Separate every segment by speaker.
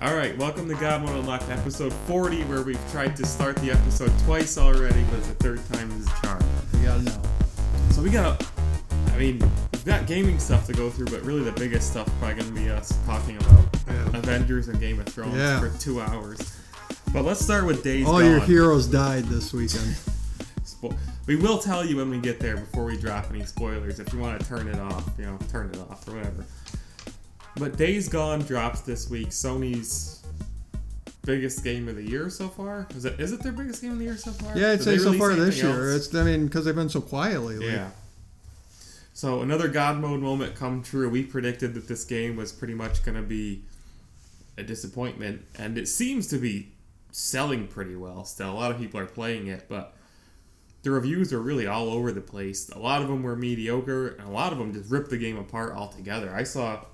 Speaker 1: All right, welcome to God Mode Unlocked, episode 40, where we've tried to start the episode twice already, but the third time is a charm.
Speaker 2: You gotta know.
Speaker 1: So we got, a, I mean, we've got gaming stuff to go through, but really the biggest stuff probably gonna be us talking about
Speaker 2: Yeah.
Speaker 1: Avengers and Game of Thrones
Speaker 2: Yeah.
Speaker 1: for two hours. But let's start with Days
Speaker 2: All
Speaker 1: Gone.
Speaker 2: your heroes died this weekend.
Speaker 1: Spo- we will tell you when we get there before we drop any spoilers. If you want to turn it off, you know, turn it off or whatever. But Days Gone drops this week. Sony's biggest game of the year so far. Is it? Is it their biggest game of the year so far?
Speaker 2: Yeah, I'd
Speaker 1: Did
Speaker 2: say
Speaker 1: they
Speaker 2: so
Speaker 1: release
Speaker 2: far this
Speaker 1: anything
Speaker 2: year.
Speaker 1: else?
Speaker 2: It's I mean because they've been so quiet lately.
Speaker 1: Yeah. So another God mode moment come true. We predicted that this game was pretty much going to be a disappointment, and it seems to be selling pretty well still. A lot of people are playing it, but the reviews are really all over the place. A lot of them were mediocre, and a lot of them just ripped the game apart altogether. I saw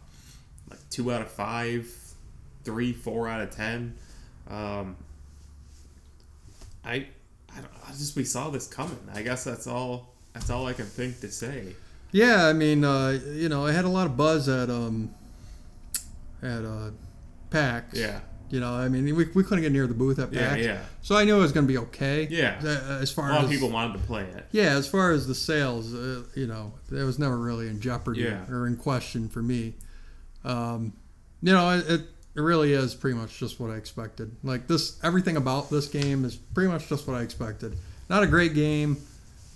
Speaker 1: like two out of five, three, four out of ten. Um, I, I, don't, I just we saw this coming. I guess that's all. That's all I can think to say.
Speaker 2: Yeah, I mean, uh, you know, I had a lot of buzz at um, at uh, PAX.
Speaker 1: Yeah,
Speaker 2: You know, I mean, we, we couldn't get near the booth at
Speaker 1: yeah,
Speaker 2: PAX.
Speaker 1: yeah.
Speaker 2: So I knew it was going to be okay.
Speaker 1: Yeah.
Speaker 2: Uh, As
Speaker 1: A
Speaker 2: far
Speaker 1: lot
Speaker 2: as
Speaker 1: of people wanted to play it.
Speaker 2: yeah, as far as the sales, uh, you know, it was never really in jeopardy
Speaker 1: Yeah.
Speaker 2: or in question for me. Um, you know, it, it it really is pretty much just what I expected. Like this, everything about this game is pretty much just what I expected. Not a great game,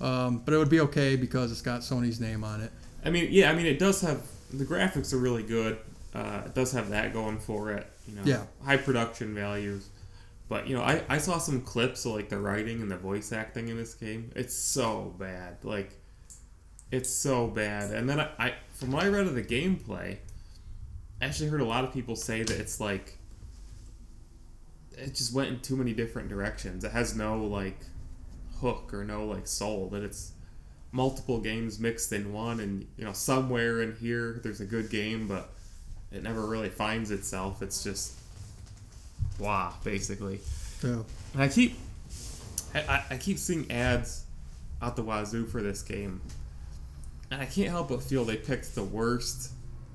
Speaker 2: um, but it would be okay because it's got Sony's name on it.
Speaker 1: I mean, yeah. I mean, it does have the graphics are really good. Uh, it does have that going for it. You know,
Speaker 2: Yeah.
Speaker 1: high production values. But you know, I, I saw some clips of like the writing and the voice acting in this game. It's so bad. Like, it's so bad. And then I, I from what I read of the gameplay, I actually heard a lot of people say that it's like it just went in too many different directions. It has no like hook or no like soul. That it's multiple games mixed in one, and you know somewhere in here there's a good game, but it never really finds itself. It's just blah, basically.
Speaker 2: So
Speaker 1: And I keep, I- I, I keep seeing ads out the wazoo for this game, and I can't help but feel they picked the worst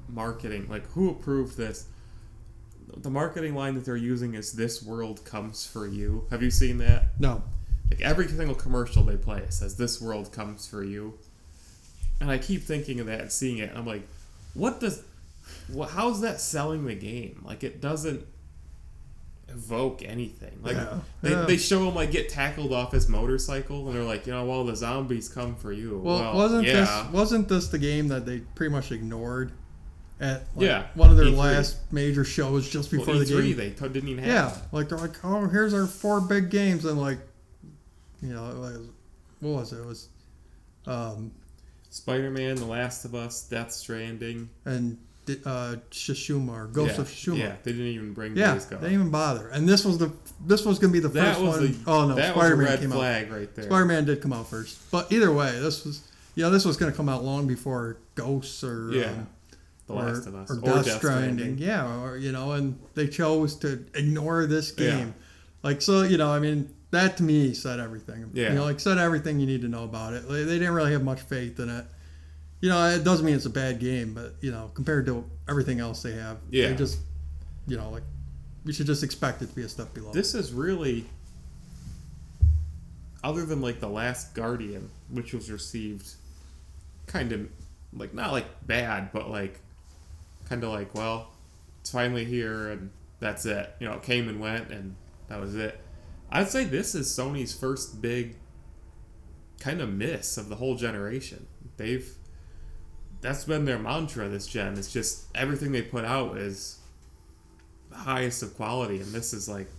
Speaker 1: marketing. Like, who approved this? The marketing line that they're using is "This world comes for you." Have you seen that?
Speaker 2: no,
Speaker 1: Like every single commercial they play it says "This world comes for you," and I keep thinking of that and seeing it. And I'm like, what does, wha how's that selling the game? Like it doesn't evoke anything. Like
Speaker 2: Yeah.
Speaker 1: They,
Speaker 2: Yeah.
Speaker 1: they show him like get tackled off his motorcycle, and they're like, you know, well the zombies come for you.
Speaker 2: well,
Speaker 1: Well, E
Speaker 2: wasn't
Speaker 1: yeah,
Speaker 2: this wasn't this the game that they pretty much ignored at like,
Speaker 1: Yeah,
Speaker 2: one of their
Speaker 1: E3.
Speaker 2: last major shows just
Speaker 1: well, E
Speaker 2: before the
Speaker 1: E3
Speaker 2: game
Speaker 1: they t- didn't even have.
Speaker 2: Yeah, like they're like, oh, here's our four big games, and like, you know, it was, what was it? It was, um,
Speaker 1: Spider-Man, The Last of Us, Death Stranding,
Speaker 2: and uh, Shishuma or Ghost
Speaker 1: yeah.
Speaker 2: of Shishuma.
Speaker 1: Yeah,
Speaker 2: Yeah,
Speaker 1: they didn't even bring Days
Speaker 2: they
Speaker 1: Gone.
Speaker 2: didn't even bother. And this was the this was gonna be the
Speaker 1: that
Speaker 2: first
Speaker 1: was
Speaker 2: one.
Speaker 1: the
Speaker 2: oh no,
Speaker 1: that
Speaker 2: Spider
Speaker 1: was a
Speaker 2: Man
Speaker 1: red
Speaker 2: came out.
Speaker 1: flag right there.
Speaker 2: Spider Man did come out first, but either way, this was yeah, this was gonna come out long before Ghosts or
Speaker 1: Yeah.
Speaker 2: um,
Speaker 1: The
Speaker 2: or,
Speaker 1: Last of Us
Speaker 2: or, Death Stranding. Yeah, or you know, and they chose to ignore this
Speaker 1: Yeah.
Speaker 2: game. Like so, you know, I mean, that to me said everything.
Speaker 1: Yeah.
Speaker 2: You know, like said everything you need to know about it. Like, they didn't really have much faith in it. You know, it doesn't mean it's a bad game, but you know, compared to everything else they have,
Speaker 1: Yeah.
Speaker 2: they just you know, like we should just expect it to be a step below.
Speaker 1: This is really, other than like the Last Guardian, which was received kind of like not like bad, but like kind of like well, it's finally here and that's it. You know, it came and went and that was it. I'd say this is Sony's first big kind of miss of the whole generation. They've that's been their mantra this gen. It's just everything they put out is the highest of quality, and this is like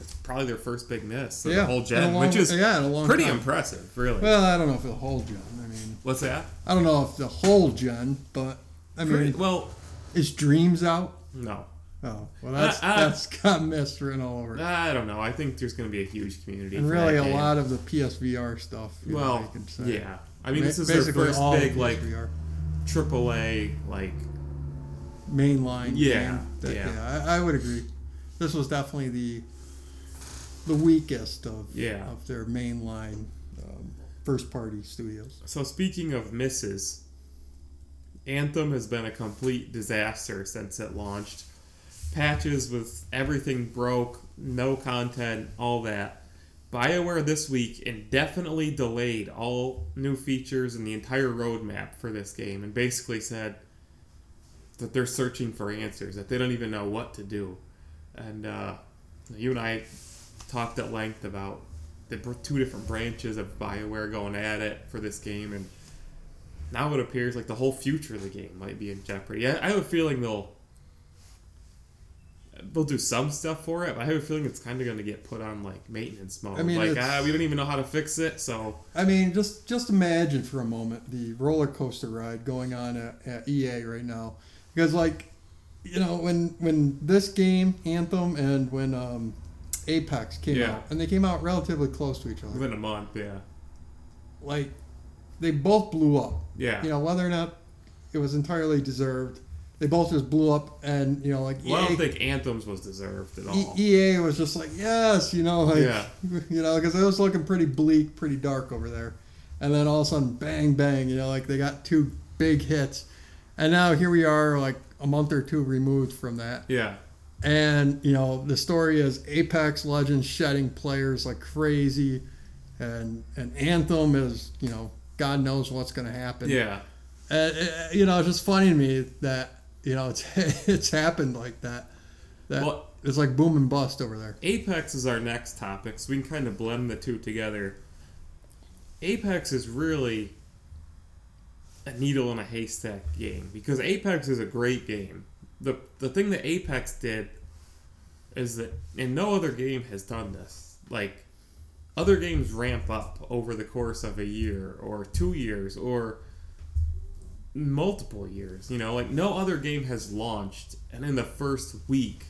Speaker 1: it's probably their first big miss of
Speaker 2: yeah,
Speaker 1: the whole
Speaker 2: in
Speaker 1: gen,
Speaker 2: a long-
Speaker 1: which is
Speaker 2: yeah, in a long
Speaker 1: pretty
Speaker 2: time.
Speaker 1: impressive, really.
Speaker 2: Well, I don't know if the whole gen. I mean,
Speaker 1: What's that?
Speaker 2: I don't know if the whole gen, but I mean,
Speaker 1: Pretty- well,
Speaker 2: is Dreams out?
Speaker 1: no,
Speaker 2: Oh, well, that's
Speaker 1: I- I-
Speaker 2: that's got missed written all over.
Speaker 1: I don't know. I think there's going to be a huge community.
Speaker 2: and
Speaker 1: for
Speaker 2: really,
Speaker 1: that
Speaker 2: a
Speaker 1: game.
Speaker 2: lot of the PSVR stuff. You know,
Speaker 1: Well,
Speaker 2: you can say.
Speaker 1: yeah. I mean, this
Speaker 2: Ma-
Speaker 1: is their
Speaker 2: basically
Speaker 1: first
Speaker 2: all
Speaker 1: big
Speaker 2: the
Speaker 1: like
Speaker 2: PSVR
Speaker 1: AAA like
Speaker 2: mainline.
Speaker 1: Yeah,
Speaker 2: game that-
Speaker 1: yeah.
Speaker 2: I, I would agree. This was definitely the the weakest of
Speaker 1: Yeah.
Speaker 2: of their mainline um, first party studios.
Speaker 1: So speaking of misses, Anthem has been a complete disaster since it launched. patches with everything broke, no content, all that. BioWare this week indefinitely delayed all new features and the entire roadmap for this game and basically said that they're searching for answers, that they don't even know what to do. And uh, you and I talked at length about the br- two different branches of BioWare going at it for this game, and now it appears like the whole future of the game might be in jeopardy. I, I have a feeling they'll they'll do some stuff for it, but I have a feeling it's kind of going to get put on like maintenance mode.
Speaker 2: I mean,
Speaker 1: like
Speaker 2: it's-
Speaker 1: ah, we don't even know how to fix it, so
Speaker 2: I mean, just just imagine for a moment the roller coaster ride going on at, at EA right now, because like, you know, when when this game Anthem and when um, Apex came
Speaker 1: Yeah.
Speaker 2: out, and they came out relatively close to each other,
Speaker 1: within a month, yeah,
Speaker 2: like they both blew up.
Speaker 1: yeah.
Speaker 2: You know, whether or not it was entirely deserved, they both just blew up, and you know, like
Speaker 1: well, I
Speaker 2: EA
Speaker 1: don't think Anthems was deserved at all.
Speaker 2: E- EA was just like, yes, you know, like,
Speaker 1: Yeah.
Speaker 2: you know, because it was looking pretty bleak, pretty dark over there. And then all of a sudden, bang, bang, you know, like they got two big hits. And now here we are, like a month or two removed from that.
Speaker 1: yeah,
Speaker 2: And, you know, the story is Apex Legends shedding players like crazy. And, and Anthem is, you know, God knows what's going to happen.
Speaker 1: yeah.
Speaker 2: And, uh, you know, it's just funny to me that, you know, it's, it's happened like that. That
Speaker 1: Well-
Speaker 2: it's like boom and bust over there.
Speaker 1: Apex is our next topic, so we can kind of blend the two together. Apex is really a needle in a haystack game because Apex is a great game. The the thing that Apex did is that and no other game has done this. Like other games ramp up over the course of a year or 2 years or multiple years, you know, like no other game has launched and in the first week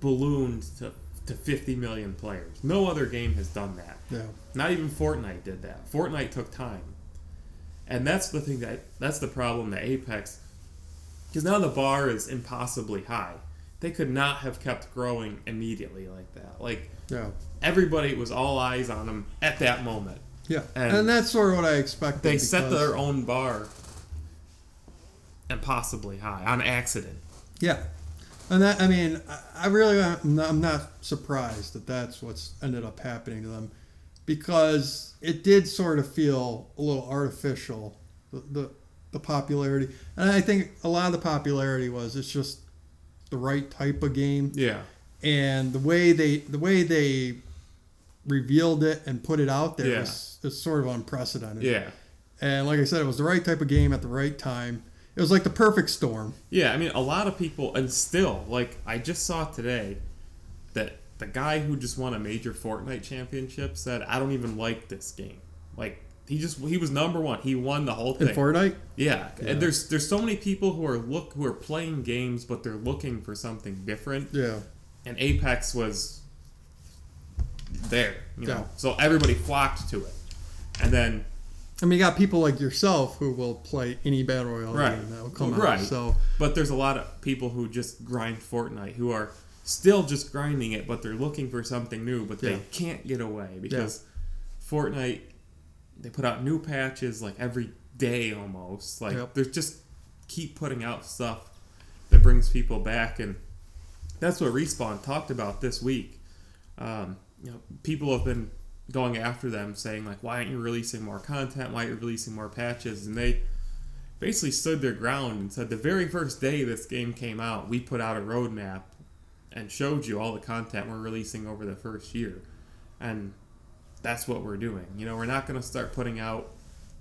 Speaker 1: ballooned to, to 50 million players. No other game has done that.
Speaker 2: Yeah.
Speaker 1: Not even Fortnite did that. Fortnite took time. And that's the thing that that's the problem that Apex because now the bar is impossibly high. They could not have kept growing immediately like that. Like
Speaker 2: Yeah.
Speaker 1: everybody was all eyes on them at that moment.
Speaker 2: Yeah.
Speaker 1: And-
Speaker 2: And, that's sort of what I expected.
Speaker 1: They set
Speaker 2: because-
Speaker 1: their own bar impossibly high on accident.
Speaker 2: Yeah. And that, I mean, I- I really, am not- I'm not surprised that that's what's ended up happening to them because it did sort of feel a little artificial, the, the, the popularity. And I think a lot of the popularity was it's just the right type of game.
Speaker 1: Yeah.
Speaker 2: and the way they the way they revealed it and put it out there
Speaker 1: Yeah.
Speaker 2: is, is sort of unprecedented.
Speaker 1: Yeah.
Speaker 2: And like I said, it was the right type of game at the right time. It was like the perfect storm.
Speaker 1: Yeah, I mean, a lot of people, and still, like, I just saw today that the guy who just won a major Fortnite championship said, I don't even like this game. Like, he just, he was number one. He won the whole
Speaker 2: In
Speaker 1: thing.
Speaker 2: Fortnite,
Speaker 1: yeah.
Speaker 2: Yeah.
Speaker 1: And there's, there's so many people who are look, who are playing games, but they're looking for something different.
Speaker 2: yeah,
Speaker 1: And Apex was there, you know?
Speaker 2: Yeah.
Speaker 1: So everybody flocked to it. And then
Speaker 2: I mean, you got people like yourself who will play any battle royale
Speaker 1: Right.
Speaker 2: game that will come
Speaker 1: Right.
Speaker 2: out. So
Speaker 1: But there's a lot of people who just grind Fortnite who are still just grinding it, but they're looking for something new, but
Speaker 2: Yeah.
Speaker 1: they can't get away because Fortnite they put out new patches like every day almost. Like
Speaker 2: Yep.
Speaker 1: they're just keep putting out stuff that brings people back and that's what Respawn talked about this week. Um, you know, people have been going after them saying like, why aren't you releasing more content? Why aren't you releasing more patches? And they basically stood their ground and said the very first day this game came out, we put out a roadmap and showed you all the content we're releasing over the first year. And that's what we're doing. You know, we're not going to start putting out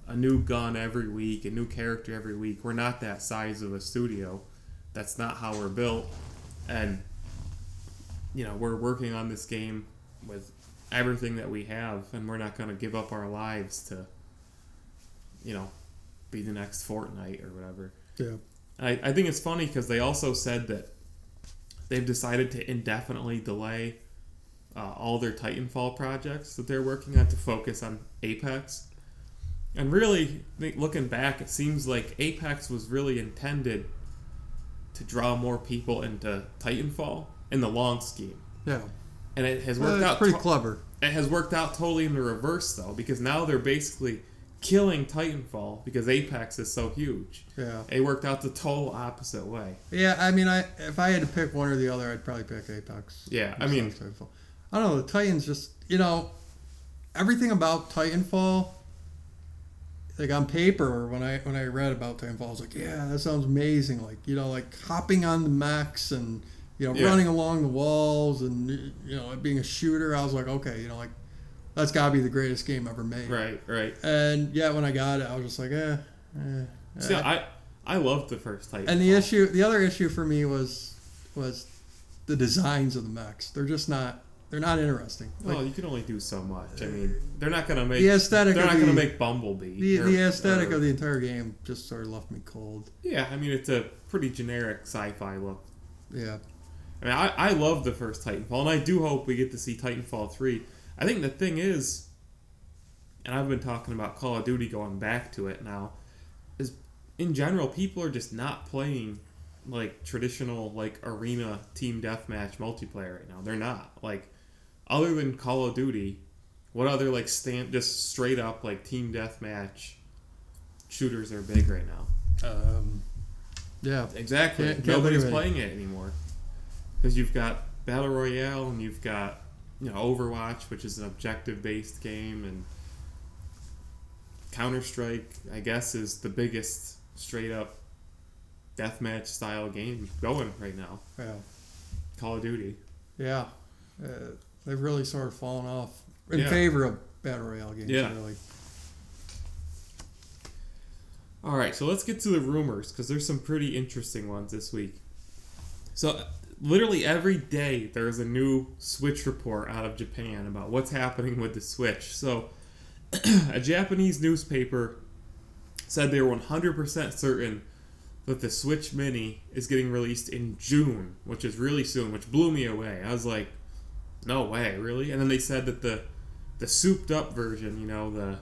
Speaker 1: a new gun every week, a new character every week. We're not that size of a studio. That's not how we're built. And, you know, we're working on this game with everything that we have, and we're not going to give up our lives to, you know, be the next Fortnite or whatever.
Speaker 2: yeah,
Speaker 1: I, I think it's funny because they also said that they've decided to indefinitely delay uh, all their Titanfall projects that they're working on to focus on Apex. And really, I think looking back, it seems like Apex was really intended to draw more people into Titanfall in the long scheme,
Speaker 2: yeah,
Speaker 1: and it has
Speaker 2: well,
Speaker 1: worked
Speaker 2: it's
Speaker 1: out
Speaker 2: pretty
Speaker 1: to-
Speaker 2: clever.
Speaker 1: it has worked out totally in the reverse though because now they're basically killing Titanfall because Apex is so huge.
Speaker 2: Yeah.
Speaker 1: It worked out the total opposite way.
Speaker 2: Yeah, I mean, I if I had to pick one or the other, I'd probably pick Apex.
Speaker 1: Yeah, I mean,
Speaker 2: Titanfall. I don't know. The Titans just, you know, everything about Titanfall. Like on paper, when I when I read about Titanfall, I was like, yeah, that sounds amazing. Like you know, like hopping on the mechs and you know
Speaker 1: Yeah.
Speaker 2: running along the walls and you know being a shooter. I was like, okay, you know, like that's gotta be the greatest game ever made.
Speaker 1: right, right.
Speaker 2: And yeah, when I got it, I was just like, eh. eh,
Speaker 1: See,
Speaker 2: eh.
Speaker 1: I I loved the first Titanfall.
Speaker 2: And the issue, the other issue for me was was the designs of the mechs. They're just not they're not interesting. Like,
Speaker 1: well, you can only do so much. I mean, they're not gonna make
Speaker 2: the aesthetic
Speaker 1: they're
Speaker 2: of
Speaker 1: not
Speaker 2: the,
Speaker 1: gonna make Bumblebee.
Speaker 2: the,
Speaker 1: or-
Speaker 2: the aesthetic
Speaker 1: or-
Speaker 2: of the entire game just sort of left me cold.
Speaker 1: yeah. I mean, it's a pretty generic sci-fi look.
Speaker 2: Yeah,
Speaker 1: I mean, I I love the first Titanfall, and I do hope we get to see Titanfall three. I think the thing is, and I've been talking about Call of Duty going back to it now, is in general people are just not playing like traditional like arena team deathmatch multiplayer right now. They're not like other than Call of Duty, what other like stand just straight up like team deathmatch shooters are big right now?
Speaker 2: um, yeah,
Speaker 1: Exactly.
Speaker 2: Can't- can't
Speaker 1: Nobody's
Speaker 2: think of
Speaker 1: playing it anymore because you've got battle royale and you've got you know Overwatch, which is an objective-based game, and Counter Strike, I guess, is the biggest straight-up deathmatch style game going right now.
Speaker 2: yeah,
Speaker 1: Call of Duty.
Speaker 2: yeah. Uh, they've really sort of fallen off in
Speaker 1: Yeah.
Speaker 2: favor of battle royale games.
Speaker 1: Yeah.
Speaker 2: really.
Speaker 1: All right, so let's get to the rumors because there's some pretty interesting ones this week. So, literally every day there's a new Switch report out of Japan about what's happening with the Switch. So, a Japanese newspaper said they were 100% certain that the Switch Mini is getting released in June, which is really soon, which blew me away. I was like, no way, really? And then they said that the the souped up version, you know, the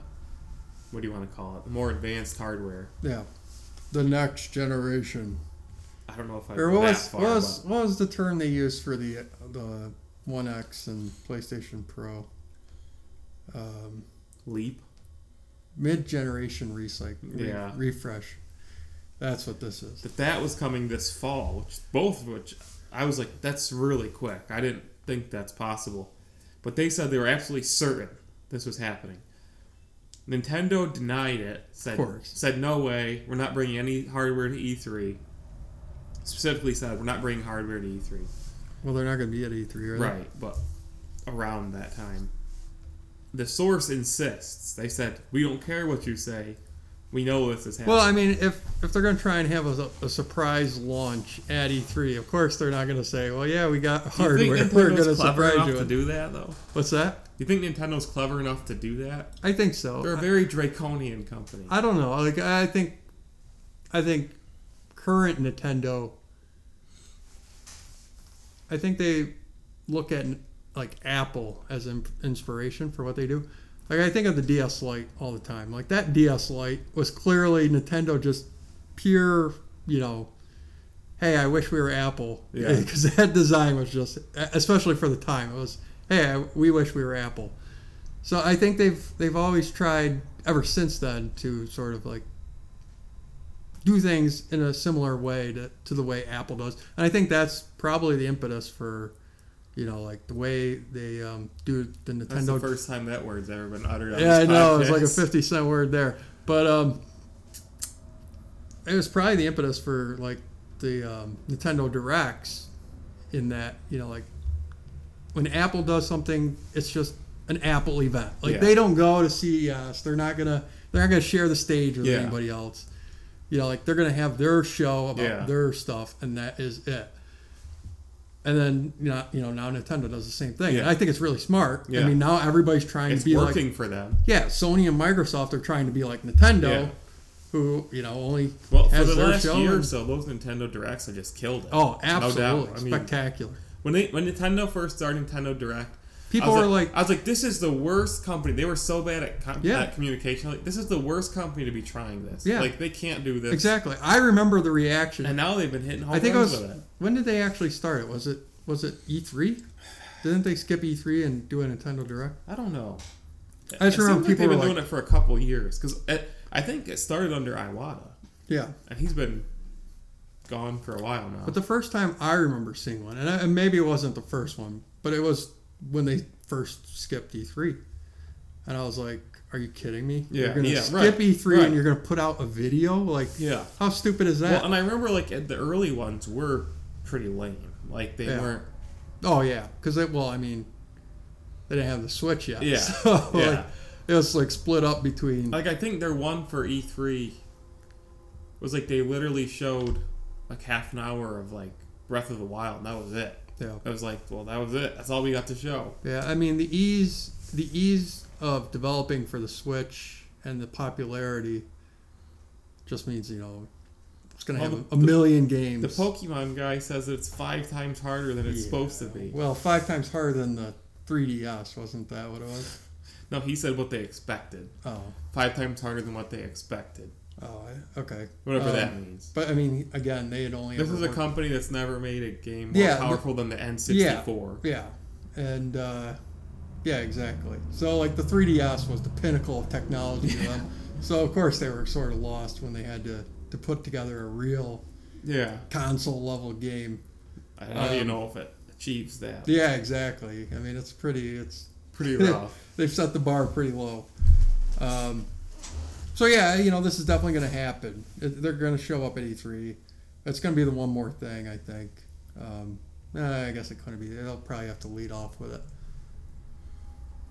Speaker 1: what do you want to call it? The more advanced hardware
Speaker 2: Yeah, the next generation.
Speaker 1: I don't know if I
Speaker 2: Or what
Speaker 1: that
Speaker 2: was
Speaker 1: far,
Speaker 2: what was
Speaker 1: but-
Speaker 2: what was the term they used for the the One X and PlayStation Pro? Um,
Speaker 1: leap.
Speaker 2: Mid generation recycle, re-
Speaker 1: Yeah.
Speaker 2: refresh. That's what this is.
Speaker 1: That that was coming this fall, which both of which I was like, that's really quick. I didn't think that's possible, but they said they were absolutely certain this was happening. Nintendo denied it. Said
Speaker 2: course.
Speaker 1: said no way. We're not bringing any hardware to E3. Specifically said we're not bringing hardware to E3.
Speaker 2: Well, they're not going to be at E three, are they?
Speaker 1: Right, but around that time. The source insists. They said, "We don't care what you say. We know this is happening."
Speaker 2: Well, I mean, if if they're going to try and have a, a surprise launch at E three, of course they're not going to say, "Well, yeah, we got
Speaker 1: Do you
Speaker 2: hardware.
Speaker 1: think
Speaker 2: We're going to
Speaker 1: Nintendo's clever
Speaker 2: surprise
Speaker 1: enough
Speaker 2: you."
Speaker 1: to
Speaker 2: with-"
Speaker 1: do that, though?
Speaker 2: What's that?
Speaker 1: You think Nintendo's clever enough to do that?
Speaker 2: I think so.
Speaker 1: They're a very draconian company.
Speaker 2: I don't know. Like I think, I think current Nintendo. I think they look at like Apple as in, inspiration for what they do. Like I think of the DS Lite all the time. Like that DS Lite was clearly Nintendo just pure, you know. Hey, I wish we were Apple.
Speaker 1: Yeah.
Speaker 2: Because that design was just, especially for the time, it was. Hey, I, we wish we were Apple. So I think they've they've always tried ever since then to sort of like do things in a similar way to, to the way Apple does, and I think that's probably the impetus for you know like the way they um, do the
Speaker 1: That's
Speaker 2: Nintendo.
Speaker 1: the first time that word's ever been uttered. On
Speaker 2: yeah, I
Speaker 1: this
Speaker 2: know it's
Speaker 1: podcast.
Speaker 2: like a fifty cent word there, but um, it was probably the impetus for like the um, Nintendo Directs, in that you know like when Apple does something, it's just an Apple event. Like
Speaker 1: Yeah.
Speaker 2: they don't go to CES. They're not gonna they're not gonna share the stage with
Speaker 1: Yeah.
Speaker 2: anybody else. You know, like they're gonna have their show about
Speaker 1: Yeah.
Speaker 2: their stuff, and that is it. And then you know, you know now Nintendo does the same thing.
Speaker 1: Yeah.
Speaker 2: And I think it's really smart. I
Speaker 1: Yeah.
Speaker 2: mean, now everybody's trying
Speaker 1: It's
Speaker 2: to be
Speaker 1: working
Speaker 2: like
Speaker 1: for them.
Speaker 2: yeah, Sony and Microsoft are trying to be like Nintendo,
Speaker 1: Yeah.
Speaker 2: who you know only
Speaker 1: Well, for
Speaker 2: has
Speaker 1: the
Speaker 2: their
Speaker 1: last
Speaker 2: show.
Speaker 1: year or
Speaker 2: and-
Speaker 1: so, those Nintendo Directs have just killed it.
Speaker 2: oh,
Speaker 1: No
Speaker 2: absolutely
Speaker 1: doubt. I mean,
Speaker 2: spectacular.
Speaker 1: when they when Nintendo first started Nintendo Direct,
Speaker 2: People
Speaker 1: I was
Speaker 2: were like,
Speaker 1: I was like, this is the worst company. They were so bad at, com-
Speaker 2: Yeah.
Speaker 1: at communication. Like, this is the worst company to be trying this.
Speaker 2: Yeah.
Speaker 1: like they can't do this.
Speaker 2: exactly. I remember the reaction.
Speaker 1: And now they've been hitting home
Speaker 2: I think it
Speaker 1: runs
Speaker 2: was
Speaker 1: with it.
Speaker 2: when did they actually start it? Was it was it E three? Didn't they skip E three and do a Nintendo Direct?
Speaker 1: I don't know.
Speaker 2: I just
Speaker 1: it
Speaker 2: remember
Speaker 1: seems like
Speaker 2: people
Speaker 1: they've
Speaker 2: were
Speaker 1: been
Speaker 2: like-
Speaker 1: doing it for a couple years because I think it started under Iwata,
Speaker 2: Yeah.
Speaker 1: and he's been gone for a while now.
Speaker 2: But the first time I remember seeing one, and, I, and maybe it wasn't the first one, but it was when they first skipped E3. And I was like, are you kidding me?
Speaker 1: Yeah,
Speaker 2: You're going to
Speaker 1: yeah,
Speaker 2: skip
Speaker 1: right,
Speaker 2: E3
Speaker 1: right.
Speaker 2: and you're going to put out a video? Like,
Speaker 1: Yeah.
Speaker 2: how stupid is that?
Speaker 1: Well, and I remember like at the early ones were pretty lame. Like they
Speaker 2: Yeah.
Speaker 1: weren't.
Speaker 2: oh, yeah. Because, well, I mean, they didn't have the Switch yet.
Speaker 1: Yeah,
Speaker 2: So,
Speaker 1: yeah. Uh,
Speaker 2: like, it was like split up between.
Speaker 1: Like I think their one for E3 was like they literally showed like half an hour of like Breath of the Wild, and that was it.
Speaker 2: yeah.
Speaker 1: I was like, well, that was it. That's all we got to show.
Speaker 2: Yeah, I mean the ease the ease of developing for the Switch and the popularity just means you know it's gonna
Speaker 1: Well,
Speaker 2: have
Speaker 1: the-
Speaker 2: a million games.
Speaker 1: The Pokemon guy says it's five times harder than it's
Speaker 2: Yeah.
Speaker 1: supposed to be.
Speaker 2: well, five times harder than the 3DS, wasn't that what it was?
Speaker 1: No, he said what they expected.
Speaker 2: Oh,
Speaker 1: Five times harder than what they expected.
Speaker 2: oh, I- okay.
Speaker 1: Whatever
Speaker 2: Um,
Speaker 1: that means.
Speaker 2: But I mean, again, they had only
Speaker 1: This
Speaker 2: ever
Speaker 1: is a
Speaker 2: worked-
Speaker 1: company that's never made a game more
Speaker 2: Yeah, the-
Speaker 1: powerful than the N64.
Speaker 2: yeah, and uh, yeah, exactly. So like the 3DS was the pinnacle of technology to them. So of course they were sort of lost when they had to to put together a real
Speaker 1: Yeah.
Speaker 2: console level game.
Speaker 1: I don't even
Speaker 2: Um,
Speaker 1: know if it achieves that.
Speaker 2: Yeah, exactly. I mean, it's pretty. It's
Speaker 1: Pretty rough.
Speaker 2: they've set the bar pretty low. Um, so yeah, you know, this is definitely going to happen. It- They're going to show up at E E3. That's going to be the one more thing I think. Um, eh, I guess it couldn't be. They'll probably have to lead off with it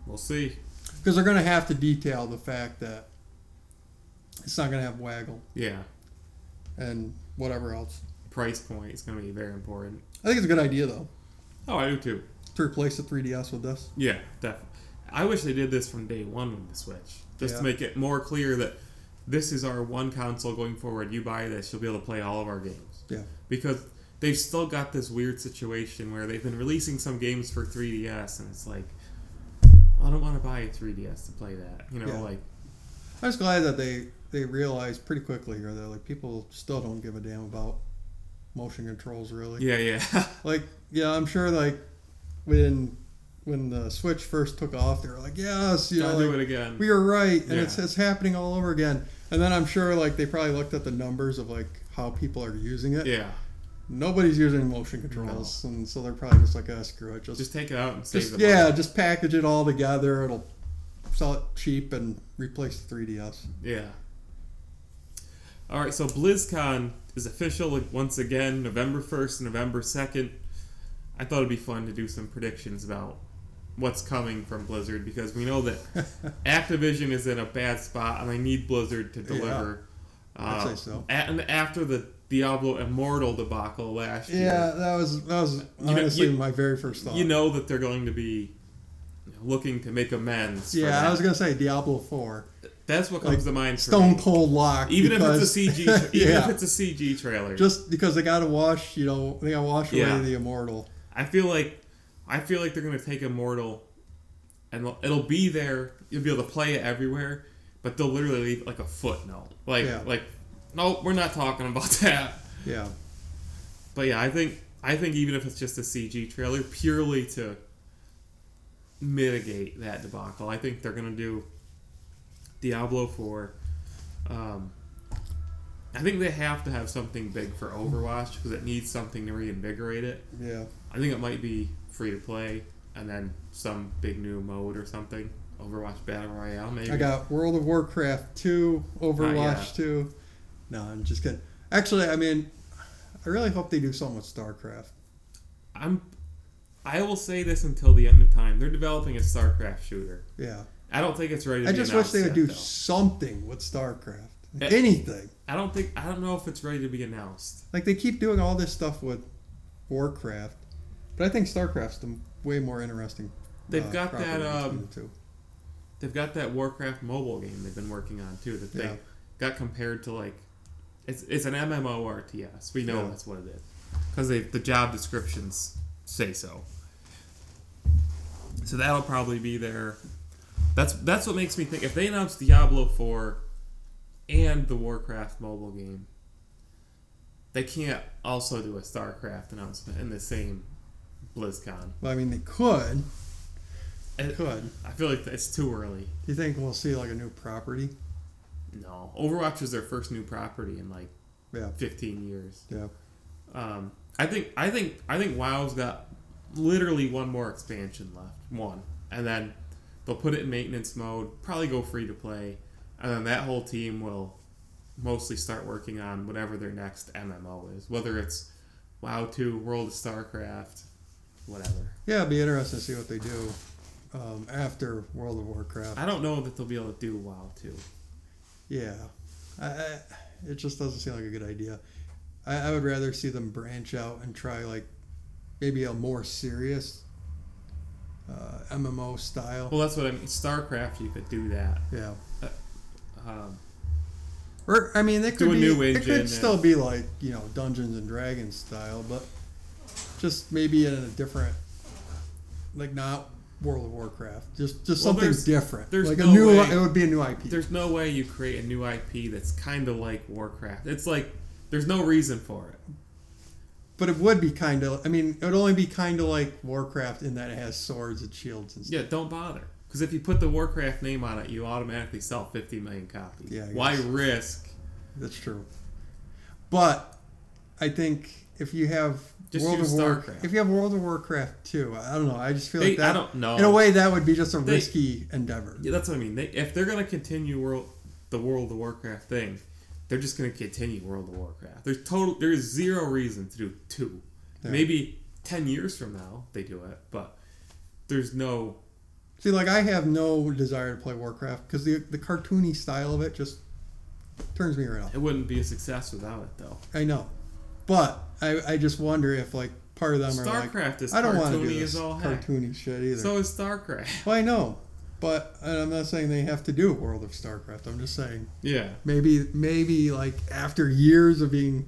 Speaker 1: we'll see.
Speaker 2: because they're going to have to detail the fact that it's not going to have waggle
Speaker 1: Yeah.
Speaker 2: and whatever else.
Speaker 1: Price point is going to be very important.
Speaker 2: I think it's a good idea though
Speaker 1: Oh, I do too.
Speaker 2: to replace the 3DS with this.
Speaker 1: Yeah, definitely. I wish they did this from day one with the Switch, just
Speaker 2: Yeah.
Speaker 1: to make it more clear that this is our one console going forward. You buy this, you'll be able to play all of our games.
Speaker 2: Yeah.
Speaker 1: Because they've still got this weird situation where they've been releasing some games for 3DS, and it's like, I don't want to buy a 3DS to play that. You know,
Speaker 2: Yeah.
Speaker 1: like
Speaker 2: I was glad that they they realized pretty quickly here that like people still don't give a damn about motion controls really.
Speaker 1: yeah, yeah,
Speaker 2: Like yeah, I'm sure like when when the Switch first took off, they were like, yes, you know,
Speaker 1: I'll
Speaker 2: like,
Speaker 1: do it again.
Speaker 2: we were right, and
Speaker 1: Yeah.
Speaker 2: it's it's happening all over again. And then I'm sure like they probably looked at the numbers of like how people are using it.
Speaker 1: yeah,
Speaker 2: Nobody's using motion controls, and so they're probably just like, ah, screw it, just
Speaker 1: just take it out and save
Speaker 2: just
Speaker 1: the money.
Speaker 2: yeah, just package it all together. It'll sell it cheap and replace the 3DS.
Speaker 1: Yeah. All right, so BlizzCon is official like, once again, November 1st and November 2nd. I thought it'd be fun to do some predictions about what's coming from Blizzard because we know that Activision is in a bad spot and I need Blizzard to deliver. uh,
Speaker 2: I'd say so.
Speaker 1: a- and after the Diablo Immortal debacle last
Speaker 2: Yeah, that was that was
Speaker 1: know,
Speaker 2: honestly
Speaker 1: you-
Speaker 2: my very first thought.
Speaker 1: year, you know that they're going to be you know, looking to make amends. for
Speaker 2: yeah, I
Speaker 1: that.
Speaker 2: was gonna say Diablo Four,
Speaker 1: That's what comes
Speaker 2: like,
Speaker 1: to mind. For
Speaker 2: Stone
Speaker 1: me.
Speaker 2: Cold Lock.
Speaker 1: Even
Speaker 2: because,
Speaker 1: if it's a CG, tra- even
Speaker 2: yeah,
Speaker 1: if it's a CG trailer,
Speaker 2: just because they gotta wash, you know, they gotta wash away
Speaker 1: Yeah.
Speaker 2: the immortal.
Speaker 1: I feel like I feel like they're gonna take Immortal, and it'll- it'll be there. You'll be able to play it everywhere, but they'll literally leave like a footnote, like
Speaker 2: Yeah.
Speaker 1: like no, we're not talking about that.
Speaker 2: Yeah,
Speaker 1: But yeah, I think I think even if it's just a CG trailer, purely to mitigate that debacle, I think they're gonna do Diablo Four. Um, I think they have to have something big for Overwatch because it needs something to reinvigorate it.
Speaker 2: yeah,
Speaker 1: I think it might be free to play and then some big new mode or something. Overwatch Battle Royale, maybe.
Speaker 2: I got World of Warcraft Two, Overwatch
Speaker 1: yet.
Speaker 2: Two. No, I'm just kidding. Actually, I mean, I really hope they do something with StarCraft.
Speaker 1: I'm. I will say this until the end of time. They're developing a StarCraft shooter.
Speaker 2: Yeah,
Speaker 1: I don't think it's ready. To
Speaker 2: I
Speaker 1: be
Speaker 2: just wish they would
Speaker 1: announced
Speaker 2: do
Speaker 1: yet, though.
Speaker 2: something with StarCraft.
Speaker 1: Eh.
Speaker 2: Anything.
Speaker 1: I don't think. I don't know if it's ready to be announced.
Speaker 2: Like they keep doing all this stuff with Warcraft, but I think StarCraft's the way more interesting. uh,
Speaker 1: They've got
Speaker 2: property
Speaker 1: that,
Speaker 2: between
Speaker 1: um,
Speaker 2: the two.
Speaker 1: They've got that Warcraft mobile game they've been working on too. That they
Speaker 2: Yeah.
Speaker 1: got compared to like. It's it's an MMORTS. We know
Speaker 2: Yeah.
Speaker 1: that's what it is because they the job descriptions say so. So that'll probably be there. That's that's what makes me think if they announce Diablo four and the Warcraft mobile game, they can't also do a StarCraft announcement in the same BlizzCon.
Speaker 2: Well, I mean, they could.
Speaker 1: It-
Speaker 2: could.
Speaker 1: I feel like it's too early.
Speaker 2: Do you think we'll see like a new property?
Speaker 1: No, Overwatch was their first new property in like
Speaker 2: Yeah,
Speaker 1: 15 years.
Speaker 2: yeah.
Speaker 1: Um, I think I think I think WoW's got literally one more expansion left, one, and then they'll put it in maintenance mode. Probably go free to play, and then that whole team will mostly start working on whatever their next MMO is, whether it's WoW two, World of StarCraft, whatever.
Speaker 2: Yeah, it'd be interesting to see what they do um, after World of Warcraft.
Speaker 1: I don't know that they'll be able to do WoW two.
Speaker 2: Yeah, I, I, it just doesn't seem like a good idea. I, I would rather see them branch out and try like maybe a more serious uh, MMO style.
Speaker 1: Well, that's what I mean. StarCraft, you could do that.
Speaker 2: Yeah,
Speaker 1: Um,
Speaker 2: or I mean, it
Speaker 1: Do
Speaker 2: could
Speaker 1: a
Speaker 2: be,
Speaker 1: new
Speaker 2: it
Speaker 1: engine
Speaker 2: could
Speaker 1: and-
Speaker 2: still be like you know Dungeons and Dragons style, but just maybe in a different, like not World of Warcraft, just just
Speaker 1: Well,
Speaker 2: something
Speaker 1: there's-
Speaker 2: different.
Speaker 1: there's
Speaker 2: like
Speaker 1: no
Speaker 2: a new,
Speaker 1: way-
Speaker 2: it would be a new IP.
Speaker 1: There's no way you create a new IP that's kind of like Warcraft. It's like there's no reason for it.
Speaker 2: But it would be kind of. I mean, it would only be kind of like Warcraft in that it has swords and shields and stuff.
Speaker 1: Yeah, don't bother. Because if you put the Warcraft name on it, you automatically sell 50 million copies.
Speaker 2: Yeah, I
Speaker 1: Why
Speaker 2: guess.
Speaker 1: risk?
Speaker 2: That's true. But I think if you have
Speaker 1: Just
Speaker 2: World
Speaker 1: use
Speaker 2: of War,
Speaker 1: StarCraft.
Speaker 2: if you have World of Warcraft too, I don't know. I just feel
Speaker 1: They-
Speaker 2: like that.
Speaker 1: I don't know.
Speaker 2: In a way, that would be just a
Speaker 1: They-
Speaker 2: risky endeavor.
Speaker 1: Yeah, that's what I mean. They, if they're going to continue world, the World of Warcraft thing, they're just going to continue World of Warcraft. There's total. There's zero reason to do two.
Speaker 2: Yeah.
Speaker 1: Maybe 10 years from now they do it, but there's no.
Speaker 2: See, like I have no desire to play Warcraft because the the cartoony style of it just turns me right off.
Speaker 1: It wouldn't be a success without it, though.
Speaker 2: I know, but I I just wonder if like part of them are like
Speaker 1: StarCraft is
Speaker 2: I don't want to do
Speaker 1: cartoony
Speaker 2: this
Speaker 1: as all heck.
Speaker 2: cartoony shit either.
Speaker 1: So is StarCraft.
Speaker 2: Well, I know, but and I'm not saying they have to do World of Starcraft. I'm just saying
Speaker 1: Yeah.
Speaker 2: maybe maybe like after years of being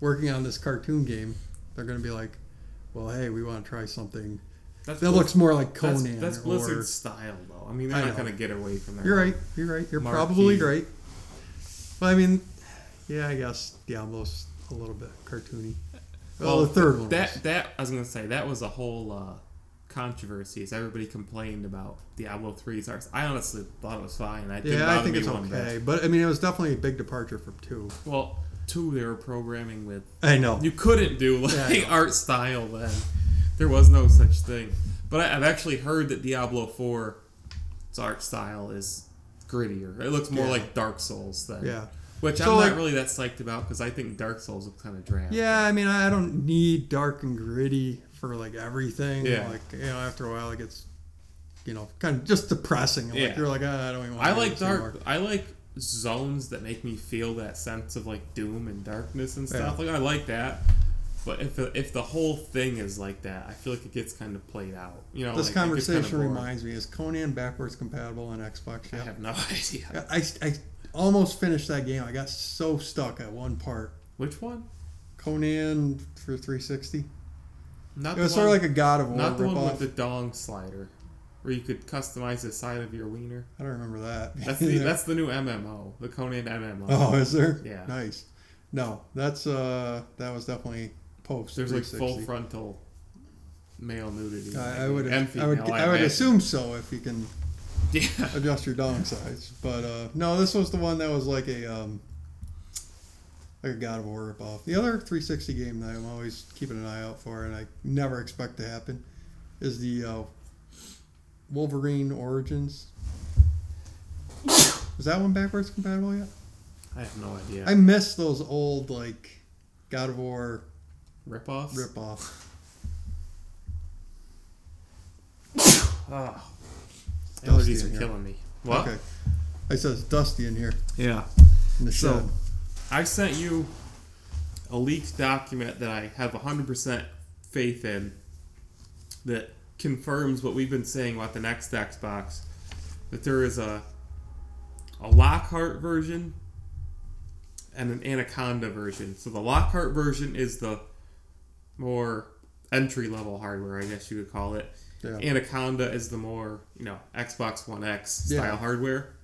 Speaker 2: working on this cartoon game, they're gonna be like, well, hey, we want to try something
Speaker 1: That's
Speaker 2: that
Speaker 1: Blizz-
Speaker 2: looks more like
Speaker 1: that's,
Speaker 2: Conan.
Speaker 1: that's
Speaker 2: or-
Speaker 1: Blizzard style though. I mean they're
Speaker 2: I
Speaker 1: not
Speaker 2: know.
Speaker 1: gonna get away from that.
Speaker 2: You're right. You're right. You're
Speaker 1: Marquee.
Speaker 2: probably right. But I mean, yeah, I guess Diablo's a little bit cartoony. Well, the third one.
Speaker 1: That
Speaker 2: was.
Speaker 1: that I was gonna say that was a whole uh, controversy. As everybody complained about Diablo 3's arts. I honestly thought it was fine. I didn't
Speaker 2: Yeah, I
Speaker 1: bother
Speaker 2: think
Speaker 1: me
Speaker 2: it's
Speaker 1: one bit.
Speaker 2: okay, but I mean, it was definitely a big departure from two.
Speaker 1: Well, two they were programming with.
Speaker 2: I know.
Speaker 1: You couldn't do like
Speaker 2: Yeah, I know.
Speaker 1: art style then. There was no such thing. But I, I've actually heard that Diablo 4's art style is grittier. It looks more
Speaker 2: Yeah.
Speaker 1: like Dark Souls than
Speaker 2: yeah.
Speaker 1: Which
Speaker 2: So,
Speaker 1: I'm
Speaker 2: like-
Speaker 1: not really that psyched about because I think Dark Souls look kind of drab.
Speaker 2: Yeah, I mean, I don't need dark and gritty for like everything.
Speaker 1: Yeah.
Speaker 2: Like, you know, after a while, it gets, you know, kind of just depressing. Like,
Speaker 1: Yeah.
Speaker 2: You're like, ah, I don't even want
Speaker 1: I
Speaker 2: to do
Speaker 1: like
Speaker 2: this
Speaker 1: dark.
Speaker 2: anymore."
Speaker 1: I like zones that make me feel that sense of like doom and darkness and stuff.
Speaker 2: Yeah.
Speaker 1: Like I like that. But if the, if the whole thing is like that, I feel like it gets kind of played out. You know,
Speaker 2: This
Speaker 1: like, it gets kinda
Speaker 2: conversation
Speaker 1: boring.
Speaker 2: reminds me is Conan backwards compatible on Xbox?
Speaker 1: I
Speaker 2: Yeah.
Speaker 1: have no idea
Speaker 2: I, I, I almost finished that game. I got so stuck at one part.
Speaker 1: which one.
Speaker 2: Conan for 360.
Speaker 1: Not
Speaker 2: It was
Speaker 1: the
Speaker 2: sort
Speaker 1: one,
Speaker 2: of like a God of War
Speaker 1: not the one
Speaker 2: ripoff.
Speaker 1: with the dong slider, where you could customize the side of your wiener.
Speaker 2: I don't remember that.
Speaker 1: That's the that's the new MMO, the Conan MMO.
Speaker 2: oh, is there?
Speaker 1: Yeah.
Speaker 2: Nice. No, that's uh, that was definitely post.
Speaker 1: There's like full
Speaker 2: 360.
Speaker 1: frontal male nudity. in that
Speaker 2: I, I
Speaker 1: game.
Speaker 2: would,
Speaker 1: And
Speaker 2: I would,
Speaker 1: female,
Speaker 2: I would
Speaker 1: imagine.
Speaker 2: assume so if you can
Speaker 1: Yeah.
Speaker 2: adjust your dong size. But uh, no, this was the one that was like a, um, like a God of War ripoff. The other 360 game that I'm always keeping an eye out for, and I never expect to happen, is the uh, Wolverine Origins. Is that one backwards compatible yet?
Speaker 1: I have no idea.
Speaker 2: I miss those old like God of War
Speaker 1: Ripoffs.
Speaker 2: ripoff.
Speaker 1: Oh.
Speaker 2: Dusty
Speaker 1: Allergies
Speaker 2: in
Speaker 1: are
Speaker 2: here.
Speaker 1: killing me. What?
Speaker 2: Okay, I said it's dusty in here
Speaker 1: Yeah.
Speaker 2: in the
Speaker 1: So-
Speaker 2: shed.
Speaker 1: I sent you a leaked document that I have 100% faith in that confirms what we've been saying about the next Xbox that there is a a Lockhart version and an Anaconda version. So the Lockhart version is the more entry level hardware, I guess you could call it.
Speaker 2: Yeah.
Speaker 1: Anaconda is the more, you know, Xbox One X style
Speaker 2: Yeah.
Speaker 1: hardware.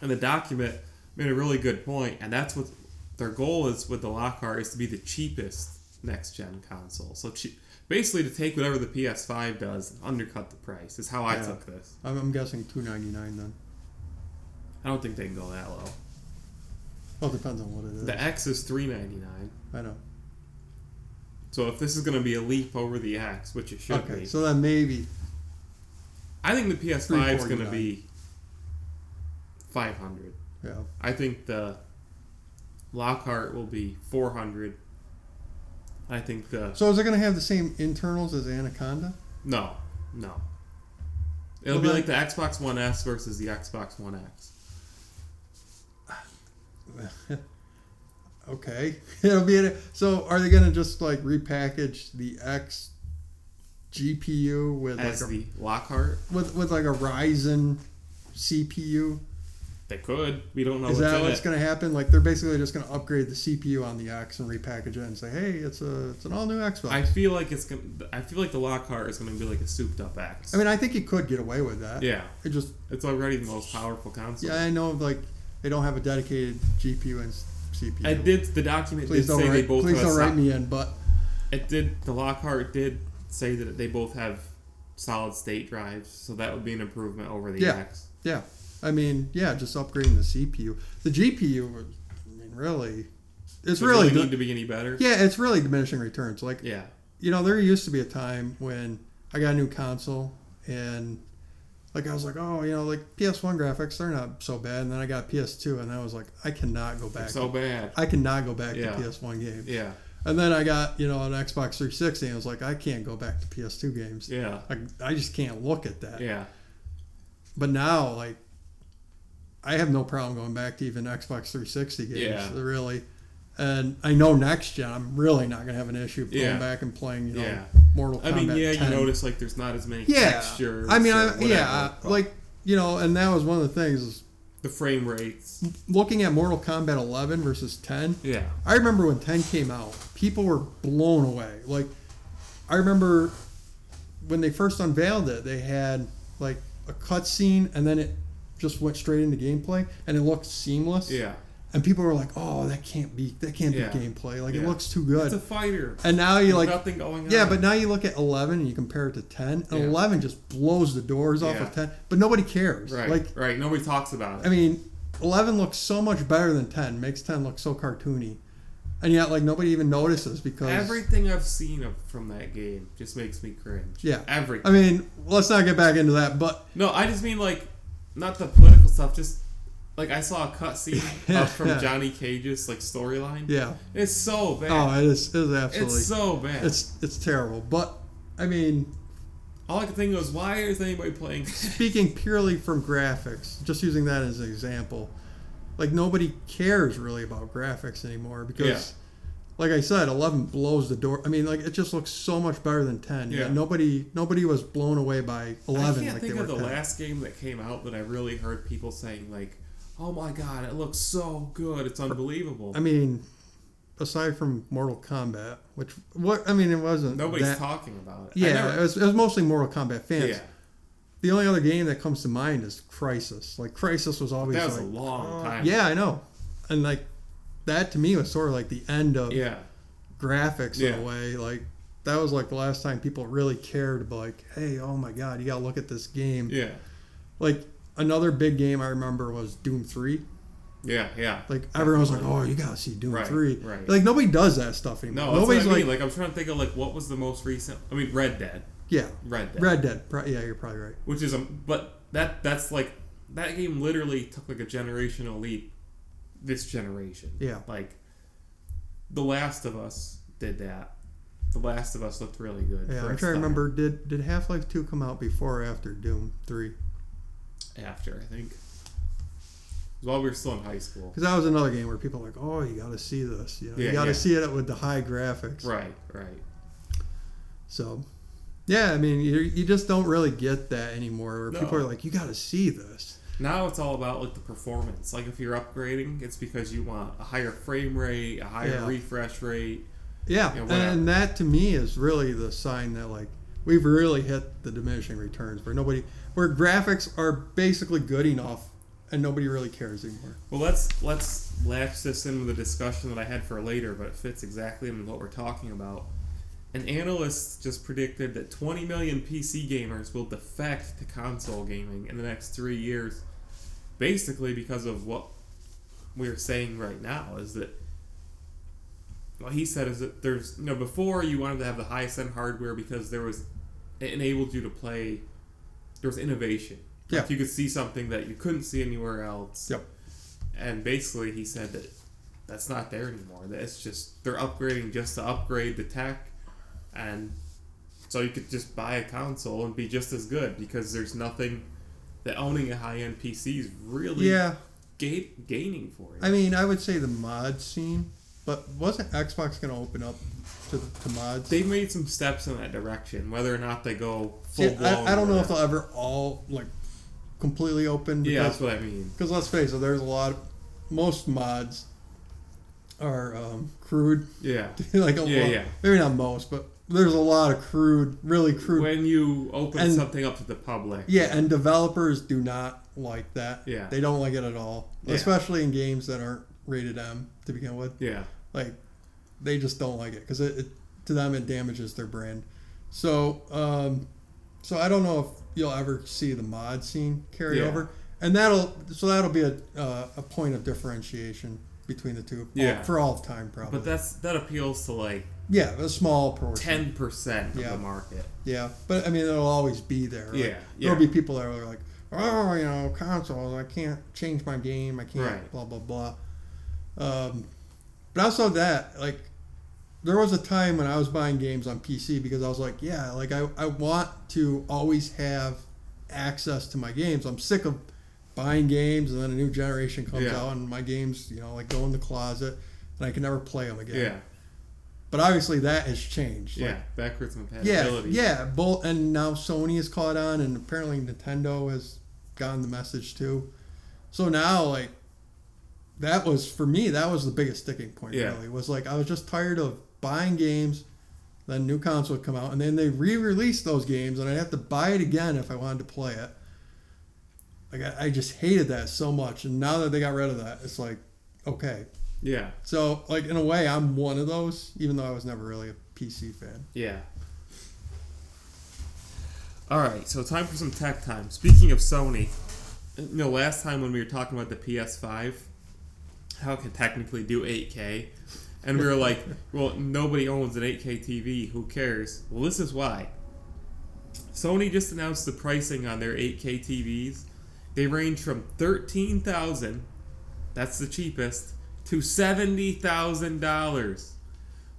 Speaker 1: And the document made a really good point, and that's what their goal is with the Lockhart is to be the cheapest next gen console. So che- basically to take whatever the PS5 does and undercut the price is how I
Speaker 2: Yeah.
Speaker 1: took this.
Speaker 2: I'm, I'm guessing two ninety nine then.
Speaker 1: I don't think they can go that low.
Speaker 2: Well, it depends on what it is.
Speaker 1: The X is three ninety nine.
Speaker 2: I know.
Speaker 1: So if this is going to be a leap over the X, which it should
Speaker 2: Okay,
Speaker 1: be,
Speaker 2: so then maybe
Speaker 1: I think the PS5 is going to
Speaker 2: 349.
Speaker 1: be five hundred.
Speaker 2: yeah.
Speaker 1: I think the Lockhart will be four hundred. I think the
Speaker 2: So is it going to have the same internals as Anaconda?
Speaker 1: No, no. It'll
Speaker 2: Well,
Speaker 1: be
Speaker 2: then-
Speaker 1: like the Xbox One S versus the Xbox One X.
Speaker 2: Okay, it'll be in it. So are they going to just like repackage the X GPU with like
Speaker 1: As
Speaker 2: a,
Speaker 1: the Lockhart,
Speaker 2: with with like a Ryzen CPU?
Speaker 1: they could. We don't know
Speaker 2: Is
Speaker 1: what's
Speaker 2: that
Speaker 1: in
Speaker 2: what's
Speaker 1: it.
Speaker 2: going to happen? Like they're basically just going to upgrade the CPU on the X and repackage it and say, hey, it's a it's an all new Xbox.
Speaker 1: I feel like it's gonna. I feel like the Lockhart is gonna be like a souped up X.
Speaker 2: I mean, I think you could get away with that.
Speaker 1: yeah,
Speaker 2: It just
Speaker 1: it's already the most powerful console.
Speaker 2: yeah, I know like they don't have a dedicated GPU and CPU.
Speaker 1: I did. The document
Speaker 2: Please
Speaker 1: did
Speaker 2: don't
Speaker 1: say they
Speaker 2: write.
Speaker 1: both.
Speaker 2: Please
Speaker 1: have
Speaker 2: don't write
Speaker 1: sol-
Speaker 2: me in, but
Speaker 1: It did. The Lockhart did say that they both have solid state drives, so that would be an improvement over the
Speaker 2: Yeah.
Speaker 1: X.
Speaker 2: yeah, I mean, yeah, just upgrading the CPU. The GPU, was- I mean, really, it's
Speaker 1: Does it
Speaker 2: really,
Speaker 1: need to be any better.
Speaker 2: yeah, it's really diminishing returns. Like
Speaker 1: yeah.
Speaker 2: you know, there used to be a time when I got a new console and like I was like, oh, you know, like PS1 graphics, they're not so bad. And then I got PS2, and I was like, I cannot go back.
Speaker 1: So bad.
Speaker 2: I cannot go back
Speaker 1: Yeah.
Speaker 2: to PS1 games.
Speaker 1: Yeah.
Speaker 2: And then I got you know an Xbox 360, and I was like, I can't go back to PS2 games.
Speaker 1: Yeah.
Speaker 2: Like I just can't look at that.
Speaker 1: Yeah.
Speaker 2: But now, like, I have no problem going back to even Xbox 360 games,
Speaker 1: Yeah.
Speaker 2: really. And I know next gen, I'm really not gonna have an issue going
Speaker 1: Yeah.
Speaker 2: back and playing, you know,
Speaker 1: Yeah.
Speaker 2: Mortal Kombat.
Speaker 1: I mean, yeah,
Speaker 2: 10.
Speaker 1: you notice like there's not as many
Speaker 2: Yeah,
Speaker 1: textures.
Speaker 2: I mean,
Speaker 1: or
Speaker 2: I,
Speaker 1: whatever,
Speaker 2: yeah, uh,
Speaker 1: but
Speaker 2: like you know, and that was one of the things is
Speaker 1: the frame rates.
Speaker 2: looking at Mortal Kombat 11 versus 10.
Speaker 1: Yeah,
Speaker 2: I remember when 10 came out, people were blown away. Like, I remember when they first unveiled it, they had like a cutscene and then it just went straight into gameplay and it looked seamless.
Speaker 1: yeah.
Speaker 2: And people were like, oh, that can't be, that can't
Speaker 1: Yeah.
Speaker 2: be gameplay. Like, it
Speaker 1: Yeah.
Speaker 2: looks too
Speaker 1: It's a
Speaker 2: good.
Speaker 1: fighter.
Speaker 2: and now you
Speaker 1: There's
Speaker 2: like,
Speaker 1: nothing going on.
Speaker 2: yeah, but now you look at 11 and you compare it to 10, and
Speaker 1: Yeah.
Speaker 2: 11 just blows the doors off
Speaker 1: Yeah.
Speaker 2: of 10, but nobody cares.
Speaker 1: right,
Speaker 2: Like,
Speaker 1: right. Nobody talks about it.
Speaker 2: I mean, 11 looks so much better than 10, makes 10 look so cartoony. And yet, like, nobody even notices because.
Speaker 1: Everything I've seen of, from that game just makes me cringe.
Speaker 2: Yeah.
Speaker 1: everything.
Speaker 2: I mean, let's not get back into that, but
Speaker 1: no, I just mean like, not the political stuff. Just like I saw a cutscene
Speaker 2: Yeah,
Speaker 1: up from
Speaker 2: yeah.
Speaker 1: Johnny Cage's like storyline.
Speaker 2: yeah.
Speaker 1: It's so bad.
Speaker 2: Oh, it is, it is absolutely.
Speaker 1: it's so bad.
Speaker 2: it's, it's terrible. But, I mean,
Speaker 1: All I could think was, why is anybody playing?
Speaker 2: speaking purely from graphics, just using that as an example, like nobody cares really about graphics anymore because,
Speaker 1: Yeah.
Speaker 2: like I said, eleven blows the door. I mean, like it just looks so much better than ten. Yeah.
Speaker 1: Yeah.
Speaker 2: Nobody, nobody was blown away by
Speaker 1: I
Speaker 2: eleven
Speaker 1: can't
Speaker 2: like
Speaker 1: think
Speaker 2: they were
Speaker 1: of the
Speaker 2: 10.
Speaker 1: last game that came out that I really heard people saying like, "Oh my god, it looks so good, it's unbelievable."
Speaker 2: I mean, aside from Mortal Kombat, which what I mean, it wasn't
Speaker 1: Nobody's
Speaker 2: that-
Speaker 1: talking about it. I
Speaker 2: Yeah,
Speaker 1: never-
Speaker 2: it, was, it was mostly Mortal Kombat fans.
Speaker 1: yeah,
Speaker 2: The only other game that comes to mind is Crisis. Like Crisis was always
Speaker 1: that was
Speaker 2: like, "Oh,
Speaker 1: a long time.
Speaker 2: Yeah, I know. And like that to me was sort of like the end of
Speaker 1: yeah,
Speaker 2: graphics in
Speaker 1: Yeah.
Speaker 2: a way. Like that was like the last time people really cared about like, hey, oh my god, you gotta look at this game.
Speaker 1: yeah,
Speaker 2: Like another big game I remember was Doom Three.
Speaker 1: yeah, yeah.
Speaker 2: Like everyone was like, Oh, you gotta see Doom
Speaker 1: Right,
Speaker 2: Three.
Speaker 1: right.
Speaker 2: Like nobody does that stuff anymore.
Speaker 1: No, that's
Speaker 2: Nobody's
Speaker 1: what I
Speaker 2: like,
Speaker 1: mean. Like, I'm trying to think of like what was the most recent. I mean, Red Dead,
Speaker 2: Yeah.
Speaker 1: Red Dead,
Speaker 2: Red Dead. Pro- yeah, you're probably right.
Speaker 1: which is a but that that's like that game literally took like a generational leap. This generation,
Speaker 2: Yeah.
Speaker 1: like The Last of Us did that. The Last of Us looked really good.
Speaker 2: Yeah,
Speaker 1: for
Speaker 2: I'm
Speaker 1: its
Speaker 2: trying to
Speaker 1: time.
Speaker 2: remember did did Half Life Two come out before or after Doom Three?
Speaker 1: after, I think. It was while we were still in high school.
Speaker 2: Because that was another game where people were like, oh, you got to see this. You, know, you
Speaker 1: Yeah,
Speaker 2: got to
Speaker 1: yeah.
Speaker 2: see it with the high graphics.
Speaker 1: Right, right.
Speaker 2: So, yeah, I mean, you, you just don't really get that anymore where people
Speaker 1: No.
Speaker 2: are like, you got to see this.
Speaker 1: Now it's all about like the performance. Like if you're upgrading, it's because you want a higher frame rate, a higher
Speaker 2: Yeah.
Speaker 1: refresh rate.
Speaker 2: Yeah.
Speaker 1: Yeah, whatever.
Speaker 2: and that to me is really the sign that, like, we've really hit the diminishing returns where nobody, where graphics are basically good enough and nobody really cares anymore.
Speaker 1: Well, let's let's latch this in with a discussion that I had for later, but it fits exactly in with what we're talking about. An analyst just predicted that 20 million PC gamers will defect to console gaming in the next three years, basically because of what we're saying right now is that what he said is that there's you know before you wanted to have the highest end hardware because there was it enabled you to play there was innovation
Speaker 2: Yeah.
Speaker 1: like you could see something that you couldn't see anywhere else
Speaker 2: Yep.
Speaker 1: and basically he said that that's not there anymore that it's just they're upgrading just to upgrade the tech and so you could just buy a console and be just as good because there's nothing that owning a high end PC is really
Speaker 2: Yeah,
Speaker 1: ga- gaining for you.
Speaker 2: I mean, I would say the mod scene, but wasn't Xbox going to open up to, to mods?
Speaker 1: They've made some steps in that direction. Whether or not they go full
Speaker 2: See,
Speaker 1: blown,
Speaker 2: I, I don't know if
Speaker 1: with
Speaker 2: they'll ever all like completely open.
Speaker 1: it. yeah,
Speaker 2: Because,
Speaker 1: that's what I mean.
Speaker 2: Because let's face it, there's a lot. Of, most mods are um, crude.
Speaker 1: Yeah,
Speaker 2: like a
Speaker 1: Yeah,
Speaker 2: lot,
Speaker 1: yeah.
Speaker 2: Maybe not most, but there's a lot of crude, really crude.
Speaker 1: when you open
Speaker 2: And-
Speaker 1: something up to the public,
Speaker 2: yeah, and developers do not like that.
Speaker 1: Yeah.
Speaker 2: They don't like it at all,
Speaker 1: Yeah.
Speaker 2: especially in games that aren't rated M to begin with.
Speaker 1: yeah,
Speaker 2: like they just don't like it because it, it to them it damages their brand so um so i don't know if you'll ever see the mod scene carry
Speaker 1: Yeah.
Speaker 2: over and that'll so that'll be a uh, a point of differentiation between the two
Speaker 1: Yeah.
Speaker 2: for all of time probably
Speaker 1: but that's that appeals to like
Speaker 2: yeah a small portion
Speaker 1: ten percent of
Speaker 2: Yeah.
Speaker 1: the market.
Speaker 2: yeah but i mean it'll always be there right?
Speaker 1: Yeah, yeah.
Speaker 2: there'll be people that are like oh you know consoles i can't change my game i can't
Speaker 1: Right.
Speaker 2: blah blah blah um, but also that like there was a time when i was buying games on pc because i was like yeah like i, I want to always have access to my games i'm sick of buying games and then a new generation comes
Speaker 1: Yeah.
Speaker 2: out and my games you know like go in the closet and i can never play them again
Speaker 1: Yeah,
Speaker 2: but obviously that has changed
Speaker 1: yeah,
Speaker 2: Like,
Speaker 1: backwards
Speaker 2: yeah,
Speaker 1: compatibility.
Speaker 2: yeah. Both, and now Sony has caught on, and apparently Nintendo has gotten the message too. So now, like, that was for me. That was the biggest sticking point.
Speaker 1: Yeah.
Speaker 2: Really, was like I was just tired of buying games. Then new console would come out, and then they re-released those games, and I'd have to buy it again if I wanted to play it. Like I, I just hated that so much, and now that they got rid of that, it's like, okay.
Speaker 1: yeah,
Speaker 2: So like in a way, I'm one of those, even though I was never really a PC fan.
Speaker 1: yeah. All right, so time for some tech time. Speaking of Sony, you know, last time when we were talking about the PS5, how it can technically do 8K, and we were like, well, nobody owns an 8K TV. Who cares? Well, this is why. Sony just announced the pricing on their 8K TVs. They range from thirteen thousand, that's the cheapest, to seventy thousand dollars.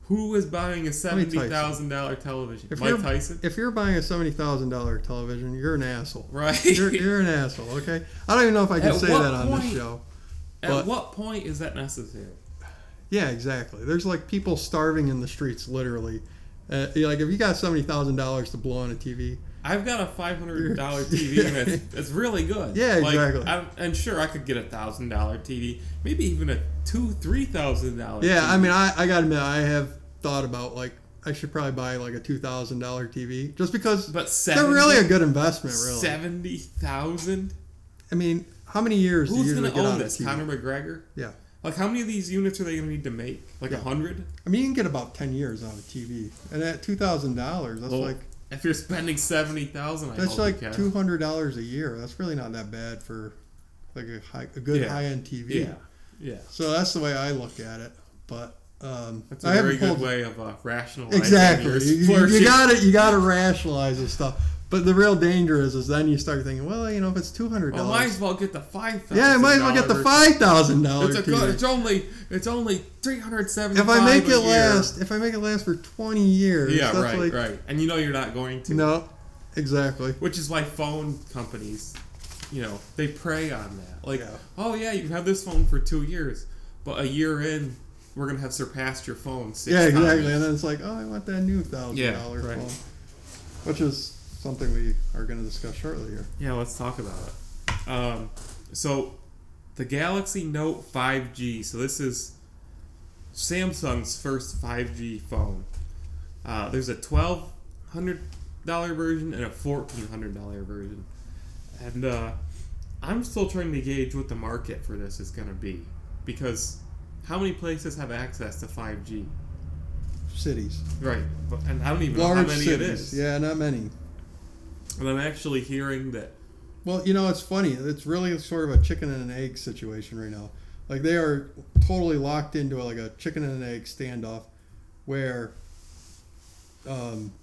Speaker 1: Who is buying a
Speaker 2: me
Speaker 1: seventy
Speaker 2: tell you
Speaker 1: thousand dollar television?
Speaker 2: If
Speaker 1: Mike
Speaker 2: you're-
Speaker 1: Tyson,
Speaker 2: If you're buying a seventy thousand dollar television, you're an asshole.
Speaker 1: right?
Speaker 2: You're, you're an asshole. Okay. I don't even know if I can
Speaker 1: At
Speaker 2: say
Speaker 1: what
Speaker 2: that on this
Speaker 1: point-
Speaker 2: show.
Speaker 1: At
Speaker 2: but-
Speaker 1: what point is that necessary?
Speaker 2: Yeah, exactly. There's like people starving in the streets, literally. Uh, you're like if you got seventy thousand dollars to blow on a TV,
Speaker 1: I've got a five hundred dollar TV and it's, it's really good.
Speaker 2: Yeah,
Speaker 1: Like,
Speaker 2: exactly.
Speaker 1: I'm, and sure, I could get a thousand dollar TV, maybe even a two three thousand dollar.
Speaker 2: yeah. I mean, I, I gotta admit, I have thought about like I should probably buy like a two thousand dollar TV just because
Speaker 1: but
Speaker 2: they're
Speaker 1: 70,
Speaker 2: really a good investment. Really.
Speaker 1: seventy thousand.
Speaker 2: I mean, how many years do
Speaker 1: Who's
Speaker 2: you
Speaker 1: gonna
Speaker 2: usually get
Speaker 1: own
Speaker 2: out
Speaker 1: this?
Speaker 2: of a TV?
Speaker 1: Conor McGregor.
Speaker 2: Yeah.
Speaker 1: Like, how many of these units are they gonna need to make? Like a
Speaker 2: Yeah.
Speaker 1: hundred.
Speaker 2: I mean, you can get about ten years out of a TV, and at two thousand dollars, that's
Speaker 1: Well,
Speaker 2: like
Speaker 1: If you're spending seventy thousand, I
Speaker 2: That's
Speaker 1: hope you
Speaker 2: like
Speaker 1: can.
Speaker 2: two hundred dollars a year. That's really not that bad for like a high, a good
Speaker 1: Yeah.
Speaker 2: high end TV.
Speaker 1: Yeah, yeah.
Speaker 2: So that's the way I look at it. But um,
Speaker 1: That's a
Speaker 2: I haven't
Speaker 1: very good
Speaker 2: pulled-
Speaker 1: way of uh, rationalizing.
Speaker 2: Exactly.
Speaker 1: your
Speaker 2: You, you,
Speaker 1: splurging.
Speaker 2: you got it. You got to rationalize this stuff. But the real danger is, is then you start thinking, well, you know, if it's two hundred
Speaker 1: Well, Oh, might as well
Speaker 2: dollars,
Speaker 1: get the five thousand.
Speaker 2: yeah, I might as well get the five thousand dollars.
Speaker 1: It's a good, It's only. It's only three hundred seventy.
Speaker 2: If I make it last, if I make it last for twenty years,
Speaker 1: Yeah,
Speaker 2: that's
Speaker 1: right,
Speaker 2: like,
Speaker 1: right. And you know you're not going to.
Speaker 2: No, exactly.
Speaker 1: Which is why phone companies, you know, they prey on that. Like,
Speaker 2: Yeah.
Speaker 1: oh yeah, you can have this phone for two years, but a year in, we're gonna have surpassed your phone. Six
Speaker 2: Yeah, exactly.
Speaker 1: times.
Speaker 2: And then it's like, oh, I want that new thousand
Speaker 1: Yeah,
Speaker 2: dollar
Speaker 1: right.
Speaker 2: phone, which is something we are going to discuss shortly here.
Speaker 1: Yeah, let's talk about it. Um, so, the Galaxy Note 5G. So, this is Samsung's first 5G phone. Uh, there's a $1,200 version and a $1,400 version. And uh, I'm still trying to gauge what the market for this is going to be. Because how many places have access to 5G?
Speaker 2: cities.
Speaker 1: Right. But, and I don't even know
Speaker 2: Large
Speaker 1: how many
Speaker 2: cities.
Speaker 1: it is.
Speaker 2: Yeah, not many.
Speaker 1: And I'm actually hearing that.
Speaker 2: Well, you know, it's funny. It's really sort of a chicken and an egg situation right now. Like they are totally locked into like a chicken and an egg standoff, where, um,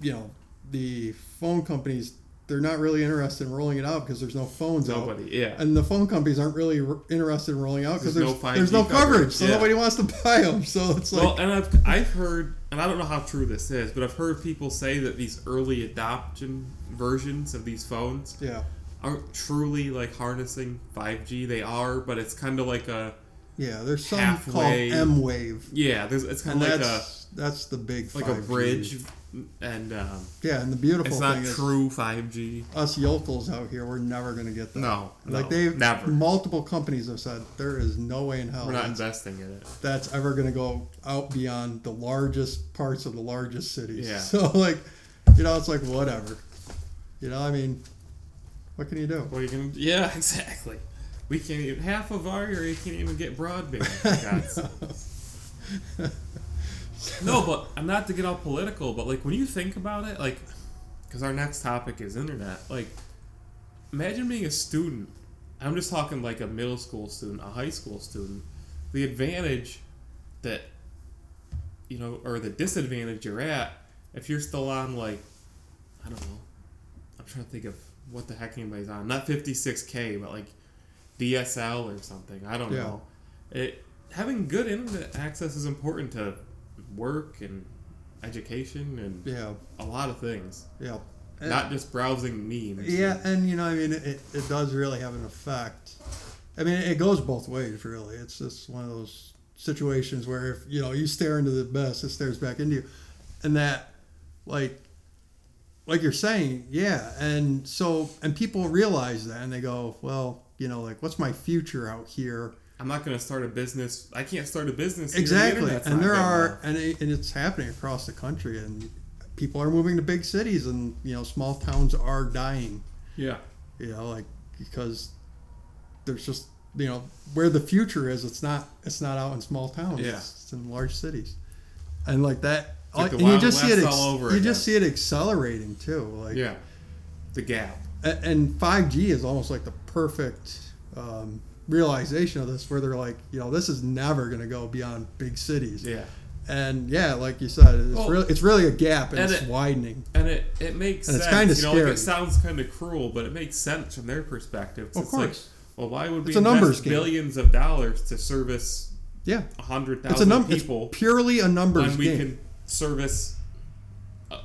Speaker 2: you know, the phone companies they're not really interested in rolling it out because there's no phones out,
Speaker 1: Nobody. Yeah.
Speaker 2: and the phone companies aren't really r interested in rolling out because
Speaker 1: There's
Speaker 2: there's
Speaker 1: no
Speaker 2: there's,
Speaker 1: 5G
Speaker 2: no
Speaker 1: coverage,
Speaker 2: coverage, so
Speaker 1: yeah.
Speaker 2: nobody wants to buy them. So it's like
Speaker 1: well, and I've, I've heard, and I don't know how true this is, but I've heard people say that these early adoption versions of these phones
Speaker 2: yeah,
Speaker 1: aren't truly like harnessing 5G. They are, but it's kind of like a
Speaker 2: yeah. There's some
Speaker 1: Halfway.
Speaker 2: called M Wave,
Speaker 1: yeah. There's it's kind
Speaker 2: and
Speaker 1: of like a
Speaker 2: that's that's the big
Speaker 1: like a
Speaker 2: 5G.
Speaker 1: bridge, and um,
Speaker 2: Yeah, and the beautiful
Speaker 1: it's
Speaker 2: thing
Speaker 1: not
Speaker 2: is
Speaker 1: true 5G.
Speaker 2: us yokels out here, we're never going to get that.
Speaker 1: No,
Speaker 2: Like
Speaker 1: no,
Speaker 2: they've
Speaker 1: never.
Speaker 2: multiple companies have said there is no way in hell
Speaker 1: We're not
Speaker 2: Oh, that's,
Speaker 1: investing in it.
Speaker 2: that's ever going to go out beyond the largest parts of the largest cities.
Speaker 1: Yeah.
Speaker 2: So like, you know, it's like whatever. You know, I mean, what can you do?
Speaker 1: What are you gonna? Yeah, exactly. We can't even half of our area can't even get broadband. for God's sake. no, but I'm not to get all political, but like when you think about it, like, because our next topic is internet. Like, imagine being a student. I'm just talking like a middle school student, a high school student. The advantage that you know, or the disadvantage you're at if you're still on like, I don't know, I'm trying to think of what the heck anybody's on. Not 56k, but like DSL or something. I don't
Speaker 2: Yeah.
Speaker 1: know. It having good internet access is important to work and education and
Speaker 2: Yeah,
Speaker 1: a lot of things.
Speaker 2: yeah.
Speaker 1: Not just browsing memes.
Speaker 2: Yeah, and you know, I mean, it, it does really have an effect. I mean, it goes both ways, really. It's just one of those situations where if you know you stare into the abyss, it stares back into you, and that, like, like you're saying, yeah. And so, and people realize that, and they go, well, you know, like, what's my future out here?
Speaker 1: I'm not going to start a business. I can't start a business. here. The
Speaker 2: Exactly,
Speaker 1: internet's
Speaker 2: and
Speaker 1: not
Speaker 2: there
Speaker 1: good
Speaker 2: are,
Speaker 1: enough.
Speaker 2: and, it, and it's happening across the country, and people are moving to big cities, and you know, small towns are dying.
Speaker 1: Yeah.
Speaker 2: you know like because there's just you know where the future is it's not it's not out in small towns
Speaker 1: Yeah.
Speaker 2: it's, it's in large cities and like that
Speaker 1: like the
Speaker 2: and you
Speaker 1: Wild
Speaker 2: just see it
Speaker 1: West
Speaker 2: ex-
Speaker 1: all over
Speaker 2: you
Speaker 1: again.
Speaker 2: just see it accelerating too like
Speaker 1: Yeah. The gap.
Speaker 2: a- and 5g is almost like the perfect um, realization of this where they're like you know this is never going to go beyond big cities
Speaker 1: Yeah.
Speaker 2: and yeah like you said it's
Speaker 1: Well,
Speaker 2: really it's really a gap and,
Speaker 1: and
Speaker 2: it's
Speaker 1: it-
Speaker 2: widening
Speaker 1: And it, it makes
Speaker 2: And it's
Speaker 1: sense.
Speaker 2: kinda
Speaker 1: you know, like
Speaker 2: scary.
Speaker 1: it sounds kind of cruel, but it makes sense from their perspective. 'cause
Speaker 2: Of
Speaker 1: it's like,
Speaker 2: course.
Speaker 1: well, why would we
Speaker 2: It's a numbers
Speaker 1: invest
Speaker 2: game.
Speaker 1: billions of dollars to service
Speaker 2: yeah
Speaker 1: a hundred
Speaker 2: it's a
Speaker 1: thousand
Speaker 2: number it's
Speaker 1: people
Speaker 2: purely a numbers
Speaker 1: when we
Speaker 2: game
Speaker 1: can service uh,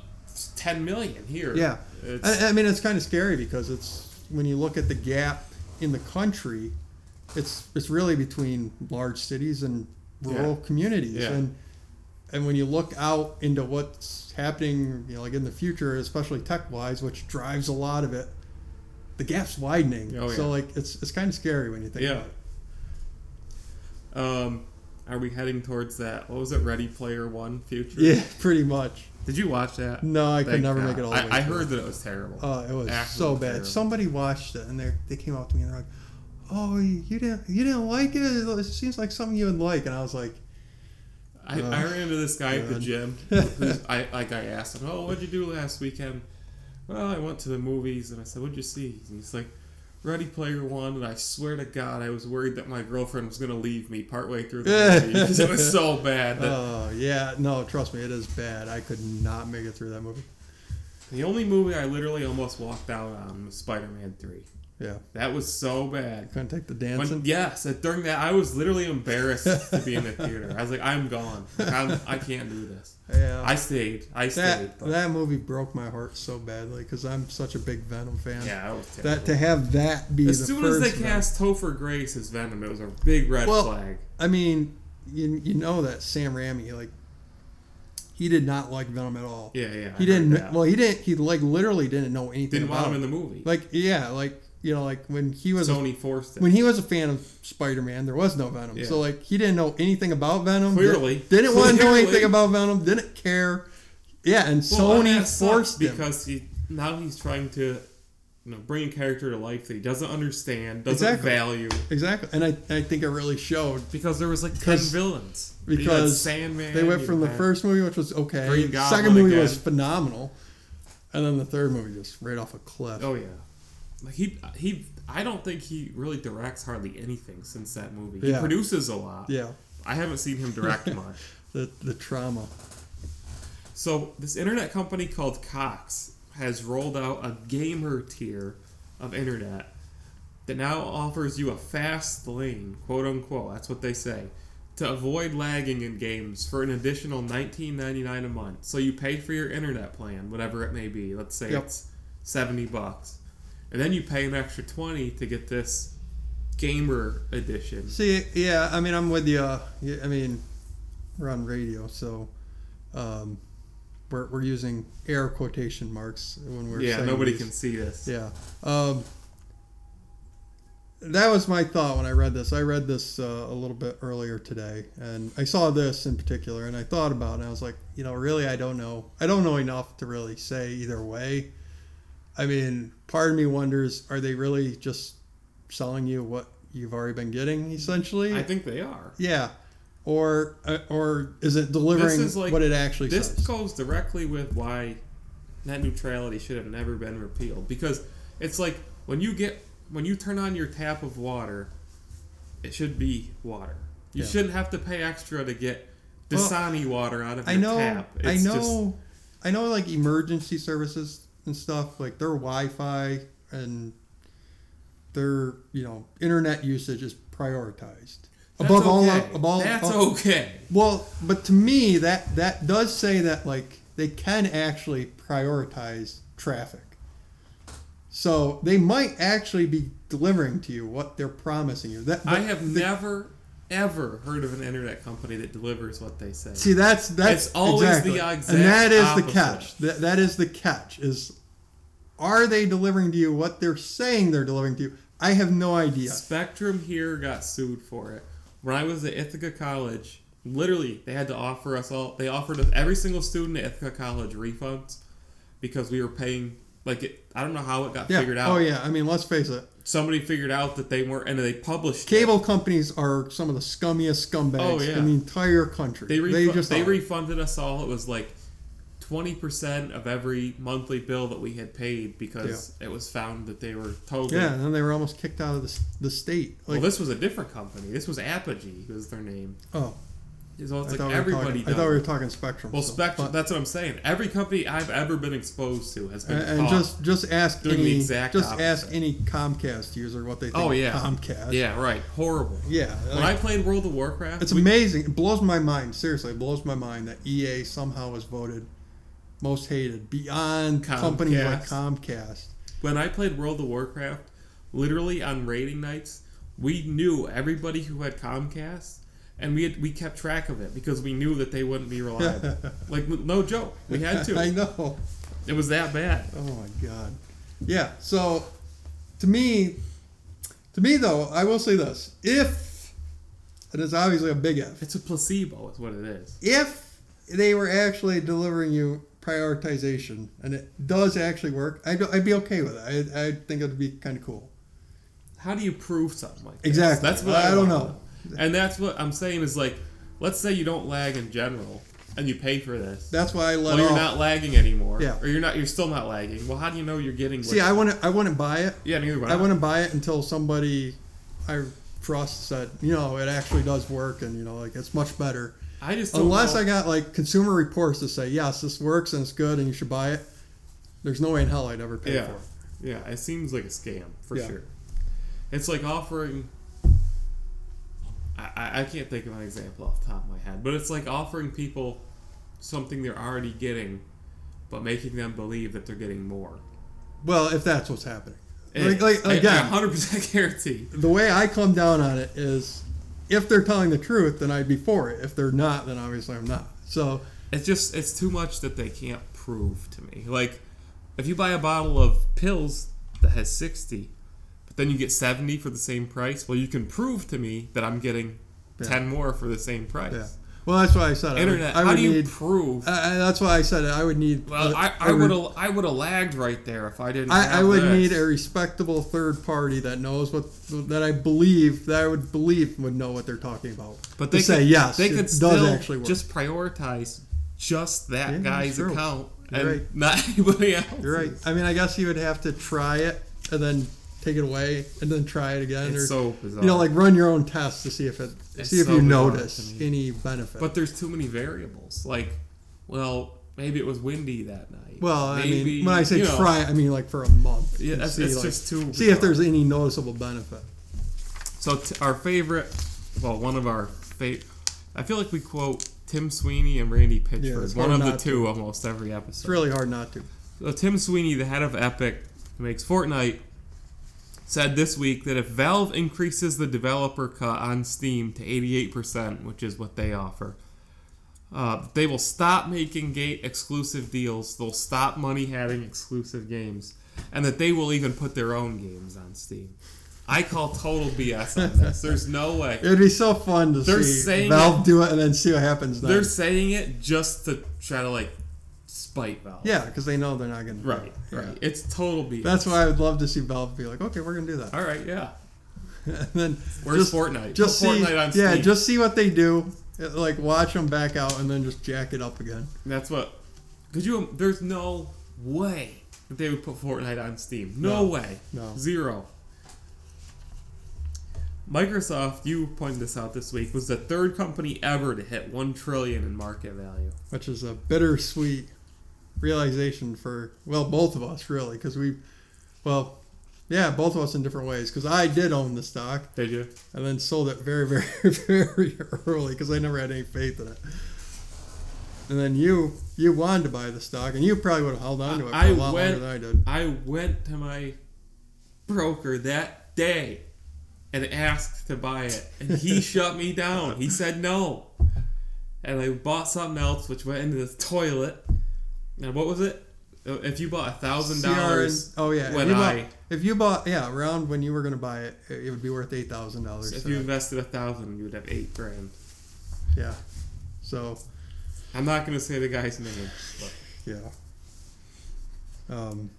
Speaker 1: ten million here?
Speaker 2: Yeah,
Speaker 1: It's,
Speaker 2: I, I mean it's kind of scary because it's when you look at the gap in the country, it's it's really between large cities and rural communities,
Speaker 1: Yeah.
Speaker 2: and and when you look out into what's happening, you know, like in the future, especially tech wise, which drives a lot of it, the gap's widening.
Speaker 1: Oh, yeah.
Speaker 2: So like it's it's kind of scary when you think
Speaker 1: Yeah.
Speaker 2: about it.
Speaker 1: um, are we heading towards that? What was it? Ready Player One future?
Speaker 2: Yeah, pretty much.
Speaker 1: Did you watch that?
Speaker 2: No, I could
Speaker 1: Thank
Speaker 2: never
Speaker 1: God.
Speaker 2: make it all. the
Speaker 1: I,
Speaker 2: way
Speaker 1: I
Speaker 2: through.
Speaker 1: heard that it was terrible.
Speaker 2: Oh, it was so
Speaker 1: Absolutely
Speaker 2: bad.
Speaker 1: terrible.
Speaker 2: Somebody watched it and they they came up to me and they're like, "Oh, you you didn't you didn't like it? It seems like something you would like." And I was like,
Speaker 1: I,
Speaker 2: Oh,
Speaker 1: I ran into this guy at the
Speaker 2: God.
Speaker 1: gym. who's- I like I asked him, "Oh, what'd you do last weekend?" Well, I went to the movies, and I said, "What'd you see?" And he's like, "Ready Player One." And I swear to God, I was worried that my girlfriend was gonna leave me partway through the movie because it was so bad. That
Speaker 2: "Oh yeah, no, trust me, it is bad. I could not make it through that movie."
Speaker 1: the only movie I literally almost walked out on was Spider-Man Three.
Speaker 2: Yeah,
Speaker 1: That was so bad.
Speaker 2: couldn't take the
Speaker 1: When-
Speaker 2: dancing.
Speaker 1: yes, that- during that, I was literally embarrassed to be in the theater. I was like, "I'm gone. Like, I'm, I can't do this."
Speaker 2: yeah,
Speaker 1: I stayed. I stayed.
Speaker 2: that
Speaker 1: but-
Speaker 2: that movie broke my heart so badly because I'm such a big Venom fan.
Speaker 1: yeah, I was terrible.
Speaker 2: That to have that be
Speaker 1: As
Speaker 2: the
Speaker 1: soon as
Speaker 2: first
Speaker 1: they
Speaker 2: Venom-
Speaker 1: cast Topher Grace as Venom, it was a big red
Speaker 2: Well-
Speaker 1: flag.
Speaker 2: I mean, you you know that Sam Raimi like he did not like Venom at all.
Speaker 1: Yeah, yeah. I
Speaker 2: He didn't.
Speaker 1: heard that.
Speaker 2: Well, he didn't. He like literally didn't know anything
Speaker 1: didn't
Speaker 2: about
Speaker 1: want him in
Speaker 2: it.
Speaker 1: the movie.
Speaker 2: Like yeah, like you know, like when he was
Speaker 1: Sony forced it.
Speaker 2: when he was a fan of Spider Man, there was no Venom.
Speaker 1: Yeah.
Speaker 2: So like he didn't know anything about Venom.
Speaker 1: Clearly.
Speaker 2: didn't, didn't want to know
Speaker 1: Clearly.
Speaker 2: anything about Venom. Didn't care. Yeah, and
Speaker 1: Well, and
Speaker 2: Sony
Speaker 1: that sucks
Speaker 2: forced him.
Speaker 1: because he now he's trying to you know, bringing character to life that he doesn't understand, doesn't
Speaker 2: Exactly.
Speaker 1: value.
Speaker 2: Exactly. And I, I think it really showed
Speaker 1: Because there was like ten
Speaker 2: Because-
Speaker 1: villains. You had
Speaker 2: because
Speaker 1: Sandman.
Speaker 2: they went
Speaker 1: you
Speaker 2: from the
Speaker 1: had-
Speaker 2: first movie, which was okay.
Speaker 1: Green
Speaker 2: the
Speaker 1: Goblin
Speaker 2: second movie was
Speaker 1: again.
Speaker 2: phenomenal, and then the third movie just right off a cliff.
Speaker 1: Oh yeah, like he he. I don't think he really directs hardly anything since that movie. He
Speaker 2: Yeah.
Speaker 1: produces a lot.
Speaker 2: Yeah,
Speaker 1: I haven't seen him direct much.
Speaker 2: the the trauma.
Speaker 1: So this internet company called Cox has rolled out a gamer tier of internet that now offers you a fast lane, quote unquote. That's what they say. To avoid lagging in games for an additional $19.99 a month. So you pay for your internet plan, whatever it may be. Let's say
Speaker 2: Yep.
Speaker 1: it's 70 bucks. And then you pay an extra 20 to get this gamer edition.
Speaker 2: See, yeah, I mean, I'm with you. Uh, yeah, I mean, we're on radio, so um, we're we're using air quotation marks when we're
Speaker 1: Yeah,
Speaker 2: saying
Speaker 1: nobody
Speaker 2: these.
Speaker 1: can see this.
Speaker 2: Yeah. Um, that was my thought when I read this. I read this uh, a little bit earlier today, and I saw this in particular, and I thought about it, and I was like, you know, really, I don't know. I don't know enough to really say either way. I mean, part of me wonders are they really just selling you what you've already been getting, essentially?
Speaker 1: I think they are.
Speaker 2: yeah. Or, uh, or is it delivering
Speaker 1: is like-
Speaker 2: what it actually
Speaker 1: This
Speaker 2: says?
Speaker 1: goes directly with why net neutrality should have never been repealed because it's like when you get when you turn on your tap of water, it should be water. You
Speaker 2: Yeah.
Speaker 1: shouldn't have to pay extra to get
Speaker 2: Well,
Speaker 1: Dasani water out of your
Speaker 2: I know,
Speaker 1: tap.
Speaker 2: I
Speaker 1: It's
Speaker 2: know,
Speaker 1: just-
Speaker 2: I know. Like emergency services and stuff, like their Wi-Fi and their you know internet usage is prioritized
Speaker 1: that's
Speaker 2: above all.
Speaker 1: okay.
Speaker 2: Above
Speaker 1: that's
Speaker 2: all-
Speaker 1: okay.
Speaker 2: Well, but to me, that that does say that like they can actually prioritize traffic. So they might actually be delivering to you what they're promising you. That
Speaker 1: I have never ever heard of an internet company that delivers what they say.
Speaker 2: See, that's that's
Speaker 1: It's always the
Speaker 2: exactly.
Speaker 1: exact
Speaker 2: and that is the
Speaker 1: opposite.
Speaker 2: catch. That, that is the catch is are they delivering to you what they're saying they're delivering to you? I have no idea.
Speaker 1: Spectrum here got sued for it. When I was at Ithaca College, literally they had to offer us all. They offered us every single student at Ithaca College refunds because we were paying. Like it, I don't know how it got
Speaker 2: Yeah.
Speaker 1: figured out.
Speaker 2: Oh yeah. I mean, let's face it.
Speaker 1: Somebody figured out that they weren't, and they published. it.
Speaker 2: Cable companies are some of the scummiest scumbags
Speaker 1: Oh, yeah.
Speaker 2: in the entire country.
Speaker 1: They refu-
Speaker 2: they just
Speaker 1: they
Speaker 2: are.
Speaker 1: refunded us all. It was like twenty percent of every monthly bill that we had paid because it was found that they were totally.
Speaker 2: yeah, and then they were almost kicked out of the, s- the state.
Speaker 1: well,
Speaker 2: Like,
Speaker 1: this was a different company. This was Apogee was their name.
Speaker 2: oh,
Speaker 1: So it's
Speaker 2: I,
Speaker 1: like
Speaker 2: thought we were
Speaker 1: everybody.
Speaker 2: talking, I thought we
Speaker 1: does
Speaker 2: were talking Spectrum.
Speaker 1: Well,
Speaker 2: so-
Speaker 1: Spectrum.
Speaker 2: but-
Speaker 1: That's what I'm saying. Every company I've ever been exposed to has been
Speaker 2: and, and
Speaker 1: caught.
Speaker 2: just just ask
Speaker 1: Doing the
Speaker 2: any
Speaker 1: exact
Speaker 2: just
Speaker 1: opposite.
Speaker 2: ask any Comcast user what they think.
Speaker 1: oh
Speaker 2: of
Speaker 1: yeah,
Speaker 2: Comcast.
Speaker 1: Yeah, right. Horrible.
Speaker 2: Yeah,
Speaker 1: When I played World of Warcraft,
Speaker 2: It's
Speaker 1: we-
Speaker 2: amazing. It blows my mind. Seriously, it blows my mind that EA somehow was voted most hated beyond companies like Comcast.
Speaker 1: when I played World of Warcraft, literally on raiding nights, we knew everybody who had Comcast, and we had, we kept track of it because we knew that they wouldn't be reliable. like no joke, we had
Speaker 2: I
Speaker 1: to.
Speaker 2: know.
Speaker 1: It was that bad.
Speaker 2: Oh my god. Yeah. So, to me, to me though, I will say this: if it is obviously a big if,
Speaker 1: It's a placebo, is what it is.
Speaker 2: if they were actually delivering you prioritization and it does actually work, I'd, I'd be okay with it. I, I think it'd be kind of cool.
Speaker 1: How do you prove something like that?
Speaker 2: Exactly.
Speaker 1: That's what
Speaker 2: I
Speaker 1: I,
Speaker 2: don't
Speaker 1: wanna
Speaker 2: know.
Speaker 1: And that's what I'm saying is like, let's say you don't lag in general, and you pay for this.
Speaker 2: That's why I let
Speaker 1: well, you're
Speaker 2: off.
Speaker 1: not lagging anymore.
Speaker 2: Yeah.
Speaker 1: Or you're not. You're still not lagging. Well, how do you know you're getting?
Speaker 2: See, I wouldn't. I wouldn't buy it.
Speaker 1: yeah, neither would I.
Speaker 2: I wouldn't buy it until somebody I trust said, you know, it actually does work, and you know, like it's much better.
Speaker 1: I just don't
Speaker 2: Unless
Speaker 1: know.
Speaker 2: I got like Consumer Reports to say, yes, this works and it's good, and you should buy it. There's no way in hell I'd ever pay
Speaker 1: Yeah.
Speaker 2: for it.
Speaker 1: Yeah, it seems like a scam for
Speaker 2: Yeah.
Speaker 1: sure. It's like offering. I- I, I can't think of an example off the top of my head, but it's like offering people something they're already getting, but making them believe that they're getting more.
Speaker 2: Well, if that's what's happening,
Speaker 1: It-
Speaker 2: like, like
Speaker 1: I- I
Speaker 2: again,
Speaker 1: 100% guarantee.
Speaker 2: the way I come down on it is, if they're telling the truth, then I'd be for it. If they're not, then obviously I'm not. So
Speaker 1: It's just it's too much that they can't prove to me. Like if you buy a bottle of pills that has 60, but then you get 70 for the same price, well you can prove to me that I'm getting
Speaker 2: Yeah.
Speaker 1: 10 more for the same price.
Speaker 2: yeah. Well, that's why I said I would-
Speaker 1: Internet.
Speaker 2: I would,
Speaker 1: how do you
Speaker 2: need.
Speaker 1: prove?
Speaker 2: I- I- that's why I said I would need.
Speaker 1: well, I, I would have I would have lagged right there if I didn't.
Speaker 2: I, I
Speaker 1: have
Speaker 2: would
Speaker 1: this.
Speaker 2: need a respectable third party that knows what that I believe that I would believe would know what they're talking about.
Speaker 1: But
Speaker 2: To
Speaker 1: they
Speaker 2: say
Speaker 1: could,
Speaker 2: yes,
Speaker 1: They
Speaker 2: it
Speaker 1: could
Speaker 2: does
Speaker 1: still
Speaker 2: actually work.
Speaker 1: just prioritize just that
Speaker 2: Yeah, that's
Speaker 1: guy's
Speaker 2: true.
Speaker 1: account
Speaker 2: You're
Speaker 1: and
Speaker 2: right.
Speaker 1: not anybody else.
Speaker 2: You're right. I mean, I guess you would have to try it and then take it away and then try it again, or
Speaker 1: It's so bizarre.
Speaker 2: you know, like run your own test to see if it
Speaker 1: It's
Speaker 2: see if
Speaker 1: so
Speaker 2: you
Speaker 1: bizarre to
Speaker 2: notice
Speaker 1: me.
Speaker 2: any benefit.
Speaker 1: but there's too many variables. Like, well, maybe it was windy that night.
Speaker 2: well, I
Speaker 1: Maybe,
Speaker 2: mean, when I say
Speaker 1: you know,
Speaker 2: try, I mean like for a month.
Speaker 1: yeah,
Speaker 2: and
Speaker 1: that's,
Speaker 2: see,
Speaker 1: it's
Speaker 2: like-
Speaker 1: just too.
Speaker 2: see
Speaker 1: bizarre.
Speaker 2: if there's any noticeable benefit.
Speaker 1: So t- our favorite, well, one of our favorite. I feel like we quote Tim Sweeney and Randy Pitchford.
Speaker 2: it's
Speaker 1: one
Speaker 2: hard
Speaker 1: of the
Speaker 2: not
Speaker 1: two almost every episode.
Speaker 2: It's really hard not to.
Speaker 1: So Tim Sweeney, the head of Epic, who makes Fortnite, said this week that if Valve increases the developer cut on Steam to 88%, which is what they offer, uh, they will stop making gate exclusive deals. They'll stop money having exclusive games, and that they will even put their own games on Steam. I call total BS on this. There's no way.
Speaker 2: It'd be so fun to
Speaker 1: They're
Speaker 2: see
Speaker 1: saying
Speaker 2: Valve do it and then see what happens
Speaker 1: They're
Speaker 2: next.
Speaker 1: saying it just to try to like spite Valve.
Speaker 2: Yeah, because they know they're not going to.
Speaker 1: Right. Right. It's total BS.
Speaker 2: That's why I would love to see Valve be like, okay, we're going to do that.
Speaker 1: All right. Yeah.
Speaker 2: and then
Speaker 1: Where's
Speaker 2: just,
Speaker 1: Fortnite?
Speaker 2: just see,
Speaker 1: Put Fortnite on Steam.
Speaker 2: yeah, just see what they do. It- Like watch them back out and then just jack it up again.
Speaker 1: that's what. Could you? There's no way that they would put Fortnite on Steam. No,
Speaker 2: No.
Speaker 1: way.
Speaker 2: No.
Speaker 1: Zero. Microsoft, you pointed this out this week, was the third company ever to hit one trillion in market value.
Speaker 2: which is a bittersweet realization for well both of us really because we well yeah both of us in different ways because i did own the stock
Speaker 1: Did you?
Speaker 2: and then sold it very very very early because i never had any faith in it and then you you wanted to buy the stock and you probably would have held on to it for
Speaker 1: I
Speaker 2: a lot
Speaker 1: went-
Speaker 2: longer than i did
Speaker 1: I went to my broker that day and asked to buy it, and he shut me down. He said no, and I bought something else, which went into the toilet. And what was it? Uh, If you bought a thousand dollars,
Speaker 2: CRN oh yeah
Speaker 1: when
Speaker 2: if you,
Speaker 1: I
Speaker 2: bought, if you bought yeah around when you were going to buy it it it would be worth eight thousand dollars
Speaker 1: if you invested a thousand, you would have eight grand.
Speaker 2: yeah so
Speaker 1: I'm not gonna say the guy's name. But
Speaker 2: Yeah. Um,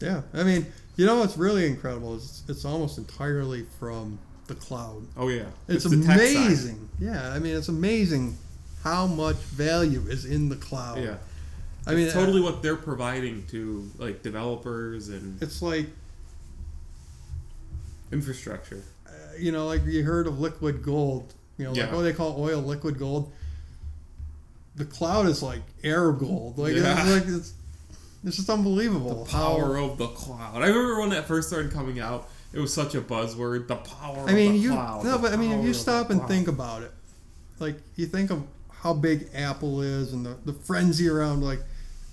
Speaker 2: yeah. I mean, you know what's really incredible is it's almost entirely from the cloud.
Speaker 1: oh yeah,
Speaker 2: It's,
Speaker 1: the tech side.
Speaker 2: amazing. Yeah. I mean, it's amazing how much value is in the cloud.
Speaker 1: Yeah,
Speaker 2: I mean,
Speaker 1: totally what they're providing to like developers and
Speaker 2: It's like
Speaker 1: infrastructure.
Speaker 2: uh, you know, like you heard of liquid gold. You know, like
Speaker 1: Yeah.
Speaker 2: what they call oil liquid gold. The cloud is like air gold. Like,
Speaker 1: Yeah.
Speaker 2: it's, like it's, it's just unbelievable.
Speaker 1: The
Speaker 2: how-
Speaker 1: power of the cloud. I remember when that first started coming out, it was such a buzzword. The power
Speaker 2: I mean,
Speaker 1: of the
Speaker 2: you
Speaker 1: cloud.
Speaker 2: no,
Speaker 1: the
Speaker 2: but I mean, if
Speaker 1: power
Speaker 2: you
Speaker 1: of the
Speaker 2: stop and
Speaker 1: cloud.
Speaker 2: think about it, like you think of how big Apple is and the, the frenzy around like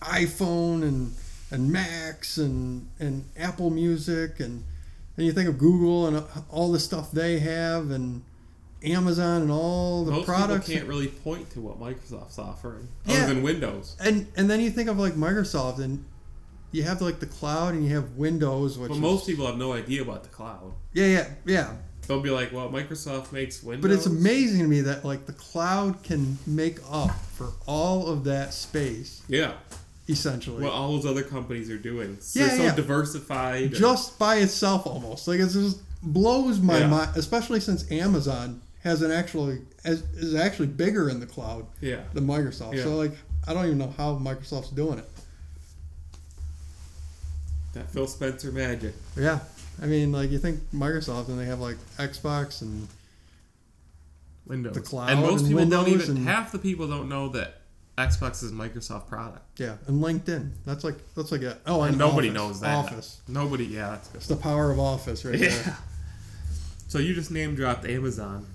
Speaker 2: iPhone and and Macs and and Apple Music and and you think of Google and uh, all the stuff they have and Amazon and all the
Speaker 1: Most
Speaker 2: products
Speaker 1: people can't really point to what Microsoft's offering
Speaker 2: Yeah.
Speaker 1: other than Windows.
Speaker 2: and and then you think of like Microsoft and you have like the cloud and you have Windows, which
Speaker 1: But
Speaker 2: is-
Speaker 1: most people have no idea about the cloud.
Speaker 2: yeah yeah yeah
Speaker 1: They'll be like, "Well, Microsoft makes Windows."
Speaker 2: But it's amazing to me that like the cloud can make up for all of that space
Speaker 1: Yeah,
Speaker 2: essentially,
Speaker 1: what all those other companies are doing.
Speaker 2: Yeah,
Speaker 1: They're so
Speaker 2: yeah.
Speaker 1: diversified. and-
Speaker 2: just by itself almost. Like it just blows my
Speaker 1: Yeah.
Speaker 2: mind, especially since Amazon has an actually as is actually bigger in the cloud
Speaker 1: yeah,
Speaker 2: than Microsoft.
Speaker 1: Yeah.
Speaker 2: So like I don't even know how Microsoft's doing it.
Speaker 1: that Phil Spencer magic.
Speaker 2: Yeah, I mean like you think Microsoft and they have like Xbox and
Speaker 1: Windows.
Speaker 2: The cloud
Speaker 1: And most
Speaker 2: and
Speaker 1: people don't
Speaker 2: Windows
Speaker 1: even.
Speaker 2: and-
Speaker 1: Half the people don't know that Xbox is a Microsoft product.
Speaker 2: yeah and LinkedIn. That's like that's like a oh and
Speaker 1: And nobody
Speaker 2: Office.
Speaker 1: knows that.
Speaker 2: Office.
Speaker 1: Nobody. Yeah, that's good.
Speaker 2: It's the power of Office right there.
Speaker 1: Yeah. So you just name dropped Amazon.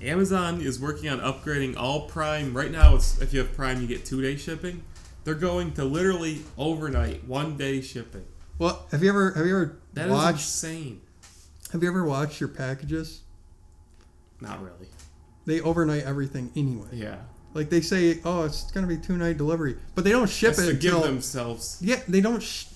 Speaker 1: Amazon is working on upgrading all Prime. Right now, it's if you have Prime, you get two day shipping. They're going to literally overnight, one day shipping.
Speaker 2: Well, have you ever have you ever
Speaker 1: That is
Speaker 2: watched
Speaker 1: insane.
Speaker 2: Have you ever watched your packages?
Speaker 1: Not really.
Speaker 2: They overnight everything anyway.
Speaker 1: Yeah.
Speaker 2: Like they say, oh, it's gonna be two night delivery, but they don't ship
Speaker 1: That's
Speaker 2: it
Speaker 1: to give
Speaker 2: until
Speaker 1: themselves.
Speaker 2: yeah, they don't sh-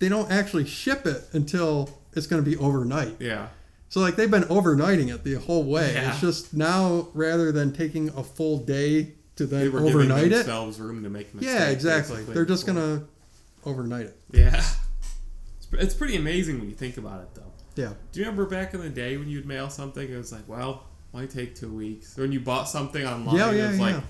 Speaker 2: they don't actually ship it until it's gonna be overnight.
Speaker 1: Yeah.
Speaker 2: So like they've been overnighting it the whole way.
Speaker 1: Yeah.
Speaker 2: It's just now rather than taking a full day to
Speaker 1: They
Speaker 2: then
Speaker 1: were
Speaker 2: overnight
Speaker 1: giving
Speaker 2: it.
Speaker 1: themselves room to make mistakes.
Speaker 2: Yeah, exactly.
Speaker 1: basically.
Speaker 2: They're just gonna overnight it.
Speaker 1: Yeah. It's, pre- it's pretty amazing when you think about it, though.
Speaker 2: Yeah.
Speaker 1: Do you remember back in the day when you'd mail something? It was like, well, might take two weeks. Or when you bought something online,
Speaker 2: Yeah,
Speaker 1: it
Speaker 2: yeah,
Speaker 1: was
Speaker 2: yeah.
Speaker 1: like,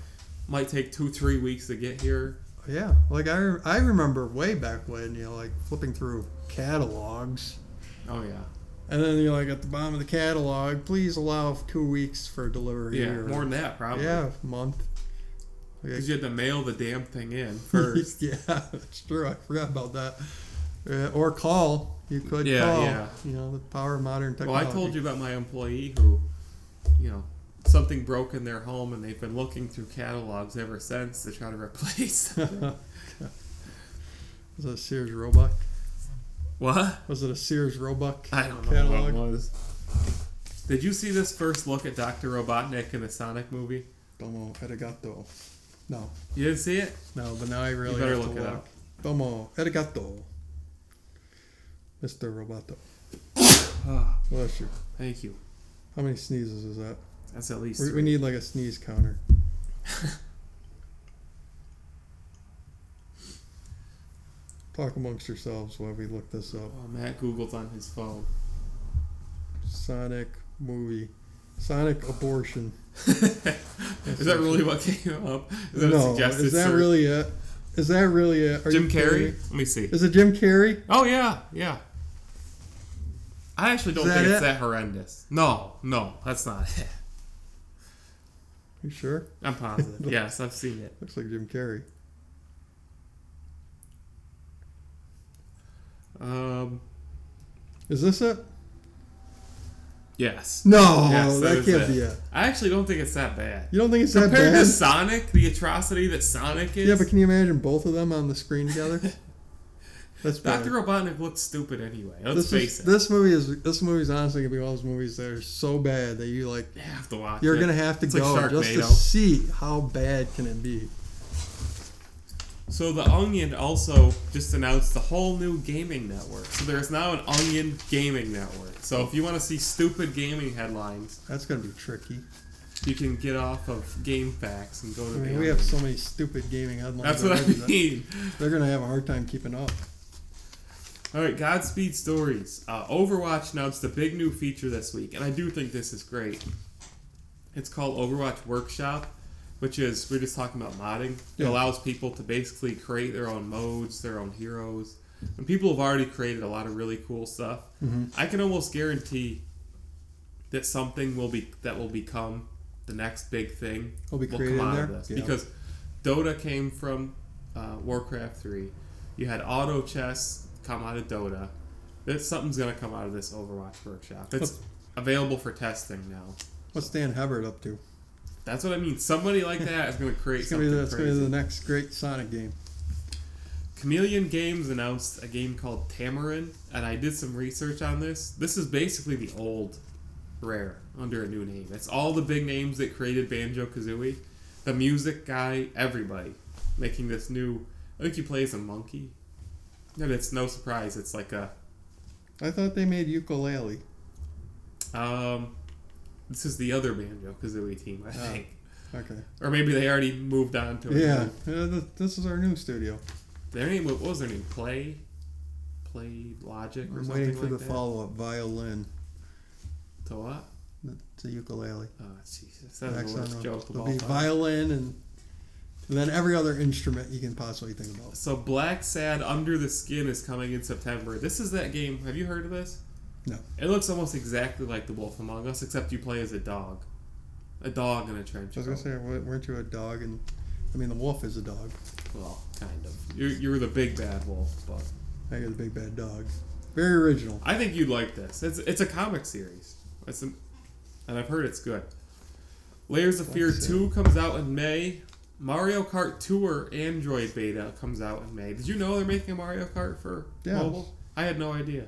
Speaker 1: might take two, three weeks to get here.
Speaker 2: Yeah, like I, re- I remember way back when, you know, like flipping through catalogs.
Speaker 1: Oh, yeah.
Speaker 2: And then you're like at the bottom of the catalog, please allow two weeks for delivery.
Speaker 1: Yeah.
Speaker 2: or,
Speaker 1: More than that, probably.
Speaker 2: yeah, month.
Speaker 1: Because you had to mail the damn thing in first.
Speaker 2: yeah, that's true. I forgot about that. Uh, or call. You could
Speaker 1: Yeah,
Speaker 2: call.
Speaker 1: yeah.
Speaker 2: You know, the power of modern
Speaker 1: well,
Speaker 2: technology.
Speaker 1: I told you about my employee who, you know, something broke in their home and they've been looking through catalogs ever since to try to replace.
Speaker 2: Was it a Sears Roebuck?
Speaker 1: what?
Speaker 2: Was it a Sears Roebuck?
Speaker 1: I don't know
Speaker 2: Catalog.
Speaker 1: what it was. Did you see this first look at Dr. Robotnik in the Sonic movie?
Speaker 2: Domo Edigato. No,
Speaker 1: You didn't see it?
Speaker 2: no, but now I really
Speaker 1: better
Speaker 2: have to
Speaker 1: look it up.
Speaker 2: Domo Edigato. Mr. Roboto.
Speaker 1: Ah.
Speaker 2: Bless you.
Speaker 1: Thank you.
Speaker 2: How many sneezes is that?
Speaker 1: That's at least
Speaker 2: We, we
Speaker 1: three.
Speaker 2: need like a sneeze counter. Talk amongst yourselves while we look this up.
Speaker 1: Oh, Matt Google's on his phone.
Speaker 2: Sonic movie. Sonic abortion.
Speaker 1: Is that really what came up? Is that a
Speaker 2: no,
Speaker 1: suggested
Speaker 2: is that
Speaker 1: search?
Speaker 2: really it? Is that really it? Are
Speaker 1: Jim
Speaker 2: you kidding
Speaker 1: Carrey?
Speaker 2: me?
Speaker 1: Let me see.
Speaker 2: Is it Jim Carrey?
Speaker 1: Oh yeah, yeah. I actually don't
Speaker 2: Is that
Speaker 1: think it's
Speaker 2: it?
Speaker 1: that horrendous. No, no, that's not it.
Speaker 2: You sure?
Speaker 1: I'm positive. yes, I've seen it.
Speaker 2: Looks like Jim Carrey.
Speaker 1: Um,
Speaker 2: Is this it?
Speaker 1: yes.
Speaker 2: No,
Speaker 1: Yes, that
Speaker 2: that,
Speaker 1: is
Speaker 2: can't
Speaker 1: it.
Speaker 2: be it.
Speaker 1: I actually don't think it's that bad.
Speaker 2: You don't think it's that
Speaker 1: Compared
Speaker 2: bad?
Speaker 1: to Sonic, the atrocity that Sonic is,
Speaker 2: yeah, but can you imagine both of them on the screen together? That's bad.
Speaker 1: Dr. Robotnik looks stupid anyway. Let's
Speaker 2: this
Speaker 1: face
Speaker 2: is,
Speaker 1: it.
Speaker 2: this movie is this movie is honestly gonna be one of those movies that are so bad that you like
Speaker 1: you have to watch
Speaker 2: you're
Speaker 1: it.
Speaker 2: gonna have to
Speaker 1: It's like
Speaker 2: go just to
Speaker 1: Sharknado.
Speaker 2: see how bad can it be.
Speaker 1: So the Onion also just announced a whole new gaming network. So there is now an Onion gaming network. So if you want to see stupid gaming headlines,
Speaker 2: That's gonna be tricky.
Speaker 1: you can get off of Game Facts and go to
Speaker 2: I
Speaker 1: the
Speaker 2: mean,
Speaker 1: Onion.
Speaker 2: Oh, we have so many stupid gaming headlines.
Speaker 1: That's what I
Speaker 2: already that
Speaker 1: mean.
Speaker 2: They're gonna have a hard time keeping up.
Speaker 1: All right, Godspeed Stories. Uh, Overwatch announced a big new feature this week, and I do think this is great. It's called Overwatch Workshop, which is we we're just talking about modding. It
Speaker 2: Yeah.
Speaker 1: allows people to basically create their own modes, their own heroes, and people have already created a lot of really cool stuff. I can almost guarantee that something will be that will become the next big thing
Speaker 2: Will be created in there?
Speaker 1: this
Speaker 2: Yeah.
Speaker 1: because Dota came from uh, Warcraft three. You had auto chess come out of Dota. That something's gonna come out of this Overwatch workshop. It's available for testing now.
Speaker 2: What's Dan Hubbard up to?
Speaker 1: That's what I mean. Somebody like that is gonna create
Speaker 2: It's gonna
Speaker 1: something
Speaker 2: be the, it's gonna be
Speaker 1: crazy.
Speaker 2: the next great Sonic game.
Speaker 1: Chameleon Games announced a game called Tamarin, and I did some research on this. This is basically the old Rare under a new name. It's all the big names that created Banjo Kazooie, the music guy, everybody making this new. I think he plays a monkey, and it's no surprise. It's like a
Speaker 2: I thought they made ukulele.
Speaker 1: um, this is the other Banjo Kazooie team, I
Speaker 2: Oh.
Speaker 1: think,
Speaker 2: Okay.
Speaker 1: or maybe they already moved on to it.
Speaker 2: Yeah, uh, th- this is our new studio.
Speaker 1: Their name. What was their name? Play, Play Logic or
Speaker 2: I'm
Speaker 1: something
Speaker 2: waiting for
Speaker 1: like
Speaker 2: the
Speaker 1: that.
Speaker 2: follow up violin.
Speaker 1: To what?
Speaker 2: It's a ukulele.
Speaker 1: Oh, Jesus. That's
Speaker 2: Next
Speaker 1: the worst
Speaker 2: on
Speaker 1: joke of
Speaker 2: will
Speaker 1: all
Speaker 2: be
Speaker 1: time.
Speaker 2: violin and, and then every other instrument you can possibly think about.
Speaker 1: so, Black Sad Under the Skin is coming in September. This is that game. Have you heard of this?
Speaker 2: No.
Speaker 1: It looks almost exactly like The Wolf Among Us, except you play as a dog. A dog in a trench
Speaker 2: I was
Speaker 1: coat.
Speaker 2: gonna say, wa- weren't you a dog? And I mean, the wolf is a dog.
Speaker 1: Well, kind of. You're, you're the big bad wolf, but
Speaker 2: Now you're the big bad dog. Very original.
Speaker 1: I think you'd like this. It's it's a comic series. It's an, and I've heard it's good. Layers of Fear
Speaker 2: Black Sad.
Speaker 1: 2 comes out in May. Mario Kart Tour Android beta comes out in May. Did you know they're making a Mario Kart for
Speaker 2: Yeah.
Speaker 1: mobile? I had no idea.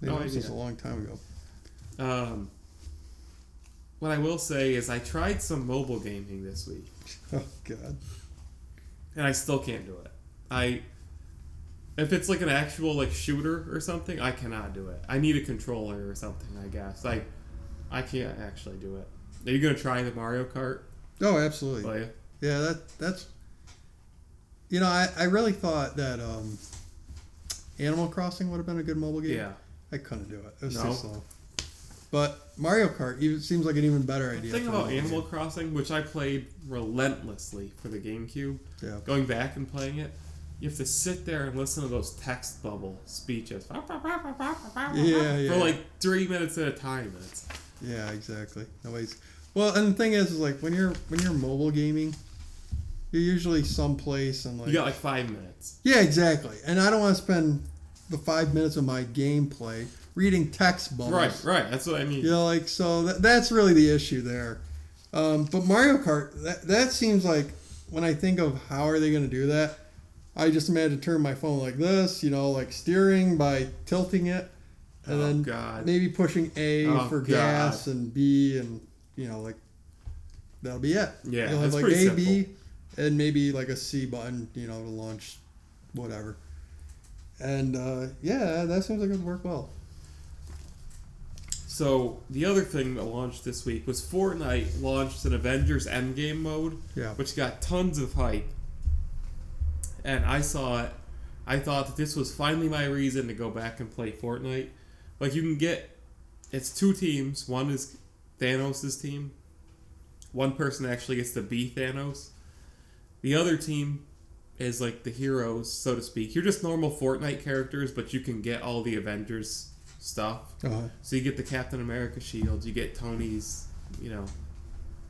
Speaker 2: They
Speaker 1: No
Speaker 2: noticed this a
Speaker 1: idea.
Speaker 2: long time ago.
Speaker 1: Um, what I will say is I tried some mobile gaming this week,
Speaker 2: Oh God.
Speaker 1: and I still can't do it. I If it's like an actual like shooter or something, I cannot do it. I need a controller or something. I guess I, I can't actually do it. Are you gonna try the Mario Kart?
Speaker 2: Oh, absolutely.
Speaker 1: Play it?
Speaker 2: Yeah, that that's. You know, I, I really thought that um, Animal Crossing would have been a good mobile game.
Speaker 1: Yeah.
Speaker 2: I couldn't do it. It was
Speaker 1: No.
Speaker 2: too slow. But Mario Kart even seems like an even better
Speaker 1: The
Speaker 2: idea.
Speaker 1: thing
Speaker 2: for
Speaker 1: about
Speaker 2: mobile
Speaker 1: Animal Crossing, which I played relentlessly for the GameCube,
Speaker 2: game. Yeah.
Speaker 1: going back and playing it, you have to sit there and listen to those text bubble speeches
Speaker 2: Yeah, yeah.
Speaker 1: for like three minutes at a time. and It's,
Speaker 2: Yeah, exactly. Nobody's well, and the thing is, is like when you're when you're mobile gaming, you're usually someplace and like
Speaker 1: you got like five minutes.
Speaker 2: yeah, exactly. And I don't want to spend the five minutes of my gameplay reading text bubbles.
Speaker 1: Right, right. That's what I mean.
Speaker 2: You know, like so that, that's really the issue there. Um, but Mario Kart, that, that seems like when I think of how are they going to do that, I just imagine turn my phone like this, you know, like steering by tilting it, and
Speaker 1: Oh,
Speaker 2: then
Speaker 1: God.
Speaker 2: maybe pushing A
Speaker 1: Oh,
Speaker 2: for
Speaker 1: God.
Speaker 2: gas and B, and you know, like that'll be it.
Speaker 1: Yeah,
Speaker 2: you'll have
Speaker 1: that's
Speaker 2: like
Speaker 1: pretty
Speaker 2: A, B, and maybe like a C button, you know, to launch whatever. And uh, yeah, that seems like it would work well.
Speaker 1: So the other thing that launched this week was Fortnite launched an Avengers Endgame mode,
Speaker 2: Yeah.
Speaker 1: which got tons of hype. And I saw it. I thought that this was finally my reason to go back and play Fortnite. Like you can get, it's two teams. One is Thanos' team. One person actually gets to be Thanos. The other team is like the heroes, so to speak. You're just normal Fortnite characters, but you can get all the Avengers stuff.
Speaker 2: Uh,
Speaker 1: So you get the Captain America shield, you get Tony's, you know,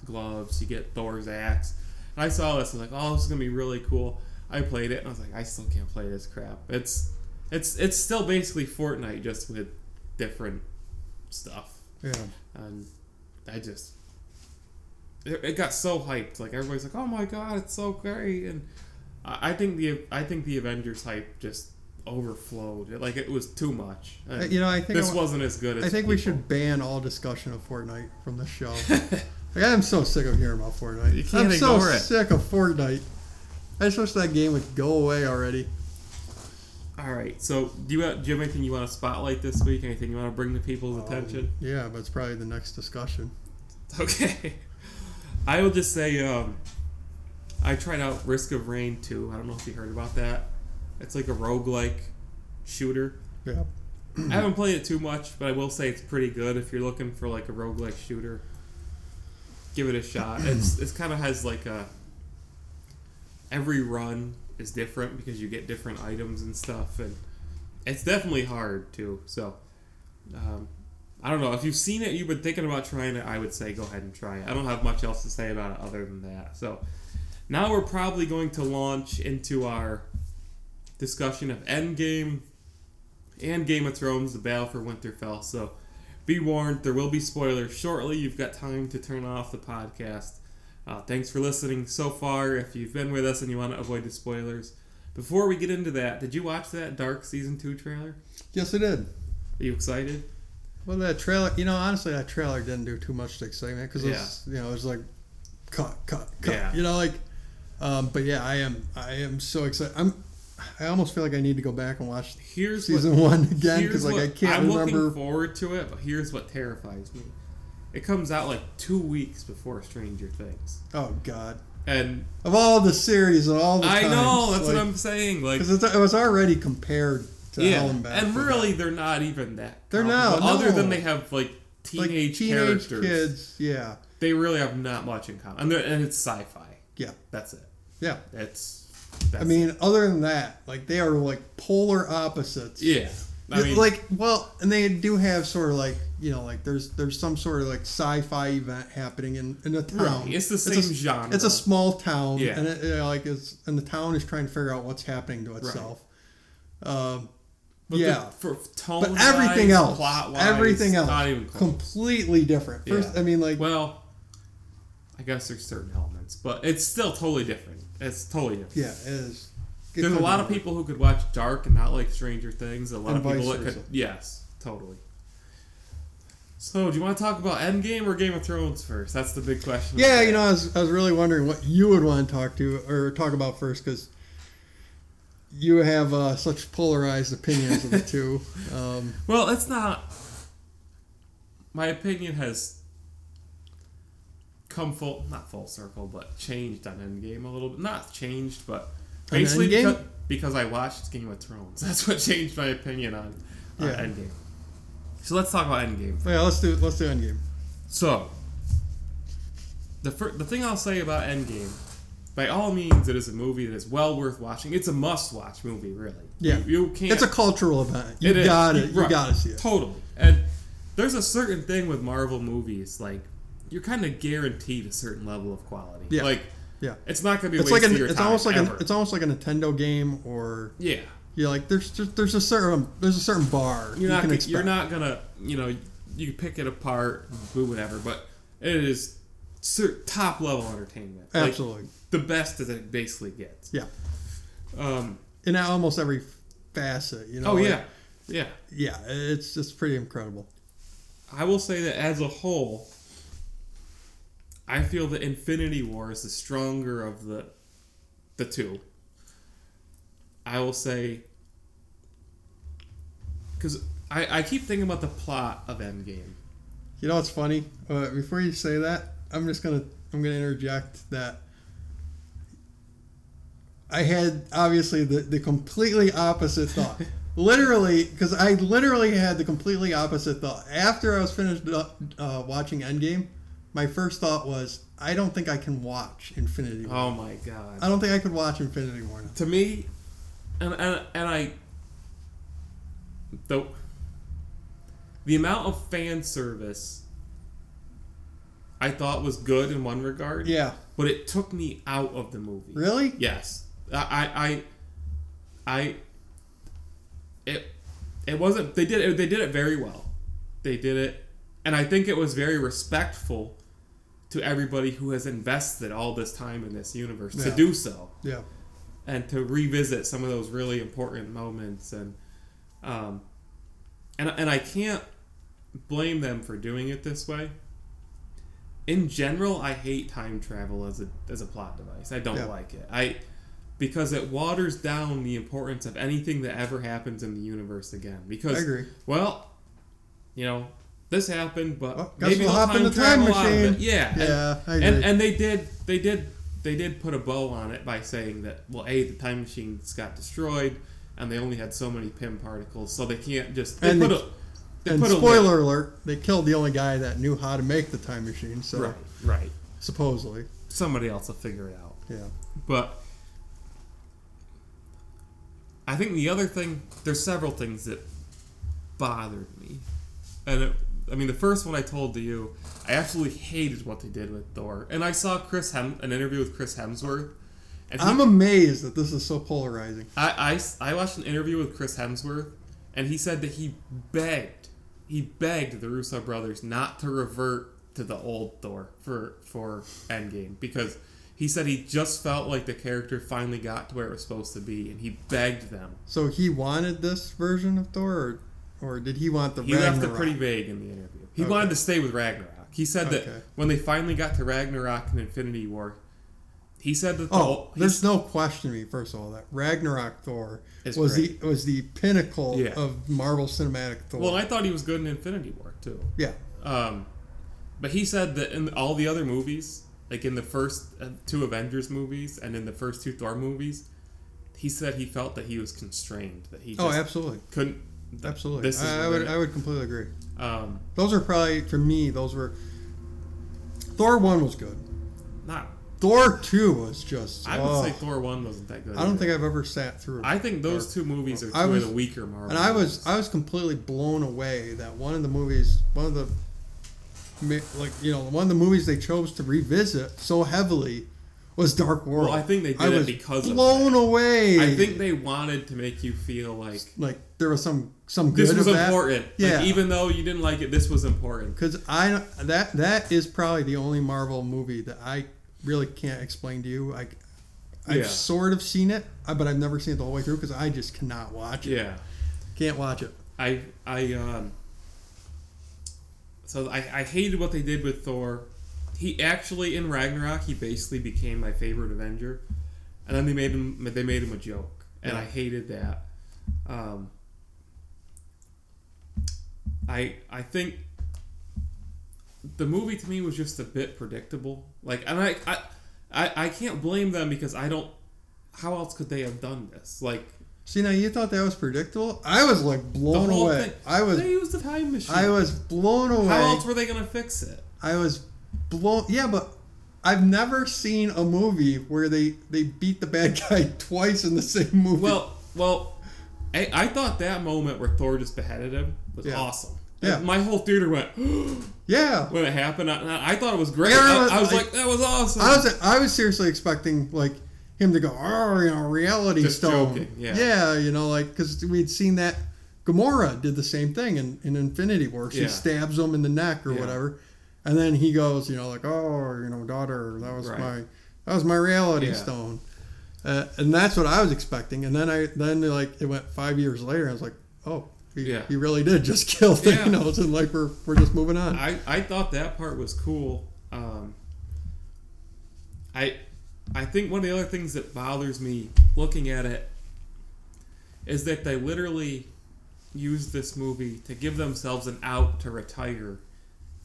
Speaker 1: gloves, you get Thor's axe. And I saw this, I was like, oh, this is gonna be really cool. I played it, and I was like, I still can't play this crap. It's, it's, it's still basically Fortnite just with different stuff,
Speaker 2: yeah.
Speaker 1: and I just, it, it got so hyped. Like everybody's like, oh my god, it's so great, and I, I think the, I think the Avengers hype just overflowed. It, like it was too much.
Speaker 2: Uh,
Speaker 1: And
Speaker 2: You know, I think I
Speaker 1: this
Speaker 2: wa-
Speaker 1: wasn't as good as
Speaker 2: I think we
Speaker 1: people.
Speaker 2: should ban all discussion of Fortnite from the show. like I'm so sick of hearing about Fortnite.
Speaker 1: You can't
Speaker 2: I'm so
Speaker 1: ignore it.
Speaker 2: sick of Fortnite. I just wish that game would go away already.
Speaker 1: All right. So, do you have, do you have anything you want to spotlight this week? Anything you want to bring to people's attention?
Speaker 2: Um, yeah, but it's probably the next discussion.
Speaker 1: Okay. I will just say, um, I tried out Risk of Rain 2. I don't know if you heard about that. It's like a roguelike shooter.
Speaker 2: Yeah.
Speaker 1: I haven't played it too much, but I will say it's pretty good if you're looking for like a roguelike shooter. Give it a shot. It's it's kind of has like a every run is different because you get different items and stuff and it's definitely hard too. So um, I don't know if you've seen it, you've been thinking about trying it, I would say go ahead and try it. I don't have much else to say about it other than that. So now we're probably going to launch into our discussion of Endgame and Game of Thrones, The Battle for Winterfell. So be warned, there will be spoilers shortly. You've got time to turn off the podcast. Uh, thanks for listening so far. If you've been with us and you want to avoid the spoilers, before we get into that, did you watch that Dark Season 2 trailer?
Speaker 2: Yes, it did.
Speaker 1: Are you excited?
Speaker 2: Well, that trailer. You know, honestly, that trailer didn't do too much to excite me because it's you know it was like cut, cut, cut.
Speaker 1: Yeah.
Speaker 2: You know, like. Um, but yeah, I am. I am so excited. I'm. I almost feel like I need to go back and watch
Speaker 1: Here's what-
Speaker 2: season one again
Speaker 1: Here's
Speaker 2: because like I
Speaker 1: what-
Speaker 2: can't
Speaker 1: I'm
Speaker 2: remember
Speaker 1: looking forward to it, but here's what terrifies me. It comes out like two weeks before Stranger Things,
Speaker 2: Oh God!
Speaker 1: and
Speaker 2: Of all the series and all the
Speaker 1: I know
Speaker 2: times,
Speaker 1: that's what
Speaker 2: like-
Speaker 1: I'm saying. Like,
Speaker 2: Because it's- it was already compared to
Speaker 1: yeah,
Speaker 2: Hell and Back.
Speaker 1: and really, they're not even that.
Speaker 2: They're
Speaker 1: comparable.
Speaker 2: not,
Speaker 1: Other than
Speaker 2: no.
Speaker 1: they have like
Speaker 2: like
Speaker 1: teenage,
Speaker 2: teenage
Speaker 1: characters,
Speaker 2: kids. Yeah,
Speaker 1: they really have not much in common. And, they're- and it's sci-fi.
Speaker 2: yeah,
Speaker 1: That's it.
Speaker 2: yeah.
Speaker 1: That's.
Speaker 2: I
Speaker 1: that's
Speaker 2: mean, other than that, like they are like polar opposites.
Speaker 1: yeah. I
Speaker 2: It's
Speaker 1: mean,
Speaker 2: like well, and they do have sort of like you know like there's there's some sort of like sci-fi event happening in in a town.
Speaker 1: Right, it's the
Speaker 2: a,
Speaker 1: same genre.
Speaker 2: It's a small town,
Speaker 1: Yeah.
Speaker 2: and it, you know, like it's and the town is trying to figure out what's happening to itself. Um,
Speaker 1: but the-
Speaker 2: yeah,
Speaker 1: for tone,
Speaker 2: but everything else,
Speaker 1: plot wise,
Speaker 2: everything else,
Speaker 1: not even close.
Speaker 2: completely different. First,
Speaker 1: Yeah.
Speaker 2: I mean, like,
Speaker 1: Well, I guess there's certain elements, but it's still totally different. It's totally different.
Speaker 2: yeah, it is. It
Speaker 1: There's a
Speaker 2: could
Speaker 1: lot
Speaker 2: be
Speaker 1: of
Speaker 2: more.
Speaker 1: people who could watch Dark and not like Stranger Things. A lot
Speaker 2: And
Speaker 1: of people
Speaker 2: vice
Speaker 1: that could.
Speaker 2: versa.
Speaker 1: Yes, totally. So, do you want to talk about Endgame or Game of Thrones first? That's the big question.
Speaker 2: Yeah, you know, I was, I was really wondering what you would want to talk to or talk about first because you have uh, such polarized opinions of the two. Um,
Speaker 1: Well, it's not. My opinion has come full, not full circle, but changed on Endgame a little bit. Not changed, but
Speaker 2: On
Speaker 1: basically
Speaker 2: Endgame?
Speaker 1: because, because I watched Game of Thrones. That's what changed my opinion on, on
Speaker 2: Yeah.
Speaker 1: Endgame. So let's talk about Endgame.
Speaker 2: yeah, let's do let's do Endgame.
Speaker 1: So, the fir- the thing I'll say about Endgame, by all means, it is a movie that is well worth watching. It's a must-watch movie, really.
Speaker 2: Yeah.
Speaker 1: you, you can't.
Speaker 2: It's a cultural event. You
Speaker 1: It is.
Speaker 2: got it. You
Speaker 1: Right.
Speaker 2: got to see it.
Speaker 1: Totally. And there's a certain thing with Marvel movies, like you're kind of guaranteed a certain level of quality.
Speaker 2: Yeah.
Speaker 1: Like
Speaker 2: Yeah.
Speaker 1: it's not gonna be.
Speaker 2: It's like an,
Speaker 1: your
Speaker 2: it's
Speaker 1: time,
Speaker 2: almost like
Speaker 1: ever.
Speaker 2: an, it's almost like a Nintendo game or
Speaker 1: yeah.
Speaker 2: yeah like there's just, there's a certain there's a certain bar
Speaker 1: You're
Speaker 2: you
Speaker 1: not.
Speaker 2: can
Speaker 1: gonna,
Speaker 2: expect.
Speaker 1: you're not gonna. You know, you pick it apart, do whatever, but it is cer- top level entertainment. Like,
Speaker 2: absolutely
Speaker 1: the best that it basically gets.
Speaker 2: yeah
Speaker 1: Um.
Speaker 2: in almost every facet you know
Speaker 1: Oh
Speaker 2: like,
Speaker 1: yeah. Yeah.
Speaker 2: yeah it's just pretty incredible
Speaker 1: I will say that as a whole, I feel that Infinity War is the stronger of the the two. I will say because I, I keep thinking about the plot of Endgame.
Speaker 2: You know what's funny? Uh, before you say that, I'm just gonna I'm gonna interject that I had obviously the, the completely opposite thought. literally, because I literally had the completely opposite thought after I was finished up, uh, watching Endgame. My first thought was, I don't think I can watch Infinity War.
Speaker 1: Oh my god.
Speaker 2: I don't think I could watch Infinity War now.
Speaker 1: to me, and and, and I the the amount of fan service I thought was good in one regard.
Speaker 2: Yeah,
Speaker 1: but it took me out of the movie.
Speaker 2: really?
Speaker 1: Yes, I, I, I, I- it, it wasn't. They did it. They did it very well. They did it, and I think it was very respectful to everybody who has invested all this time in this universe to
Speaker 2: Yeah.
Speaker 1: do so
Speaker 2: Yeah,
Speaker 1: and to revisit some of those really important moments and um and and I can't blame them for doing it this way. In general, I hate time travel as a as a plot device. I don't
Speaker 2: Yeah.
Speaker 1: like it. I because it waters down the importance of anything that ever happens in the universe again. Because
Speaker 2: I agree.
Speaker 1: well, you know, this happened, but
Speaker 2: Well, guess
Speaker 1: maybe
Speaker 2: we'll
Speaker 1: they'll
Speaker 2: hop in the time
Speaker 1: travel out of
Speaker 2: machine.
Speaker 1: it. Yeah, and-
Speaker 2: Yeah, I agree.
Speaker 1: and and they did they did they did put a bow on it by saying that well a the time machines got destroyed and they only had so many pim particles so they can't just they
Speaker 2: And
Speaker 1: put
Speaker 2: the-
Speaker 1: a they
Speaker 2: and
Speaker 1: put
Speaker 2: spoiler alert, they killed the only guy that knew how to make the time machine.
Speaker 1: a
Speaker 2: So
Speaker 1: right right
Speaker 2: supposedly,
Speaker 1: somebody else will figure it out
Speaker 2: yeah.
Speaker 1: but I think the other thing there's several things that bothered me and it, I mean the first one I told to you I absolutely hated what they did with Thor and I saw Chris Hem an interview with Chris Hemsworth and he
Speaker 2: I'm amazed that this is so polarizing.
Speaker 1: I, I, I watched an interview with Chris Hemsworth, and he said that he begged, he begged the Russo brothers not to revert to the old Thor for for Endgame because he said he just felt like the character finally got to where it was supposed to be, and he begged them.
Speaker 2: So he wanted this version of Thor, or, or did he want the
Speaker 1: He
Speaker 2: Ragnarok?
Speaker 1: left it pretty vague in the interview. He
Speaker 2: Okay.
Speaker 1: wanted to stay with Ragnarok. He said
Speaker 2: Okay.
Speaker 1: that when they finally got to Ragnarok and Infinity War, he said that the
Speaker 2: oh,
Speaker 1: he
Speaker 2: there's no question to me. First of all, that Ragnarok Thor
Speaker 1: It's
Speaker 2: was
Speaker 1: great.
Speaker 2: the was the pinnacle
Speaker 1: Yeah.
Speaker 2: of Marvel Cinematic Thor.
Speaker 1: well, I thought he was good in Infinity War too.
Speaker 2: yeah,
Speaker 1: Um, but he said that in all the other movies, like in the first uh, two Avengers movies and in the first two Thor movies, he said he felt that he was constrained, that he just
Speaker 2: oh, absolutely,
Speaker 1: couldn't.
Speaker 2: absolutely.
Speaker 1: This is
Speaker 2: I, I would
Speaker 1: really-
Speaker 2: I would completely agree.
Speaker 1: Um,
Speaker 2: Those are probably for me. Those were Thor one was good.
Speaker 1: not.
Speaker 2: Thor two was just.
Speaker 1: I would
Speaker 2: oh,
Speaker 1: say Thor one wasn't that good.
Speaker 2: I don't
Speaker 1: either.
Speaker 2: think I've ever sat through.
Speaker 1: I think those two movies are two
Speaker 2: I was-
Speaker 1: of the weaker Marvel.
Speaker 2: And I was
Speaker 1: movies.
Speaker 2: I was completely blown away that one of the movies, one of the ma- like you know one of the movies they chose to revisit so heavily was Dark World.
Speaker 1: Well, I think they did
Speaker 2: I
Speaker 1: it
Speaker 2: was
Speaker 1: because of
Speaker 2: blown
Speaker 1: that.
Speaker 2: away.
Speaker 1: I think they wanted to make you feel like
Speaker 2: like there was some some good
Speaker 1: this was
Speaker 2: of that.
Speaker 1: important.
Speaker 2: Yeah.
Speaker 1: Like, even though you didn't like it, this was important.
Speaker 2: Because I that that is probably the only Marvel movie that I really can't explain to you. I I've
Speaker 1: Yeah.
Speaker 2: sort of seen it, uh, but I've never seen it the whole way through because I just cannot watch it.
Speaker 1: Yeah.
Speaker 2: Can't watch it.
Speaker 1: I I um so I, I hated what they did with Thor. He actually in Ragnarok he basically became my favorite Avenger, and then they made him they made him a joke, and
Speaker 2: Yeah.
Speaker 1: I hated that. Um, I I think the movie to me was just a bit predictable. Like, and I I I, I can't blame them because I don't. How else could they have done this? Like
Speaker 2: See now, you thought that was predictable. I was like
Speaker 1: the
Speaker 2: blown
Speaker 1: whole
Speaker 2: away.
Speaker 1: thing.
Speaker 2: I was,
Speaker 1: They used a time machine.
Speaker 2: I was blown away.
Speaker 1: How else were they gonna fix it?
Speaker 2: I was blown. Yeah, but I've never seen a movie where they they beat the bad guy twice in the same movie.
Speaker 1: Well, well, I, I thought that moment where Thor just beheaded him was
Speaker 2: Yeah.
Speaker 1: awesome.
Speaker 2: Yeah.
Speaker 1: my whole theater went when
Speaker 2: yeah,
Speaker 1: it happened. I, I thought it was great.
Speaker 2: Yeah,
Speaker 1: I,
Speaker 2: but,
Speaker 1: I was
Speaker 2: like,
Speaker 1: like, that was awesome.
Speaker 2: I was I was seriously expecting like him to go, oh, you know, reality
Speaker 1: Just
Speaker 2: stone.
Speaker 1: joking, yeah.
Speaker 2: you know, like because we'd seen that Gamora did the same thing in, in Infinity War. She
Speaker 1: Yeah.
Speaker 2: stabs him in the neck or
Speaker 1: Yeah.
Speaker 2: whatever, and then he goes, you know, like, oh, you know, daughter, that was
Speaker 1: Right.
Speaker 2: my that was my reality
Speaker 1: Yeah.
Speaker 2: stone, uh, and that's what I was expecting. And then I then like it went five years later, and I was like, oh. He,
Speaker 1: Yeah.
Speaker 2: he really did just kill
Speaker 1: Yeah.
Speaker 2: Thanos, and like we're, we're just moving on.
Speaker 1: I, I thought that part was cool. Um, I I think one of the other things that bothers me looking at it is that they literally used this movie to give themselves an out to retire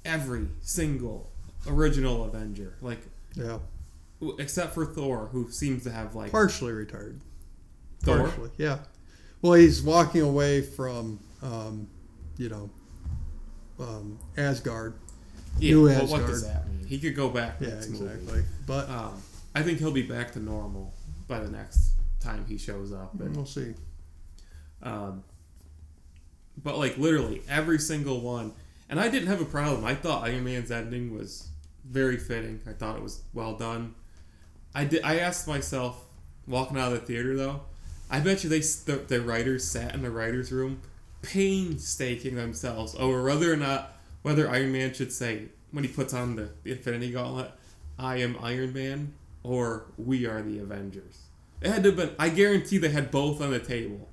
Speaker 1: every single original Avenger. Like
Speaker 2: yeah,
Speaker 1: w- except for Thor, who seems to have like
Speaker 2: partially retired.
Speaker 1: Thor.
Speaker 2: Partially, yeah. Well, he's walking away from, um, you know, um, Asgard.
Speaker 1: Yeah,
Speaker 2: New
Speaker 1: but what does
Speaker 2: Asgard.
Speaker 1: that mean? He could go back.
Speaker 2: Yeah,
Speaker 1: next movie.
Speaker 2: exactly. But uh,
Speaker 1: Um, I think he'll be back to normal by the next time he shows up. And
Speaker 2: we'll see.
Speaker 1: Um, but like literally every single one, and I didn't have a problem. I thought Iron Man's ending was very fitting. I thought it was well done. I did. I asked myself walking out of the theater though. I bet you they s- the, the writers sat in the writers' room, painstaking themselves over whether or not whether Iron Man should say when he puts on the, the Infinity Gauntlet, "I am Iron Man" or "We are the Avengers." It had to have been. I guarantee they had both on the table.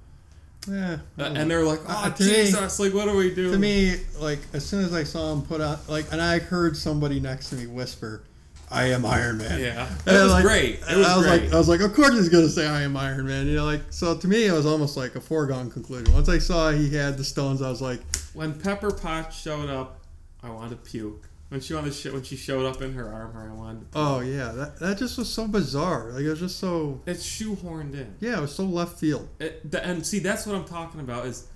Speaker 2: Yeah.
Speaker 1: Uh, and they're like,
Speaker 2: Uh,
Speaker 1: "Oh
Speaker 2: to me-
Speaker 1: Jesus! Like, what do we do?"
Speaker 2: to me, like as soon as I saw him put on, like, and I heard somebody next to me whisper, "I am Iron Man."
Speaker 1: yeah, it
Speaker 2: And,
Speaker 1: was
Speaker 2: like,
Speaker 1: great. It was,
Speaker 2: I was
Speaker 1: great.
Speaker 2: like, oh. I was like, of course he's gonna say I am Iron Man. You know, like so to me, it was almost like a foregone conclusion. Once I saw he had the stones, I was like,
Speaker 1: when Pepper Potts showed up, I wanted to puke. When she wanted to sh- when she showed up in her armor, I wanted. To-
Speaker 2: oh yeah, that that just was so bizarre. Like it was just so,
Speaker 1: it's shoehorned in.
Speaker 2: yeah, it was so left field.
Speaker 1: It, the, and see, that's what I'm talking about. Is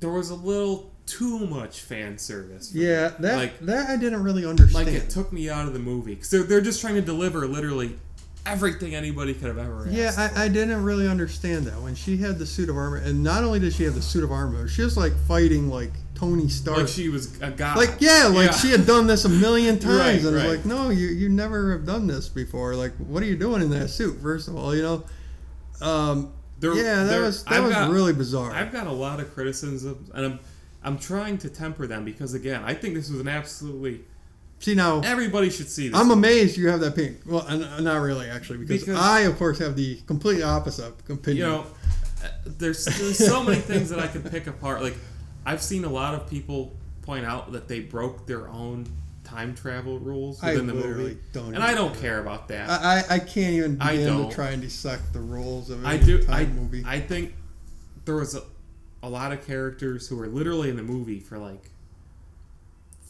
Speaker 1: there was a little too much fan service. for me.
Speaker 2: Yeah, that
Speaker 1: Like-
Speaker 2: that I didn't really understand.
Speaker 1: Like it took me out of the movie because they're, they're just trying to deliver literally everything anybody could have ever asked.
Speaker 2: yeah,
Speaker 1: for.
Speaker 2: I, I didn't really understand that when she had the suit of armor, and not only did she have the suit of armor, she was like fighting like Tony Stark.
Speaker 1: like she was a god.
Speaker 2: Like, yeah, like she had done this a million times,
Speaker 1: Right,
Speaker 2: and it's
Speaker 1: right.
Speaker 2: like, no, you you never have done this before. Like, what are you doing in that suit? First of all, you know, um,
Speaker 1: There-
Speaker 2: yeah, that
Speaker 1: there-
Speaker 2: was that
Speaker 1: I've
Speaker 2: was
Speaker 1: got-
Speaker 2: really bizarre.
Speaker 1: I've got a lot of criticisms, and I'm I'm trying to temper them because again, I think this was an absolutely
Speaker 2: See now,
Speaker 1: everybody should see this.
Speaker 2: I'm amazed you have that pink. Well, uh, not really actually, because,
Speaker 1: Because-
Speaker 2: I of course have the complete opposite
Speaker 1: you
Speaker 2: opinion.
Speaker 1: know, uh, there's, there's so many things that I can pick apart. Like I've seen a lot of people point out that they broke their own time travel rules
Speaker 2: I
Speaker 1: within the
Speaker 2: literally
Speaker 1: movie,
Speaker 2: don't Uh,
Speaker 1: and I don't care about that.
Speaker 2: I, I- I can't even
Speaker 1: I
Speaker 2: begin
Speaker 1: don't.
Speaker 2: to try and dissect the rules of
Speaker 1: I
Speaker 2: any
Speaker 1: do.
Speaker 2: time
Speaker 1: I
Speaker 2: movie.
Speaker 1: I think there was a, a lot of characters who were literally in the movie for like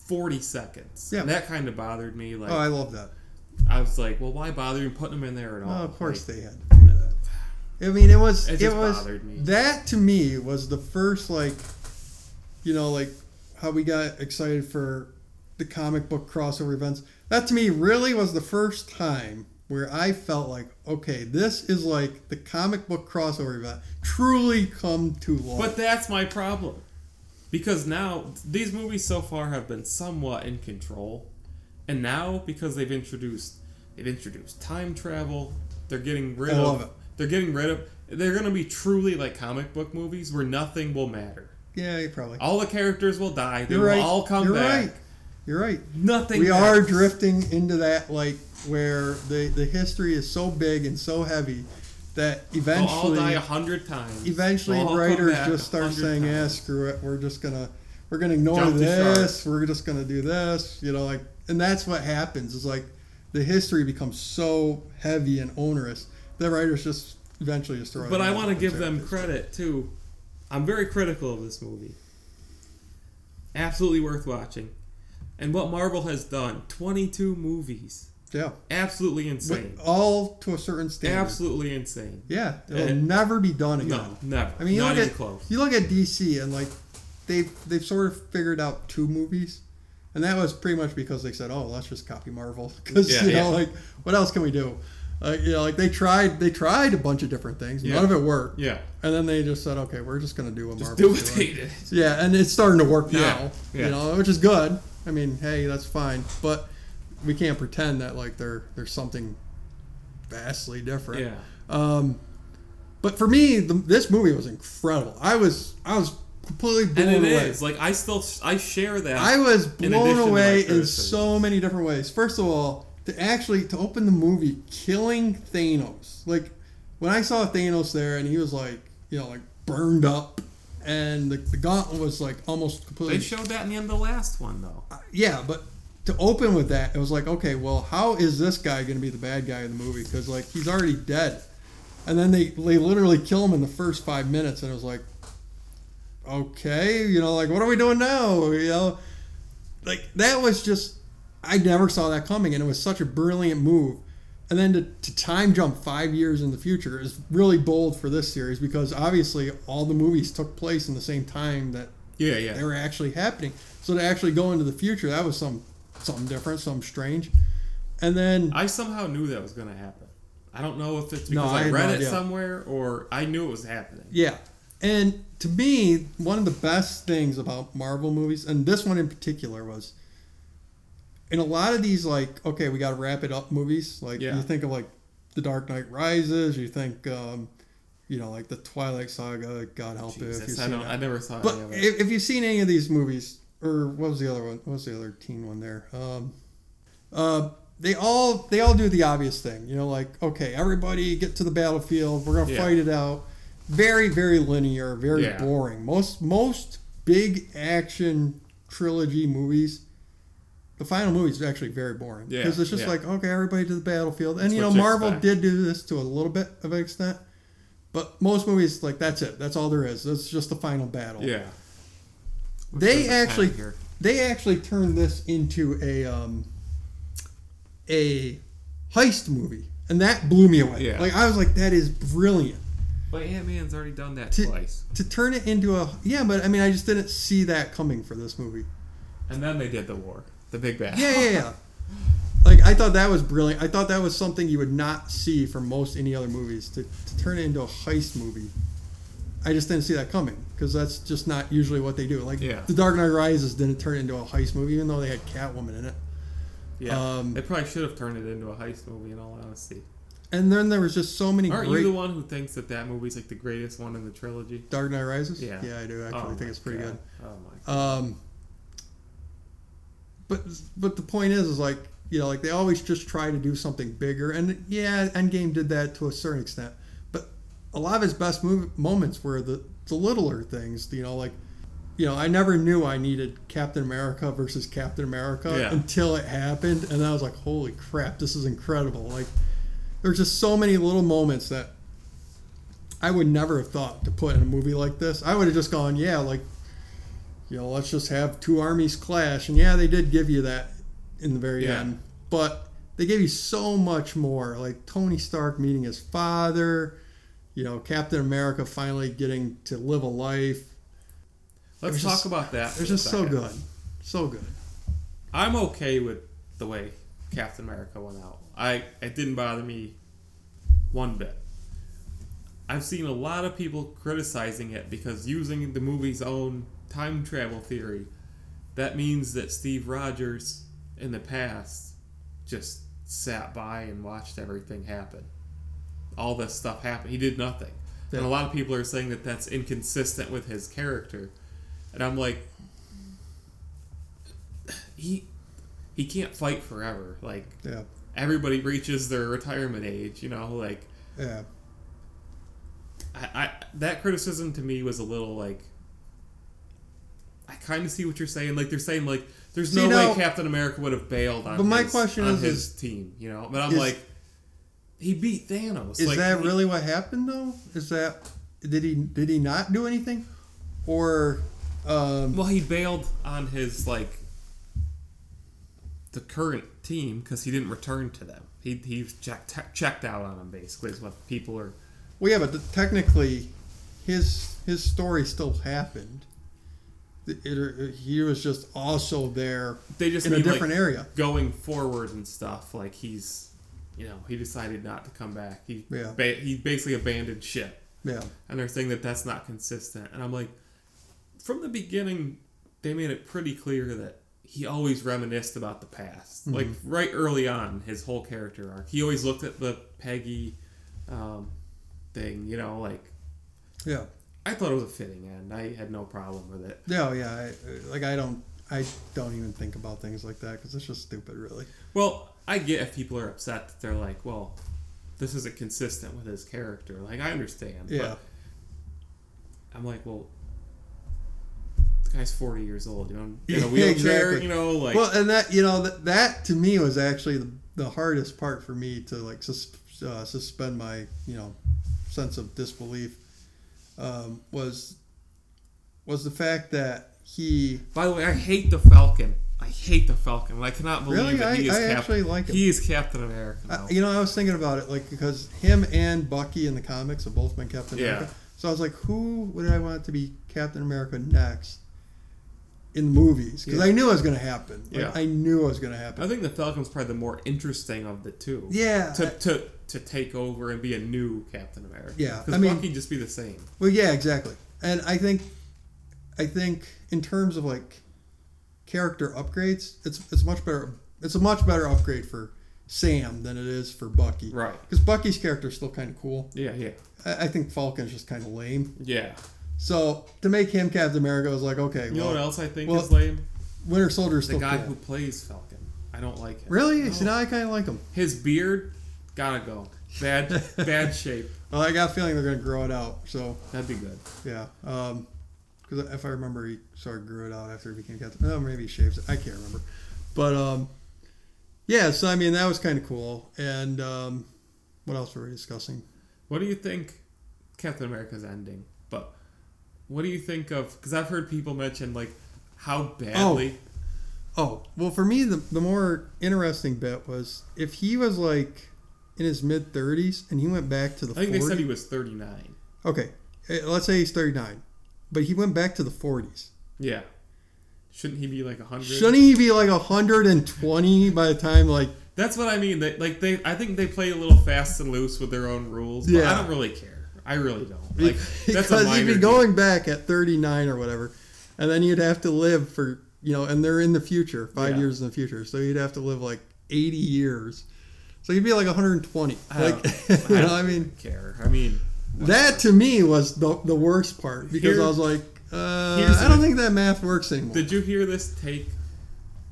Speaker 1: forty seconds.
Speaker 2: Yeah.
Speaker 1: and that kind of bothered me. Like
Speaker 2: oh, I love that.
Speaker 1: I was like, well, why bother even putting them in there at all?
Speaker 2: Oh, of course they had to do that. I mean, it was
Speaker 1: It
Speaker 2: it,
Speaker 1: just
Speaker 2: was
Speaker 1: bothered me.
Speaker 2: that to me was the first like, you know, like how we got excited for the comic book crossover events. That to me really was the first time where I felt like, okay, this is like the comic book crossover event truly come to life.
Speaker 1: But that's my problem. Because now, these movies so far have been somewhat in control. And now, because they've introduced they've introduced time travel, they're getting rid
Speaker 2: I
Speaker 1: of
Speaker 2: love it.
Speaker 1: they're getting rid of they're gonna be truly like comic book movies where nothing will matter.
Speaker 2: yeah, you probably.
Speaker 1: All the characters will die, they
Speaker 2: You're
Speaker 1: will
Speaker 2: right.
Speaker 1: all come
Speaker 2: You're
Speaker 1: back.
Speaker 2: right. You're right.
Speaker 1: Nothing
Speaker 2: we are
Speaker 1: matters.
Speaker 2: drifting into that like where the the history is so big and so heavy that
Speaker 1: They'll all
Speaker 2: eventually
Speaker 1: die a hundred times.
Speaker 2: eventually
Speaker 1: They'll all come
Speaker 2: writers
Speaker 1: back
Speaker 2: just
Speaker 1: a
Speaker 2: start
Speaker 1: hundred
Speaker 2: saying
Speaker 1: times.
Speaker 2: yeah screw it we're just gonna we're gonna ignore
Speaker 1: Jump the shark.
Speaker 2: this we're just gonna do this you know like and that's what happens is like the history becomes so heavy and onerous that writers just eventually just throw.
Speaker 1: But I
Speaker 2: out
Speaker 1: want to
Speaker 2: those
Speaker 1: give them
Speaker 2: characters.
Speaker 1: credit too. I'm very critical of this movie. Absolutely worth watching. And what Marvel has done 22 movies.
Speaker 2: Yeah,
Speaker 1: Absolutely
Speaker 2: but
Speaker 1: insane.
Speaker 2: all to a certain standard.
Speaker 1: Absolutely insane.
Speaker 2: Yeah, it'll
Speaker 1: And-
Speaker 2: never be done again.
Speaker 1: eh. No, never.
Speaker 2: I mean, you
Speaker 1: not
Speaker 2: look
Speaker 1: even
Speaker 2: at
Speaker 1: close.
Speaker 2: you look at DC and like they've they've sort of figured out two movies, and that was pretty much because they said, "Oh, let's just copy Marvel," because
Speaker 1: Yeah,
Speaker 2: you know,
Speaker 1: yeah.
Speaker 2: like what else can we do? Uh, you know, like they tried they tried a bunch of different things,
Speaker 1: Yeah.
Speaker 2: none of it worked,
Speaker 1: Yeah.
Speaker 2: and then they just said, "Okay, we're just gonna do what
Speaker 1: Just
Speaker 2: Marvel."
Speaker 1: do what they did.
Speaker 2: Yeah, and it's starting to work
Speaker 1: Yeah,
Speaker 2: now,
Speaker 1: yeah.
Speaker 2: you know, which is good. I mean, hey, that's fine, but we can't pretend that like there there's something vastly different.
Speaker 1: Yeah.
Speaker 2: Um, but for me, the, this movie was incredible. I was I was completely blown
Speaker 1: And it
Speaker 2: away.
Speaker 1: is. Like, I still, I share that.
Speaker 2: I was
Speaker 1: In addition
Speaker 2: blown
Speaker 1: to my
Speaker 2: away in
Speaker 1: criticism.
Speaker 2: so many different ways. First of all, to actually to open the movie killing Thanos. Like when I saw Thanos there and he was like, you know, like burned up and the, the gauntlet was like almost completely
Speaker 1: they showed that in the end of the last one, though.
Speaker 2: yeah, but to open with that, it was like, okay, well, how is this guy going to be the bad guy in the movie? Because like he's already dead, and then they they literally kill him in the first five minutes, and it was like, okay, you know, like what are we doing now? You know, like that was just I never saw that coming, and it was such a brilliant move. And then to, to time jump five years in the future is really bold for this series because obviously all the movies took place in the same time that
Speaker 1: Yeah, yeah.
Speaker 2: they were actually happening. So to actually go into the future, that was some something different, something strange. And then
Speaker 1: I somehow knew that was going to happen. I don't know if it's because
Speaker 2: No, I
Speaker 1: I,
Speaker 2: had no
Speaker 1: read it
Speaker 2: idea.
Speaker 1: somewhere or I knew it was happening.
Speaker 2: yeah, and to me, one of the best things about Marvel movies, and this one in particular, was in a lot of these like okay, we got to wrap it up movies. Like
Speaker 1: Yeah.
Speaker 2: you think of like The Dark Knight Rises, you think. um you know, like the Twilight Saga. God help you if you've
Speaker 1: Jesus, I
Speaker 2: seen
Speaker 1: don't.
Speaker 2: that.
Speaker 1: I never saw
Speaker 2: But
Speaker 1: any of it.
Speaker 2: if, if you've seen any of these movies, or what was the other one? What was the other teen one there? Um, uh, they all they all do the obvious thing, you know, like okay, everybody get to the battlefield, we're gonna
Speaker 1: Yeah.
Speaker 2: fight it out. Very very linear, very
Speaker 1: Yeah.
Speaker 2: boring. Most most big action trilogy movies. The final movie is actually very boring
Speaker 1: Yeah,
Speaker 2: because it's just
Speaker 1: yeah.
Speaker 2: like okay, everybody to the battlefield, and
Speaker 1: That's
Speaker 2: you know
Speaker 1: what you
Speaker 2: Marvel
Speaker 1: expect.
Speaker 2: did do this to a little bit of an extent, but most movies like that's it, that's all there is. That's just the final battle
Speaker 1: yeah,
Speaker 2: they
Speaker 1: There's a pen
Speaker 2: actually
Speaker 1: here.
Speaker 2: they actually turned this into a um, a heist movie, and that blew me away.
Speaker 1: Yeah.
Speaker 2: Like I was like, that is brilliant
Speaker 1: but Ant Man's already done that
Speaker 2: to
Speaker 1: twice,
Speaker 2: to turn it into a yeah. But I mean, I just didn't see that coming for this movie.
Speaker 1: and then they did the war, the big battle.
Speaker 2: Yeah, yeah, yeah. Like I thought that was brilliant. I thought that was something you would not see from most any other movies to, to turn it into a heist movie. I just didn't see that coming because that's just not usually what they do. Like
Speaker 1: Yeah.
Speaker 2: The Dark Knight Rises didn't turn it into a heist movie, even though they had Catwoman in it.
Speaker 1: Yeah.
Speaker 2: Um,
Speaker 1: they probably should have turned it into a heist movie. In all honesty,
Speaker 2: And then there was just so many
Speaker 1: aren't
Speaker 2: great
Speaker 1: you the one who thinks that that movie's like the greatest one in the trilogy?
Speaker 2: Dark Knight Rises.
Speaker 1: Yeah.
Speaker 2: yeah, I do actually
Speaker 1: Oh my
Speaker 2: think it's pretty
Speaker 1: God.
Speaker 2: good.
Speaker 1: Oh my. God.
Speaker 2: Um, but but the point is, is like you know, like they always just try to do something bigger, and yeah, Endgame did that to a certain extent. But a lot of his best move, moments were the the littler things, you know, like you know, I never knew I needed Captain America versus Captain America
Speaker 1: Yeah.
Speaker 2: until it happened, and I was like, holy crap, this is incredible! Like there's just so many little moments that I would never have thought to put in a movie like this. I would have just gone, yeah, like, you know, let's just have two armies clash. And yeah, they did give you that in the very
Speaker 1: Yeah.
Speaker 2: end, but they gave you so much more. Like Tony Stark meeting his father, you know, Captain America finally getting to live a life.
Speaker 1: Let's
Speaker 2: was
Speaker 1: talk
Speaker 2: just-
Speaker 1: about that.
Speaker 2: It
Speaker 1: for a
Speaker 2: was just so
Speaker 1: second.
Speaker 2: good. So good.
Speaker 1: I'm okay with the way Captain America went out. I it didn't bother me one bit. I've seen a lot of people criticizing it because using the movie's own time travel theory, that means that Steve Rogers in the past just sat by and watched everything happen. All this stuff happened. He did nothing. And a lot of people are saying that that's inconsistent with his character. And I'm like, he he can't fight forever. Like
Speaker 2: Yeah.
Speaker 1: everybody reaches their retirement age, you know. Like
Speaker 2: Yeah.
Speaker 1: I, I that criticism to me was a little like I kind of see what you're saying. Like they're saying like there's
Speaker 2: See,
Speaker 1: no
Speaker 2: now-
Speaker 1: way Captain America would have bailed on.
Speaker 2: But my
Speaker 1: his,
Speaker 2: question
Speaker 1: on
Speaker 2: is-
Speaker 1: his team, you know. But I'm
Speaker 2: is-
Speaker 1: like He beat Thanos.
Speaker 2: Is
Speaker 1: Like,
Speaker 2: that
Speaker 1: he-
Speaker 2: really what happened though? Is that did he did he not do anything, or um,
Speaker 1: Well, he bailed on his like the current team because he didn't return to them. He he checked checked out on them basically. Is what people are.
Speaker 2: well yeah, but the, technically, his his story still happened. It, it- he was just also there
Speaker 1: They just
Speaker 2: in a
Speaker 1: mean, like,
Speaker 2: different area.
Speaker 1: going forward and stuff. Like he's, you know, he decided not to come back. He
Speaker 2: Yeah.
Speaker 1: ba- he basically abandoned ship,
Speaker 2: Yeah,
Speaker 1: and they're saying that that's not consistent. And I'm like, from the beginning, they made it pretty clear that he always reminisced about the past. Like right early on, his whole character arc, he always looked at the Peggy um, thing. You know, like
Speaker 2: yeah,
Speaker 1: I thought it was a fitting end. I had no problem with it.
Speaker 2: yeah, yeah. I, like I don't I don't even think about things like that because it's just stupid, really.
Speaker 1: Well, I get if people are upset that they're like, well, this isn't consistent with his character. Like, I understand.
Speaker 2: Yeah.
Speaker 1: But I'm like, well, the guy's 40 years old, you know, in
Speaker 2: Yeah,
Speaker 1: a wheelchair,
Speaker 2: exactly.
Speaker 1: you know, like,
Speaker 2: well, and that you know that, that to me was actually the, the hardest part for me to like sus- uh, suspend my you know sense of disbelief um, was was the fact that he
Speaker 1: by the way, I hate the Falcon. I hate the Falcon. I cannot believe
Speaker 2: Really?
Speaker 1: that he
Speaker 2: I-
Speaker 1: is
Speaker 2: I
Speaker 1: Captain.
Speaker 2: actually like him.
Speaker 1: He is Captain America. now.
Speaker 2: I, Uh, you know I was thinking about it like because him and Bucky in the comics have both been Captain
Speaker 1: Yeah.
Speaker 2: America so I was like who would I want to be Captain America next in the movies because
Speaker 1: Yeah.
Speaker 2: I knew it was going to happen Like,
Speaker 1: Yeah.
Speaker 2: I knew it was going to
Speaker 1: I
Speaker 2: happen
Speaker 1: think the Falcon's probably the more interesting of the two.
Speaker 2: yeah
Speaker 1: To, to, to take over and be a new Captain America.
Speaker 2: Yeah,
Speaker 1: Because
Speaker 2: I mean-
Speaker 1: Bucky just be the same.
Speaker 2: Well, yeah, exactly. And I think, I think in terms of like character upgrades, it's it's much better. It's a much better upgrade for Sam than it is for Bucky.
Speaker 1: Right.
Speaker 2: Because Bucky's character is still kind of cool.
Speaker 1: Yeah, yeah.
Speaker 2: I, I think Falcon's just kind of lame.
Speaker 1: Yeah.
Speaker 2: So to make him Captain America was like, okay,
Speaker 1: You know
Speaker 2: well,
Speaker 1: what else I think
Speaker 2: well,
Speaker 1: is lame?
Speaker 2: Winter Soldier is
Speaker 1: The
Speaker 2: still
Speaker 1: guy
Speaker 2: cool.
Speaker 1: who plays Falcon. I don't like him.
Speaker 2: really?
Speaker 1: No.
Speaker 2: So now I kind of like him.
Speaker 1: His beard, gotta go. Bad, bad shape.
Speaker 2: Well, I got a feeling they're gonna grow it out. So
Speaker 1: That'd be good.
Speaker 2: yeah. Um, because if I remember, he sort of grew it out after he became Captain. No, maybe he shaves it. I can't remember. But um, yeah. So I mean, that was kind of cool. And um, what else were we discussing?
Speaker 1: What do you think Captain America's ending? But what do you think of? Because I've heard people mention like how badly.
Speaker 2: Oh, well, for me, the the more interesting bit was if he was like in his mid thirties and he went back to the.
Speaker 1: I think
Speaker 2: 40s,
Speaker 1: they said he was thirty nine.
Speaker 2: Okay, eh, let's say he's thirty nine, but he went back to the forties.
Speaker 1: Yeah. Shouldn't he be like hundred?
Speaker 2: Shouldn't he be like hundred and twenty by the time like?
Speaker 1: That's what I mean. They, like they, I think they play a little fast and loose with their own rules. But I
Speaker 2: Yeah.
Speaker 1: don't really care. I really don't. Like that's a
Speaker 2: because
Speaker 1: minor
Speaker 2: he'd be
Speaker 1: deal.
Speaker 2: going back at 39 or whatever, and then you'd have to live for you know, and they're in the future, five
Speaker 1: Yeah.
Speaker 2: years in the future, so you'd have to live like 80 years. So you'd be like 120.
Speaker 1: I
Speaker 2: Like,
Speaker 1: don't-
Speaker 2: you know, I mean,
Speaker 1: care. I mean,
Speaker 2: that to me was the, the worst part because
Speaker 1: Here-
Speaker 2: I was like, uh,
Speaker 1: here's
Speaker 2: I don't
Speaker 1: the-
Speaker 2: think that math works anymore.
Speaker 1: Did you hear this take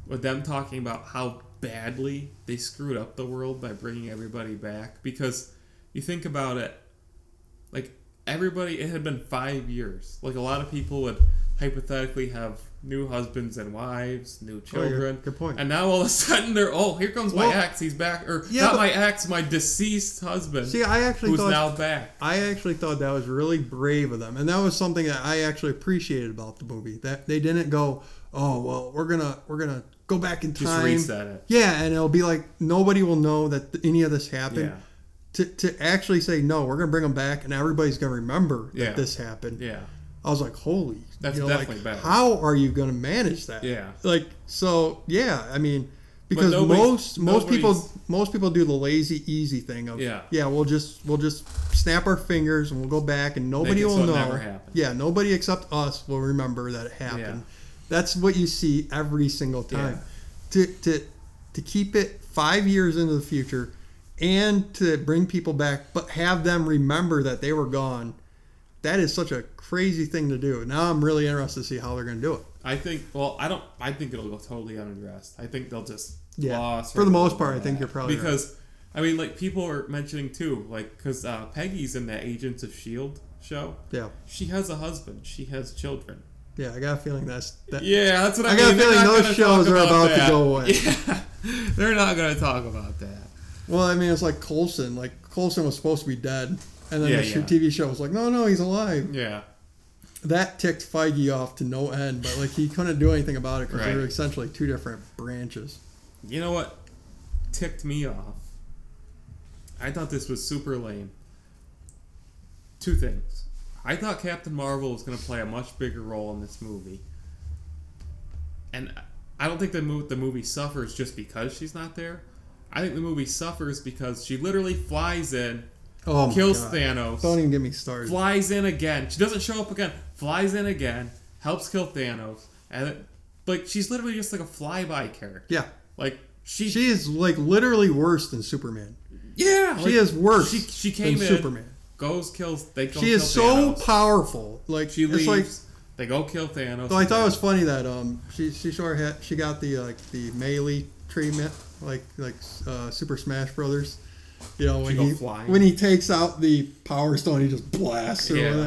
Speaker 1: with them talking about how badly they screwed up the world by bringing everybody back? Because you think about it, like everybody, it had been five years. Like a lot of people would hypothetically have new husbands and wives, new
Speaker 2: Oh, yeah.
Speaker 1: children.
Speaker 2: Good point.
Speaker 1: And now all of a sudden they're, oh, here comes my
Speaker 2: Well-
Speaker 1: ex, he's back. Or
Speaker 2: Yeah,
Speaker 1: not
Speaker 2: but-
Speaker 1: my ex, my deceased husband,
Speaker 2: See, I actually
Speaker 1: who's
Speaker 2: thought
Speaker 1: now back.
Speaker 2: I actually thought that was really brave of them, and that was something that I actually appreciated about the movie. That they didn't go, "Oh well, we're gonna we're gonna go back in
Speaker 1: Just
Speaker 2: time."
Speaker 1: reset it.
Speaker 2: Yeah, and it'll be like nobody will know that th- any of this happened.
Speaker 1: Yeah.
Speaker 2: To, to actually say no, we're gonna bring them back, and everybody's gonna remember
Speaker 1: Yeah.
Speaker 2: that this happened.
Speaker 1: Yeah.
Speaker 2: I was like, "Holy!"
Speaker 1: That's
Speaker 2: you know, like,
Speaker 1: definitely better.
Speaker 2: How are you gonna manage that?
Speaker 1: Yeah.
Speaker 2: Like so, yeah. I mean, because
Speaker 1: nobody's-
Speaker 2: most most people
Speaker 1: nobody's-
Speaker 2: most people do the lazy easy thing of
Speaker 1: Yeah.
Speaker 2: we'll just we'll just snap our fingers and we'll go back and nobody
Speaker 1: it
Speaker 2: will
Speaker 1: so it
Speaker 2: know.
Speaker 1: never happened.
Speaker 2: Yeah, nobody except us will remember that it happened.
Speaker 1: Yeah.
Speaker 2: That's what you see every single time. To to to keep it five years into the future and to bring people back but have them remember that they were gone. That is such a crazy thing to do. Now I'm really interested to see how they're gonna do it.
Speaker 1: I think. Well, I don't. I think it'll go totally unaddressed. I think they'll just
Speaker 2: Yeah.
Speaker 1: gloss
Speaker 2: For
Speaker 1: or
Speaker 2: the
Speaker 1: go
Speaker 2: most
Speaker 1: over
Speaker 2: part, I think you're probably right.
Speaker 1: because I mean, like people are mentioning too, like because uh, Peggy's in that Agents of Shield E show.
Speaker 2: Yeah.
Speaker 1: She has a husband. She has children.
Speaker 2: Yeah, I got a feeling that's that
Speaker 1: Yeah, that's what I,
Speaker 2: I got a
Speaker 1: mean. They're
Speaker 2: feeling
Speaker 1: not
Speaker 2: those
Speaker 1: gonna
Speaker 2: shows
Speaker 1: talk
Speaker 2: are about to
Speaker 1: that.
Speaker 2: go away.
Speaker 1: Yeah, they're not going to talk about that.
Speaker 2: Well, I mean, it's like Colson. Like Colson was supposed to be dead, and then
Speaker 1: Yeah,
Speaker 2: the sh
Speaker 1: yeah.
Speaker 2: TV show was like, no, no, he's alive.
Speaker 1: Yeah.
Speaker 2: That ticked Feige off to no end, but like he couldn't do anything about it because they
Speaker 1: Right.
Speaker 2: were essentially two different branches.
Speaker 1: You know what ticked me off? I thought this was super lame. Two things. I thought Captain Marvel was going to play a much bigger role in this movie. And I don't think the, mo- the movie suffers just because she's not there. I think the movie suffers because she literally flies in,
Speaker 2: Oh my
Speaker 1: kills
Speaker 2: god!
Speaker 1: Thanos,
Speaker 2: Don't even get me started.
Speaker 1: flies in again. She doesn't show up again. Flies in again, helps kill Thanos. And, it, like, she's literally just like a flyby character.
Speaker 2: Yeah,
Speaker 1: Like, she,
Speaker 2: she is like literally worse than Superman.
Speaker 1: yeah,
Speaker 2: She is worse
Speaker 1: She she came
Speaker 2: than
Speaker 1: in,
Speaker 2: Superman.
Speaker 1: goes kills. They go
Speaker 2: She
Speaker 1: kill
Speaker 2: is so
Speaker 1: Thanos.
Speaker 2: powerful. Like
Speaker 1: she
Speaker 2: it's
Speaker 1: leaves.
Speaker 2: like
Speaker 1: they go kill Thanos.
Speaker 2: So I thought it was funny that um she she sure had she got the uh, like the melee treatment like like uh, Super Smash Brothers, you know when
Speaker 1: She go
Speaker 2: he
Speaker 1: flying.
Speaker 2: when he takes out the Power Stone he just blasts her
Speaker 1: Yeah.
Speaker 2: with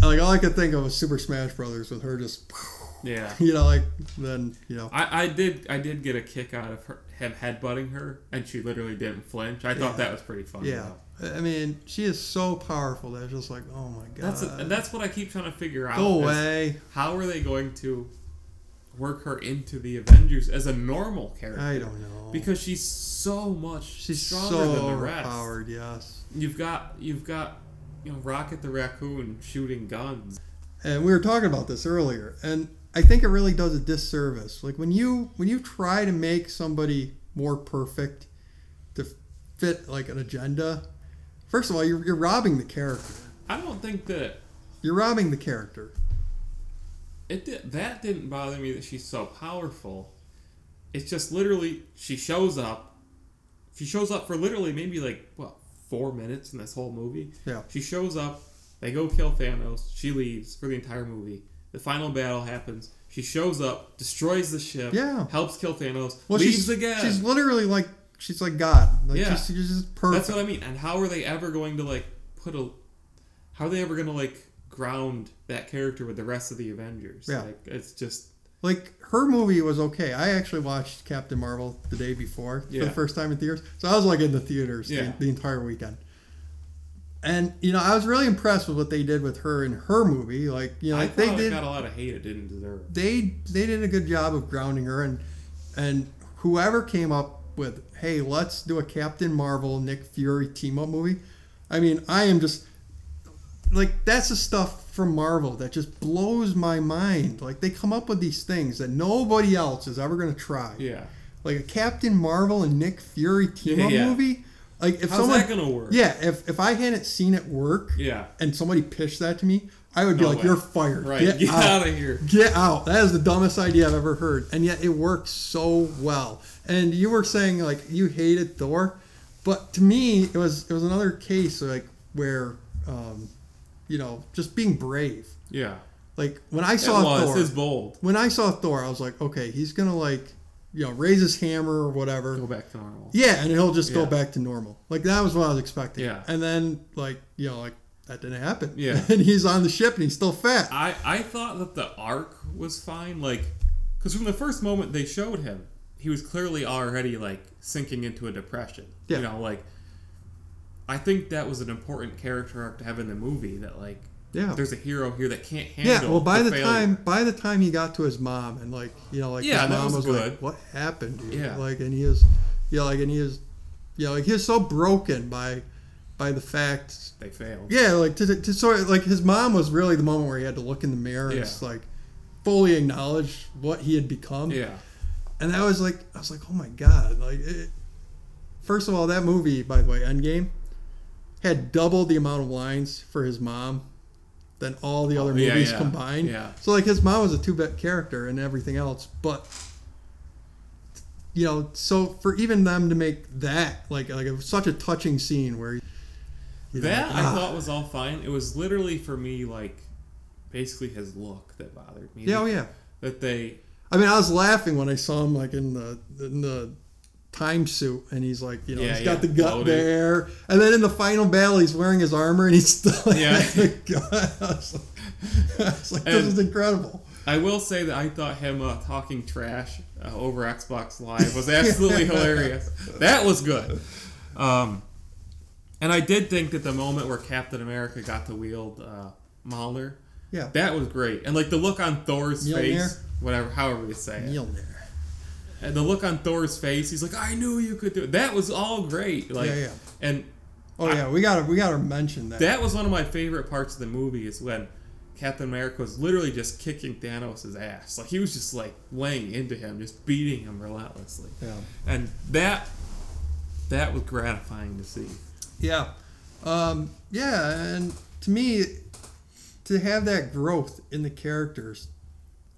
Speaker 2: it. Like all I could think of was Super Smash Brothers with her just
Speaker 1: yeah.
Speaker 2: you know like then you know
Speaker 1: I, I did I did get a kick out of her him headbutting her, and she literally didn't flinch. I
Speaker 2: Yeah.
Speaker 1: thought that was pretty funny.
Speaker 2: yeah
Speaker 1: though.
Speaker 2: I mean she is so powerful that it's just like oh my god
Speaker 1: That's and that's what I keep trying to figure out.
Speaker 2: go
Speaker 1: is
Speaker 2: away
Speaker 1: How are they going to work her into the Avengers as a normal character?
Speaker 2: I don't know
Speaker 1: because she's so much
Speaker 2: she's
Speaker 1: stronger
Speaker 2: so
Speaker 1: than the rest.
Speaker 2: overpowered yes
Speaker 1: You've got you've got you know Rocket the raccoon shooting guns.
Speaker 2: and we were talking about this earlier and i think it really does a disservice like when you when you try to make somebody more perfect to f- fit like an agenda first of all you're, you're robbing the character
Speaker 1: I don't think that
Speaker 2: you're robbing the character
Speaker 1: it did, that didn't bother me that she's so powerful. It's just literally she shows up. She shows up for literally maybe like what four minutes in this whole movie.
Speaker 2: yeah
Speaker 1: She shows up. They go kill Thanos. She leaves for the entire movie. The final battle happens. She shows up, destroys the ship.
Speaker 2: Yeah.
Speaker 1: Helps kill Thanos.
Speaker 2: well
Speaker 1: leaves
Speaker 2: she's
Speaker 1: again.
Speaker 2: she's literally like she's like god like
Speaker 1: Yeah.
Speaker 2: she's, she's just perfect
Speaker 1: That's what I mean. And how are they ever going to like put a? How are they ever going to like ground that character with the rest of the Avengers?
Speaker 2: Yeah.
Speaker 1: Like it's just
Speaker 2: like her movie was okay i actually watched captain marvel the day before for the
Speaker 1: Yeah.
Speaker 2: first time in theaters so i was like in the theaters
Speaker 1: Yeah.
Speaker 2: the, the entire weekend and you know i was really impressed with what they did with her in her movie like you know
Speaker 1: I
Speaker 2: like, they
Speaker 1: thought oh, it
Speaker 2: did
Speaker 1: got a lot of hate it didn't deserve.
Speaker 2: they they did a good job of grounding her and and whoever came up with hey let's do a captain marvel nick fury team up movie i mean i am just like that's the stuff from marvel that just blows my mind like they come up with these things that nobody else is ever going to try
Speaker 1: Yeah.
Speaker 2: like a captain marvel and nick fury team up
Speaker 1: Yeah, yeah.
Speaker 2: movie like if
Speaker 1: How's
Speaker 2: someone
Speaker 1: that gonna work?
Speaker 2: yeah if, if i hadn't seen it work
Speaker 1: Yeah.
Speaker 2: and somebody pitched that to me i would be
Speaker 1: No
Speaker 2: like
Speaker 1: way.
Speaker 2: you're fired
Speaker 1: Right.
Speaker 2: get,
Speaker 1: Get,
Speaker 2: out.
Speaker 1: out of here.
Speaker 2: Get out. That is the dumbest idea I've ever heard. And yet it works so well. And you were saying like you hated Thor, but to me it was it was another case like where um, you know, just being brave.
Speaker 1: Yeah.
Speaker 2: Like when I
Speaker 1: It
Speaker 2: saw
Speaker 1: was.
Speaker 2: Thor
Speaker 1: It's bold.
Speaker 2: when I saw Thor, I was like, okay, he's gonna like you know, raise his hammer or whatever.
Speaker 1: Go back to normal.
Speaker 2: Yeah, and he'll just go
Speaker 1: Yeah.
Speaker 2: back to normal. Like that was what I was expecting.
Speaker 1: Yeah.
Speaker 2: And then like, you know, like that didn't happen.
Speaker 1: Yeah.
Speaker 2: and he's on the ship and he's still fat.
Speaker 1: I I thought that the arc was fine. Like, because from the first moment they showed him, he was clearly already like sinking into a depression.
Speaker 2: Yeah.
Speaker 1: You know, like. I think that was an important character arc to have in the movie. That like,
Speaker 2: Yeah.
Speaker 1: there's a hero here that can't handle.
Speaker 2: Yeah, well, by the,
Speaker 1: failure.
Speaker 2: time by the time he got to his mom and like you know like
Speaker 1: Yeah,
Speaker 2: his
Speaker 1: that
Speaker 2: mom
Speaker 1: was
Speaker 2: was, like,
Speaker 1: good.
Speaker 2: "What happened?" Dude?
Speaker 1: Yeah.
Speaker 2: like and he is, yeah, like and he is, yeah, like he is so broken by by the fact,
Speaker 1: they failed.
Speaker 2: yeah, like to, to sort of like his mom was really the moment where he had to look in the mirror and
Speaker 1: Yeah.
Speaker 2: just like fully acknowledge what he had become.
Speaker 1: Yeah,
Speaker 2: and that was like I was like, oh my god, like it, first of all, that movie by the way, Endgame, had double the amount of lines for his mom than all the other
Speaker 1: Oh, yeah,
Speaker 2: movies
Speaker 1: yeah,
Speaker 2: combined.
Speaker 1: yeah.
Speaker 2: So like his mom was a two bit character and everything else, but you know, so for even them to make that like like a, such a touching scene where you know,
Speaker 1: that
Speaker 2: like,
Speaker 1: I
Speaker 2: ah,
Speaker 1: thought was all fine. It was literally for me like basically his look that bothered me.
Speaker 2: yeah, oh yeah.
Speaker 1: That they
Speaker 2: I mean, I was laughing when I saw him like in the in the time suit, and he's like, you know,
Speaker 1: Yeah,
Speaker 2: he's
Speaker 1: yeah,
Speaker 2: got the gut
Speaker 1: loaded.
Speaker 2: there, and then in the final battle, he's wearing his armor, and he's still like,
Speaker 1: Yeah.
Speaker 2: the gut. I was like, I was like this
Speaker 1: And-
Speaker 2: is incredible.
Speaker 1: I will say that I thought him uh, talking trash uh, over Xbox Live was absolutely hilarious. That was good. Um, and I did think that the moment where Captain America got to wield uh, Mahler,
Speaker 2: Yeah.
Speaker 1: that was great. And like the look on Thor's face,
Speaker 2: Mjolnir?
Speaker 1: whatever, however you say it,
Speaker 2: Mjolnir.
Speaker 1: and the look on Thor's face, he's like, "I knew you could do it." That was all great. Like,
Speaker 2: Yeah, yeah.
Speaker 1: and
Speaker 2: Oh yeah, we gotta we gotta mention that.
Speaker 1: that was one of my favorite parts of the movie is when Captain America was literally just kicking Thanos' ass. Like he was just like laying into him, just beating him relentlessly.
Speaker 2: Yeah.
Speaker 1: And that that was gratifying to see.
Speaker 2: Yeah. Um, yeah, and to me, to have that growth in the characters,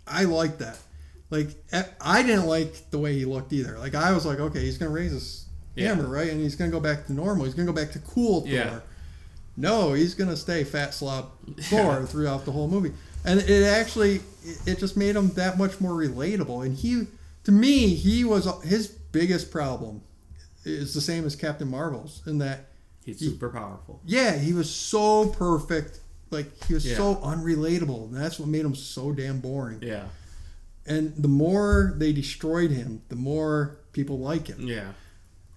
Speaker 2: I like that. Like, a- I didn't like the way he looked either. Like, I was like, okay, he's going to raise his
Speaker 1: Yeah.
Speaker 2: hammer, right? And he's going to go back to normal. He's going to go back to cool Thor.
Speaker 1: Yeah.
Speaker 2: No, he's going to stay fat slop Thor throughout the whole movie. And it actually, it- it just made him that much more relatable. And he, to me, he was his biggest problem is the same as Captain Marvel's in that
Speaker 1: He's
Speaker 2: He-
Speaker 1: super powerful.
Speaker 2: yeah, he was so perfect. Like he was
Speaker 1: Yeah.
Speaker 2: so unrelatable. And that's what made him so damn boring.
Speaker 1: Yeah.
Speaker 2: And the more they destroyed him, the more people like him.
Speaker 1: Yeah.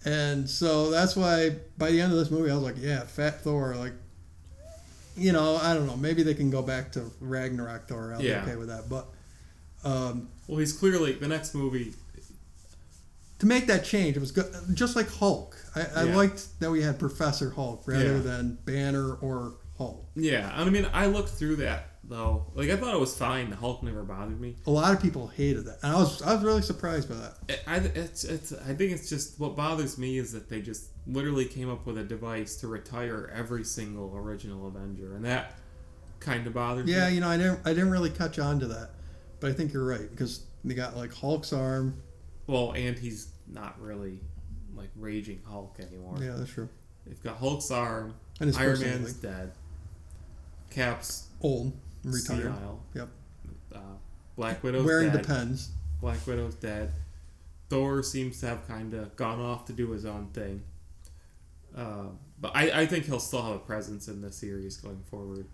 Speaker 2: And so that's why by the end of this movie, I was like, yeah, Fat Thor. Like, you know, I don't know. Maybe they can go back to Ragnarok Thor. I'll
Speaker 1: Yeah.
Speaker 2: be okay with that. But um,
Speaker 1: Well, he's clearly the next movie.
Speaker 2: to make that change, it was good. Just like Hulk, I, I
Speaker 1: Yeah.
Speaker 2: liked that we had Professor Hulk rather
Speaker 1: Yeah.
Speaker 2: than Banner or Hulk.
Speaker 1: Yeah. And I mean, I looked through that though. Like I thought it was fine. The Hulk never bothered me.
Speaker 2: A lot of people hated that, and I was I was really surprised by that.
Speaker 1: I- I, it's, it's, I think it's just what bothers me is that they just literally came up with a device to retire every single original Avenger, and that kind of bothers
Speaker 2: Yeah,
Speaker 1: me.
Speaker 2: you know, I didn't I didn't really catch on to that, but I think you're right because they got like Hulk's arm.
Speaker 1: Well, and he's not really like raging Hulk anymore.
Speaker 2: Yeah, that's true.
Speaker 1: They've got Hulk's arm.
Speaker 2: And his
Speaker 1: Iron
Speaker 2: personality.
Speaker 1: Man's dead. Cap's
Speaker 2: Old, and retired,
Speaker 1: senile.
Speaker 2: Yep.
Speaker 1: Uh, Black Widow's
Speaker 2: wearing
Speaker 1: dead.
Speaker 2: the pens.
Speaker 1: Black Widow's dead. Thor seems to have kind of gone off to do his own thing. Um, but I, I think he'll still have a presence in the series going forward.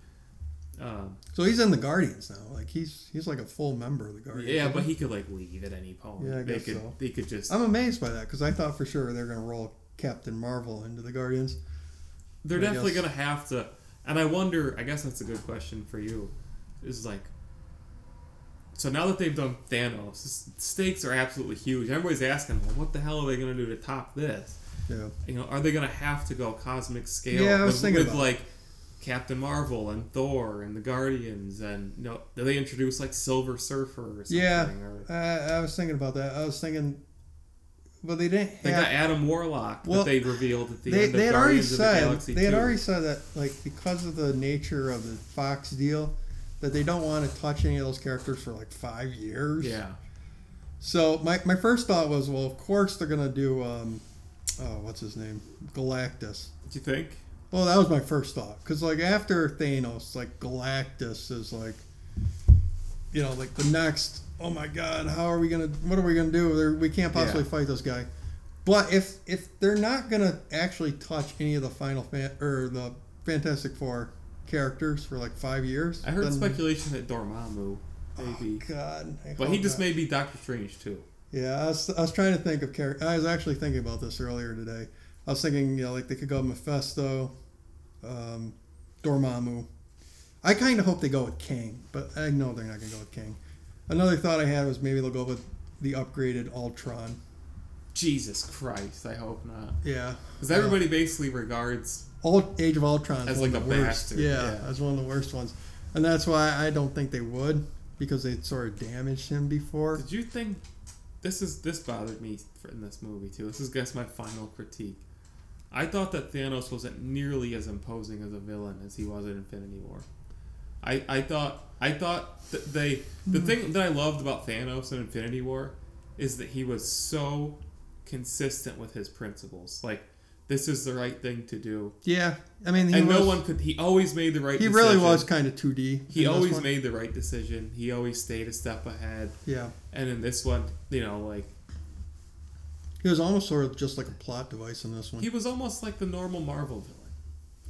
Speaker 1: Um,
Speaker 2: So he's in the Guardians now. Like he's he's like a full member of the Guardians.
Speaker 1: yeah, but he could like leave at any point.
Speaker 2: Yeah, I
Speaker 1: they
Speaker 2: guess
Speaker 1: could,
Speaker 2: so.
Speaker 1: They could just.
Speaker 2: I'm amazed by that because I thought for sure they're gonna roll Captain Marvel into the Guardians.
Speaker 1: They're
Speaker 2: I
Speaker 1: definitely
Speaker 2: guess-
Speaker 1: gonna have to. And I wonder. I guess that's a good question for you. Is like. So now that they've done Thanos, s- stakes are absolutely huge. Everybody's asking, well, what the hell are they gonna do to top this?
Speaker 2: Yeah.
Speaker 1: you know, are they gonna have to go cosmic scale?
Speaker 2: Yeah, I was
Speaker 1: with,
Speaker 2: thinking
Speaker 1: with
Speaker 2: about it.
Speaker 1: like Captain Marvel and Thor and the Guardians, and you know, do they introduce like Silver Surfer or something?
Speaker 2: Yeah.
Speaker 1: Or,
Speaker 2: I, I was thinking about that. I was thinking, well, they didn't
Speaker 1: they
Speaker 2: have
Speaker 1: got Adam Warlock
Speaker 2: Well,
Speaker 1: that they revealed at the
Speaker 2: they,
Speaker 1: end of
Speaker 2: they had already
Speaker 1: Guardians of the
Speaker 2: said
Speaker 1: Galaxy
Speaker 2: they had
Speaker 1: 2.
Speaker 2: already said that like because of the nature of the Fox deal that they don't want to touch any of those characters for like five years.
Speaker 1: Yeah,
Speaker 2: So my, my first thought was, well, of course they're gonna do um, oh, what's his name, Galactus.
Speaker 1: do you think?
Speaker 2: Well, that was my first thought because like after Thanos, like Galactus is like, you know, like the next. Oh my God, how are we gonna? What are we gonna do? There, we can't possibly
Speaker 1: Yeah.
Speaker 2: fight this guy. But if if they're not gonna actually touch any of the Final Fan or the Fantastic Four characters for like five years,
Speaker 1: I heard
Speaker 2: then-
Speaker 1: speculation that Dormammu,
Speaker 2: Oh
Speaker 1: maybe,
Speaker 2: God, I
Speaker 1: but he
Speaker 2: hope
Speaker 1: just
Speaker 2: not.
Speaker 1: may be Doctor Strange too.
Speaker 2: Yeah, I was, I was trying to think of character. I was actually thinking about this earlier today. I was thinking, you know, like they could go Mephisto, um, Dormammu. I kind of hope they go with King, but I know they're not going to go with King. Another thought I had was maybe they'll go with the upgraded Ultron.
Speaker 1: Jesus Christ, I hope not,
Speaker 2: Yeah.
Speaker 1: because everybody basically regards.
Speaker 2: Ul- Age of Ultron is
Speaker 1: As
Speaker 2: one
Speaker 1: like
Speaker 2: of
Speaker 1: a
Speaker 2: the worst.
Speaker 1: bastard,
Speaker 2: Yeah,
Speaker 1: yeah.
Speaker 2: that's one of the worst ones. And that's why I don't think they would because they sort of damaged him before.
Speaker 1: Did you think this is this bothered me for, in this movie too? This is I guess my final critique. I thought that Thanos wasn't nearly as imposing as a villain as he was in Infinity War. I, I thought I thought that they
Speaker 2: Hmm.
Speaker 1: the thing that I loved about Thanos in Infinity War is that he was so consistent with his principles. Like this is the right thing to do,
Speaker 2: Yeah, I mean, he
Speaker 1: and
Speaker 2: was,
Speaker 1: no one could. He always made the right.
Speaker 2: He
Speaker 1: decision.
Speaker 2: really was kind of 2D.
Speaker 1: He
Speaker 2: in this
Speaker 1: always
Speaker 2: one.
Speaker 1: made the right decision. He always stayed a step ahead.
Speaker 2: Yeah.
Speaker 1: And in this one, you know, like
Speaker 2: He was almost sort of just like a plot device in this one.
Speaker 1: He was almost like the normal Marvel villain,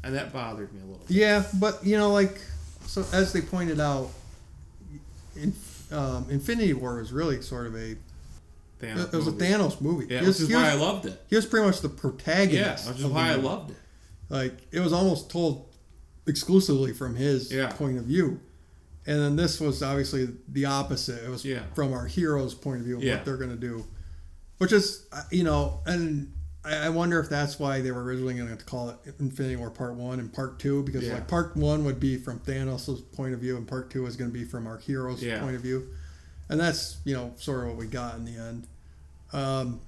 Speaker 1: and that bothered me a little. bit.
Speaker 2: yeah, but you know, like so as they pointed out, in, um, Infinity War was really sort of a
Speaker 1: Thanos
Speaker 2: It, it was a
Speaker 1: movie.
Speaker 2: Thanos movie.
Speaker 1: Yeah, which
Speaker 2: he, was,
Speaker 1: is
Speaker 2: he,
Speaker 1: why I
Speaker 2: was,
Speaker 1: loved it.
Speaker 2: he was pretty much the
Speaker 1: Yeah,
Speaker 2: protagonist.
Speaker 1: which is
Speaker 2: of the
Speaker 1: why I
Speaker 2: movie.
Speaker 1: loved it.
Speaker 2: Like it was almost told exclusively from his
Speaker 1: Yeah.
Speaker 2: point of view. And then this was obviously the opposite. It was
Speaker 1: Yeah.
Speaker 2: from our hero's point of view and
Speaker 1: Yeah.
Speaker 2: what they're going to do, which is uh, you know, and I I wonder if that's why they were originally going to call it Infinity War Part One and Part Two because
Speaker 1: Yeah.
Speaker 2: like Part One would be from Thanos' point of view and Part Two is going to be from our hero's
Speaker 1: Yeah.
Speaker 2: point of view, and that's you know sort of what we got in the end. Um,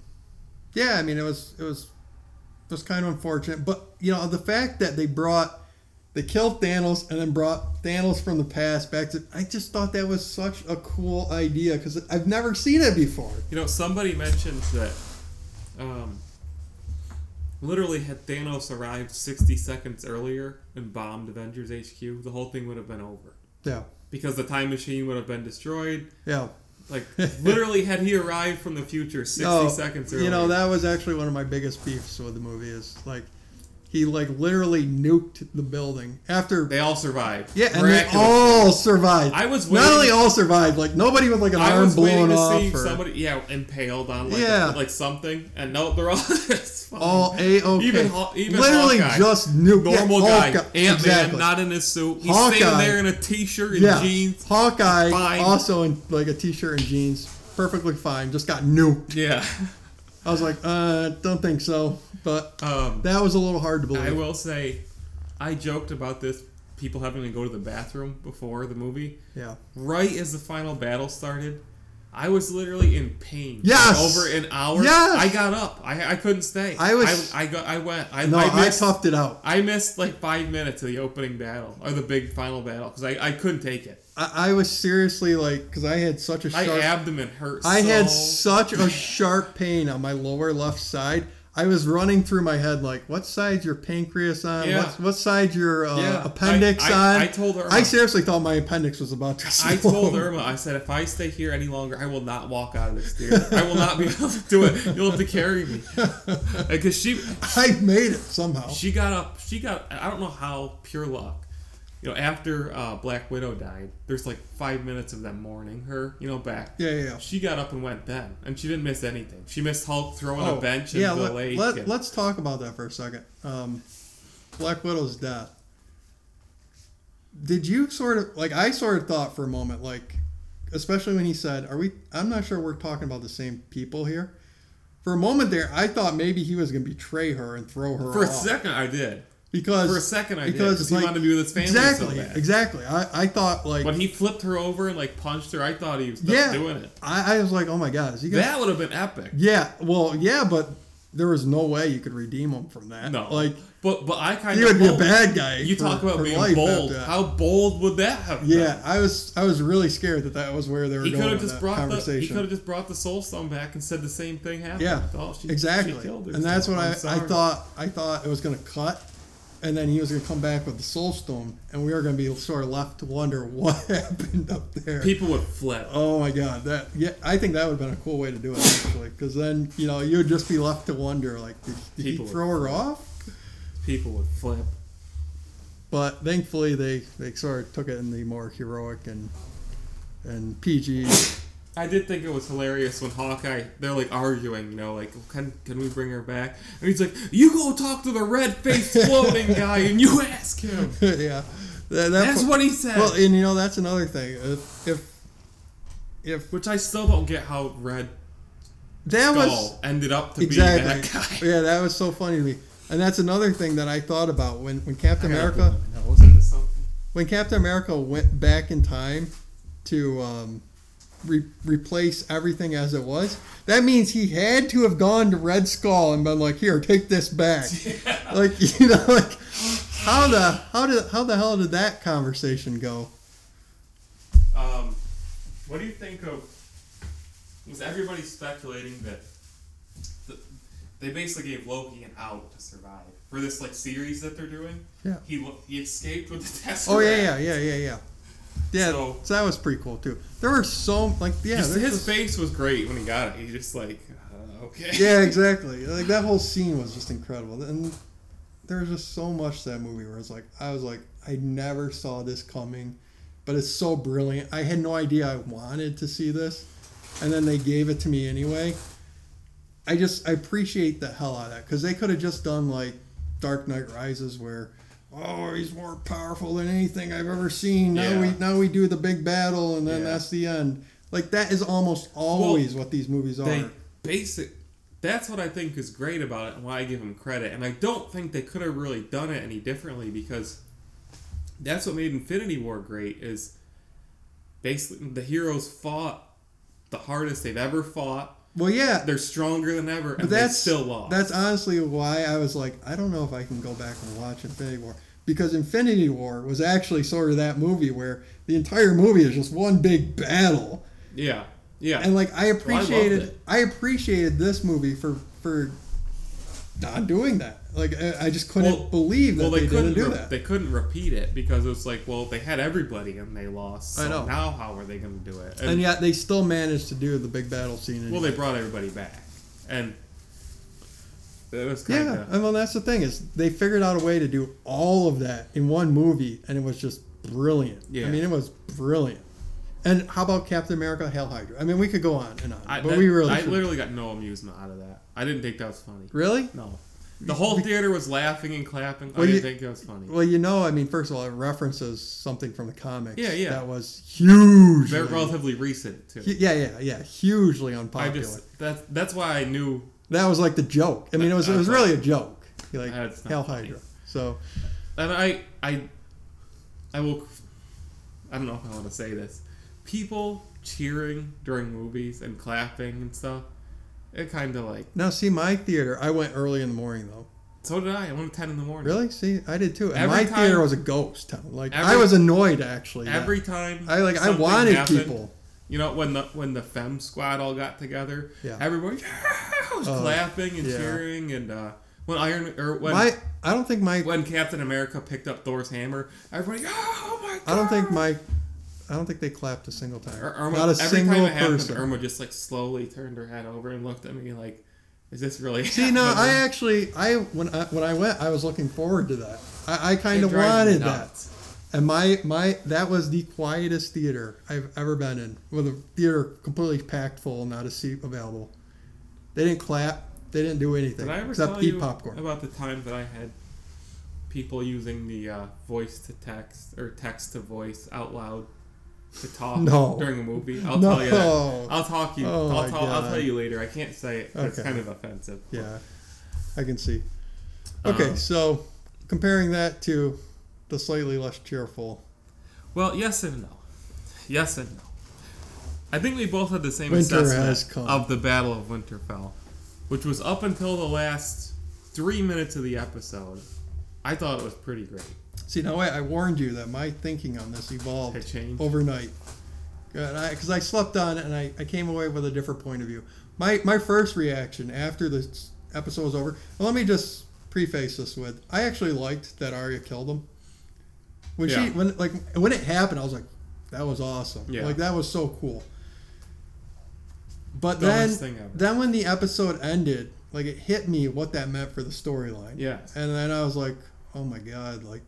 Speaker 2: yeah, I mean it was it was it was kind of unfortunate, but you know the fact that they brought they killed Thanos and then brought Thanos from the past back to. I just thought that was such a cool idea because I've never seen it before.
Speaker 1: You know, somebody mentioned that um, literally had Thanos arrived 60 seconds earlier and bombed Avengers HQ, the whole thing would have been over.
Speaker 2: Yeah,
Speaker 1: Because the time machine would have been destroyed.
Speaker 2: yeah.
Speaker 1: Like, literally, had he arrived from the future 60
Speaker 2: No,
Speaker 1: seconds earlier.
Speaker 2: Oh, You know that was actually one of my biggest beefs with the movie is like he like literally nuked the building after.
Speaker 1: They all survived.
Speaker 2: yeah, and they
Speaker 1: Miraculously.
Speaker 2: all survived.
Speaker 1: I was
Speaker 2: not
Speaker 1: waiting-
Speaker 2: only all survived, like nobody with like an
Speaker 1: I
Speaker 2: arm
Speaker 1: was waiting
Speaker 2: blown
Speaker 1: to
Speaker 2: off
Speaker 1: see
Speaker 2: or
Speaker 1: somebody, yeah, impaled on like,
Speaker 2: Yeah.
Speaker 1: like something, and no, they're all it's fine.
Speaker 2: all a okay.
Speaker 1: Even Haw- even
Speaker 2: literally
Speaker 1: Hawkeye.
Speaker 2: just nuked yeah,
Speaker 1: normal guy,
Speaker 2: Hawkeye.
Speaker 1: Ant Man,
Speaker 2: exactly.
Speaker 1: not in his suit. He's
Speaker 2: Hawkeye.
Speaker 1: standing there in a t-shirt and
Speaker 2: yeah.
Speaker 1: jeans.
Speaker 2: Hawkeye
Speaker 1: Fine.
Speaker 2: also in like a t-shirt and jeans, perfectly fine. Just got nuked.
Speaker 1: Yeah.
Speaker 2: I was like, uh, don't think so, but
Speaker 1: Um,
Speaker 2: that was a little hard to believe.
Speaker 1: I will say, I joked about this. People having to go to the bathroom before the movie.
Speaker 2: Yeah.
Speaker 1: Right as the final battle started, I was literally in pain.
Speaker 2: Yes!
Speaker 1: For over an hour.
Speaker 2: Yes!
Speaker 1: I got up. I, I couldn't stay.
Speaker 2: I was-
Speaker 1: I, I got. I went. I,
Speaker 2: No,
Speaker 1: I
Speaker 2: I,
Speaker 1: missed.
Speaker 2: toughed it out.
Speaker 1: I missed like five minutes of the opening battle or the big final battle because I, I couldn't take it.
Speaker 2: I, I was seriously like, because I had such a
Speaker 1: My
Speaker 2: sharp.
Speaker 1: abdomen hurt.
Speaker 2: I had
Speaker 1: so
Speaker 2: such a sharp pain on my lower left side. I was running through my head like, what side's your pancreas on?
Speaker 1: Yeah.
Speaker 2: What's, what side's your uh,
Speaker 1: Yeah.
Speaker 2: appendix
Speaker 1: I- I-
Speaker 2: on?
Speaker 1: I told Irma.
Speaker 2: I seriously thought my appendix was about to.
Speaker 1: I told
Speaker 2: explode.
Speaker 1: Irma, I said, if I stay here any longer, I will not walk out of this theater. I will not be able to do it. You'll have to carry me. Because she
Speaker 2: I made it somehow.
Speaker 1: she got up. She got. I don't know how pure luck. You know, after uh, Black Widow died, there's like five minutes of them mourning her. You know, back.
Speaker 2: Yeah, yeah. yeah.
Speaker 1: She got up and went then, and she didn't miss anything. She missed Hulk throwing a bench into
Speaker 2: Oh, yeah,
Speaker 1: the
Speaker 2: let,
Speaker 1: lake. and-
Speaker 2: Let, us talk about that for a second. Um, Black Widow's death. Did you sort of like? I sort of thought for a moment, like, especially when he said, "Are we?" I'm not sure we're talking about the same people here. For a moment there, I thought maybe he was going to betray her and throw her
Speaker 1: for a
Speaker 2: off.
Speaker 1: second, I did.
Speaker 2: because
Speaker 1: for a second I did, 'cause
Speaker 2: because
Speaker 1: he
Speaker 2: like,
Speaker 1: wanted to be with his family so
Speaker 2: Exactly,
Speaker 1: bad.
Speaker 2: exactly. I, I thought like
Speaker 1: When he flipped her over and like punched her, I thought he was done
Speaker 2: yeah,
Speaker 1: doing it.
Speaker 2: I, I was like, oh my god, is he going to
Speaker 1: That would have been epic.
Speaker 2: Yeah, well, yeah, but there was no way you could redeem him from that.
Speaker 1: No,
Speaker 2: like
Speaker 1: but but I kind
Speaker 2: he
Speaker 1: of
Speaker 2: would be a bad guy.
Speaker 1: You
Speaker 2: for-
Speaker 1: talk about
Speaker 2: for
Speaker 1: being
Speaker 2: life
Speaker 1: bold.
Speaker 2: after that.
Speaker 1: How bold would that have been?
Speaker 2: Yeah, I was I was really scared that that was where they were
Speaker 1: He could
Speaker 2: going.
Speaker 1: have
Speaker 2: with
Speaker 1: just
Speaker 2: that
Speaker 1: brought the he
Speaker 2: conversation.
Speaker 1: could have just brought the soul stone back and said the same thing happened.
Speaker 2: yeah,
Speaker 1: Oh, she-
Speaker 2: exactly.
Speaker 1: she killed
Speaker 2: and that's what
Speaker 1: herself. I'm
Speaker 2: I, I
Speaker 1: sorry.
Speaker 2: thought. I thought it was going to cut, and then he was going to come back with the soul stone, and we were going to be sort of left to wonder what happened up there.
Speaker 1: People would flip.
Speaker 2: Oh my god, that yeah, I think that would have been a cool way to do it actually, because then you know you would just be left to wonder like, did, did he
Speaker 1: People would-
Speaker 2: throw her off?
Speaker 1: People would flip.
Speaker 2: but thankfully they, they sort of took it in the more heroic and and PG.
Speaker 1: I did think it was hilarious when Hawkeye they're like arguing, you know, like can can we bring her back? And he's like, "You go talk to the red faced floating guy and you ask him."
Speaker 2: yeah, That- that
Speaker 1: That's
Speaker 2: pu-
Speaker 1: what he said.
Speaker 2: Well, and you know that's another thing. If if, if
Speaker 1: Which I still don't get how Red
Speaker 2: that was
Speaker 1: Skull ended up to be that guy.
Speaker 2: exactly yeah that was so funny to me, and that's another thing that I thought about when when Captain America when Captain America went back in time to um, re- replace everything as it was, that means he had to have gone to Red Skull and been like, "Here, take this back." Like you know, like how the how did how the hell did that conversation go?
Speaker 1: Um, what do you think of? Was everybody speculating that the, they basically gave Loki an out to survive for this like series that they're doing?
Speaker 2: Yeah.
Speaker 1: He lo- he escaped with the Tesseract.
Speaker 2: Oh yeah, yeah, yeah, yeah, yeah. Yeah, so,
Speaker 1: So-
Speaker 2: that was pretty cool too. There were so like yeah,
Speaker 1: Just-
Speaker 2: there
Speaker 1: his
Speaker 2: was-
Speaker 1: face was great when he got it. He just like uh, okay.
Speaker 2: yeah, exactly. Like that whole scene was just incredible, and there was just so much to that movie where it's like I was like I never saw this coming, but it's so brilliant. I had no idea I wanted to see this, and then they gave it to me anyway. I just I appreciate the hell out of that because they could have just done like Dark Knight Rises where oh he's more powerful than anything I've ever seen. Now we
Speaker 1: Yeah.
Speaker 2: now we do the big battle and then
Speaker 1: Yeah.
Speaker 2: that's the end. Like that is almost always what these movies are.
Speaker 1: They basic. That's what I think is great about it, and why I give him credit. And I don't think they could have really done it any differently because that's what made Infinity War great. Is basically the heroes fought the hardest they've ever fought.
Speaker 2: well, yeah,
Speaker 1: They're stronger than ever, and
Speaker 2: but that's
Speaker 1: they still lost.
Speaker 2: That's honestly why I was like, I don't know if I can go back and watch Infinity War because Infinity War was actually sort of that movie where the entire movie is just one big battle.
Speaker 1: yeah, yeah.
Speaker 2: And like I
Speaker 1: Oh, I loved
Speaker 2: appreciated,
Speaker 1: it.
Speaker 2: I, appreciated this movie for for not doing that. Like I, I just couldn't
Speaker 1: Well-
Speaker 2: believe that
Speaker 1: well,
Speaker 2: they,
Speaker 1: they, couldn't
Speaker 2: didn't do
Speaker 1: re-
Speaker 2: that.
Speaker 1: they couldn't repeat it because it's like, well, they had everybody and they lost. So
Speaker 2: I know.
Speaker 1: now how are they going to do it?
Speaker 2: and yet they still managed to do the big battle scene.
Speaker 1: well,
Speaker 2: anyway.
Speaker 1: they brought everybody back, and it was kind
Speaker 2: yeah,
Speaker 1: of
Speaker 2: I mean that's the thing is they figured out a way to do all of that in one movie, and it was just brilliant. I
Speaker 1: Yeah.
Speaker 2: mean it was brilliant. And how about Captain America: Hail Hydra? I mean we could go on and on,
Speaker 1: I,
Speaker 2: but
Speaker 1: that-
Speaker 2: we really
Speaker 1: I
Speaker 2: shouldn't.
Speaker 1: literally got no amusement out of that. I didn't think that was funny.
Speaker 2: really.
Speaker 1: No, the whole theater was laughing and clapping.
Speaker 2: Well,
Speaker 1: I didn't
Speaker 2: you-
Speaker 1: think that was funny.
Speaker 2: Well, you know, I mean, first of all, it references something from the comics.
Speaker 1: Yeah, yeah.
Speaker 2: That was huge.
Speaker 1: They're relatively recent too.
Speaker 2: Hu- Yeah, yeah, yeah. Hugely unpopular.
Speaker 1: I just that that's why I knew
Speaker 2: that was like the joke. I mean, it was it was
Speaker 1: That's
Speaker 2: really a joke. Like
Speaker 1: That's not
Speaker 2: Hell
Speaker 1: funny.
Speaker 2: Hydra. So
Speaker 1: and I I I will I don't know if I want to say this. People cheering during movies and clapping and stuff. It kind of like
Speaker 2: now, see, my theater. I went early in the morning though.
Speaker 1: so did I. I went at ten in the morning.
Speaker 2: Really? See, I did too. And
Speaker 1: Every
Speaker 2: my theater
Speaker 1: time-
Speaker 2: was a ghost town. Like I
Speaker 1: Every-
Speaker 2: was annoyed actually. that-
Speaker 1: Every time
Speaker 2: I like I
Speaker 1: something
Speaker 2: wanted
Speaker 1: happened,
Speaker 2: people.
Speaker 1: You know when the when the fem squad all got together,
Speaker 2: Yeah.
Speaker 1: everybody "Yeah!" was
Speaker 2: Oh,
Speaker 1: clapping and
Speaker 2: yeah.
Speaker 1: cheering, and uh, when Iron or when
Speaker 2: my I don't think my
Speaker 1: when Captain America picked up Thor's hammer, everybody oh my god!
Speaker 2: I don't think my I don't think they clapped a single time.
Speaker 1: Ir- Er, Irma,
Speaker 2: Not a
Speaker 1: every
Speaker 2: single
Speaker 1: time it happened,
Speaker 2: person.
Speaker 1: Irma just like slowly turned her head over and looked at me like, "Is this really?"
Speaker 2: See, no, I
Speaker 1: happening?"
Speaker 2: actually, I when I when I went, I was looking forward to that. I, I
Speaker 1: It
Speaker 2: kind of
Speaker 1: drives me
Speaker 2: wanted that,
Speaker 1: nuts.
Speaker 2: and my my that was the quietest theater I've ever been in, with a theater completely packed full, not a seat available. They didn't clap. They didn't do anything
Speaker 1: Did I ever
Speaker 2: except
Speaker 1: tell
Speaker 2: eat
Speaker 1: you
Speaker 2: popcorn.
Speaker 1: about the time that I had people using the uh, voice to text or text to voice out loud to talk
Speaker 2: No.
Speaker 1: during a movie? I'll
Speaker 2: No.
Speaker 1: tell you that. I'll talk you.
Speaker 2: Oh my
Speaker 1: I'll, tell, I'll
Speaker 2: God.
Speaker 1: tell you later. I can't say it. 'cause It's
Speaker 2: Okay.
Speaker 1: kind of offensive.
Speaker 2: Yeah, I can see. Okay,
Speaker 1: Um,
Speaker 2: so comparing that to the slightly less cheerful.
Speaker 1: Well, yes and no. Yes and no. I think we both had the same
Speaker 2: Winter
Speaker 1: assessment
Speaker 2: has come.
Speaker 1: of the Battle of Winterfell, which was up until the last three minutes of the episode. I thought it was pretty great.
Speaker 2: See, now I, I warned you that my thinking on this evolved.
Speaker 1: It changed.
Speaker 2: overnight. Because I, slept on it and I, I came away with a different point of view. My, my first reaction after this episode was over, well, let me just preface this with I actually liked that Arya killed him. When she
Speaker 1: Yeah.
Speaker 2: when like when it happened, I was like, that was awesome.
Speaker 1: Yeah.
Speaker 2: Like that was so cool. But then
Speaker 1: Dumbest thing ever.
Speaker 2: then when the episode ended, like it hit me what that meant for the storyline.
Speaker 1: Yes.
Speaker 2: And then I was like, oh my god, like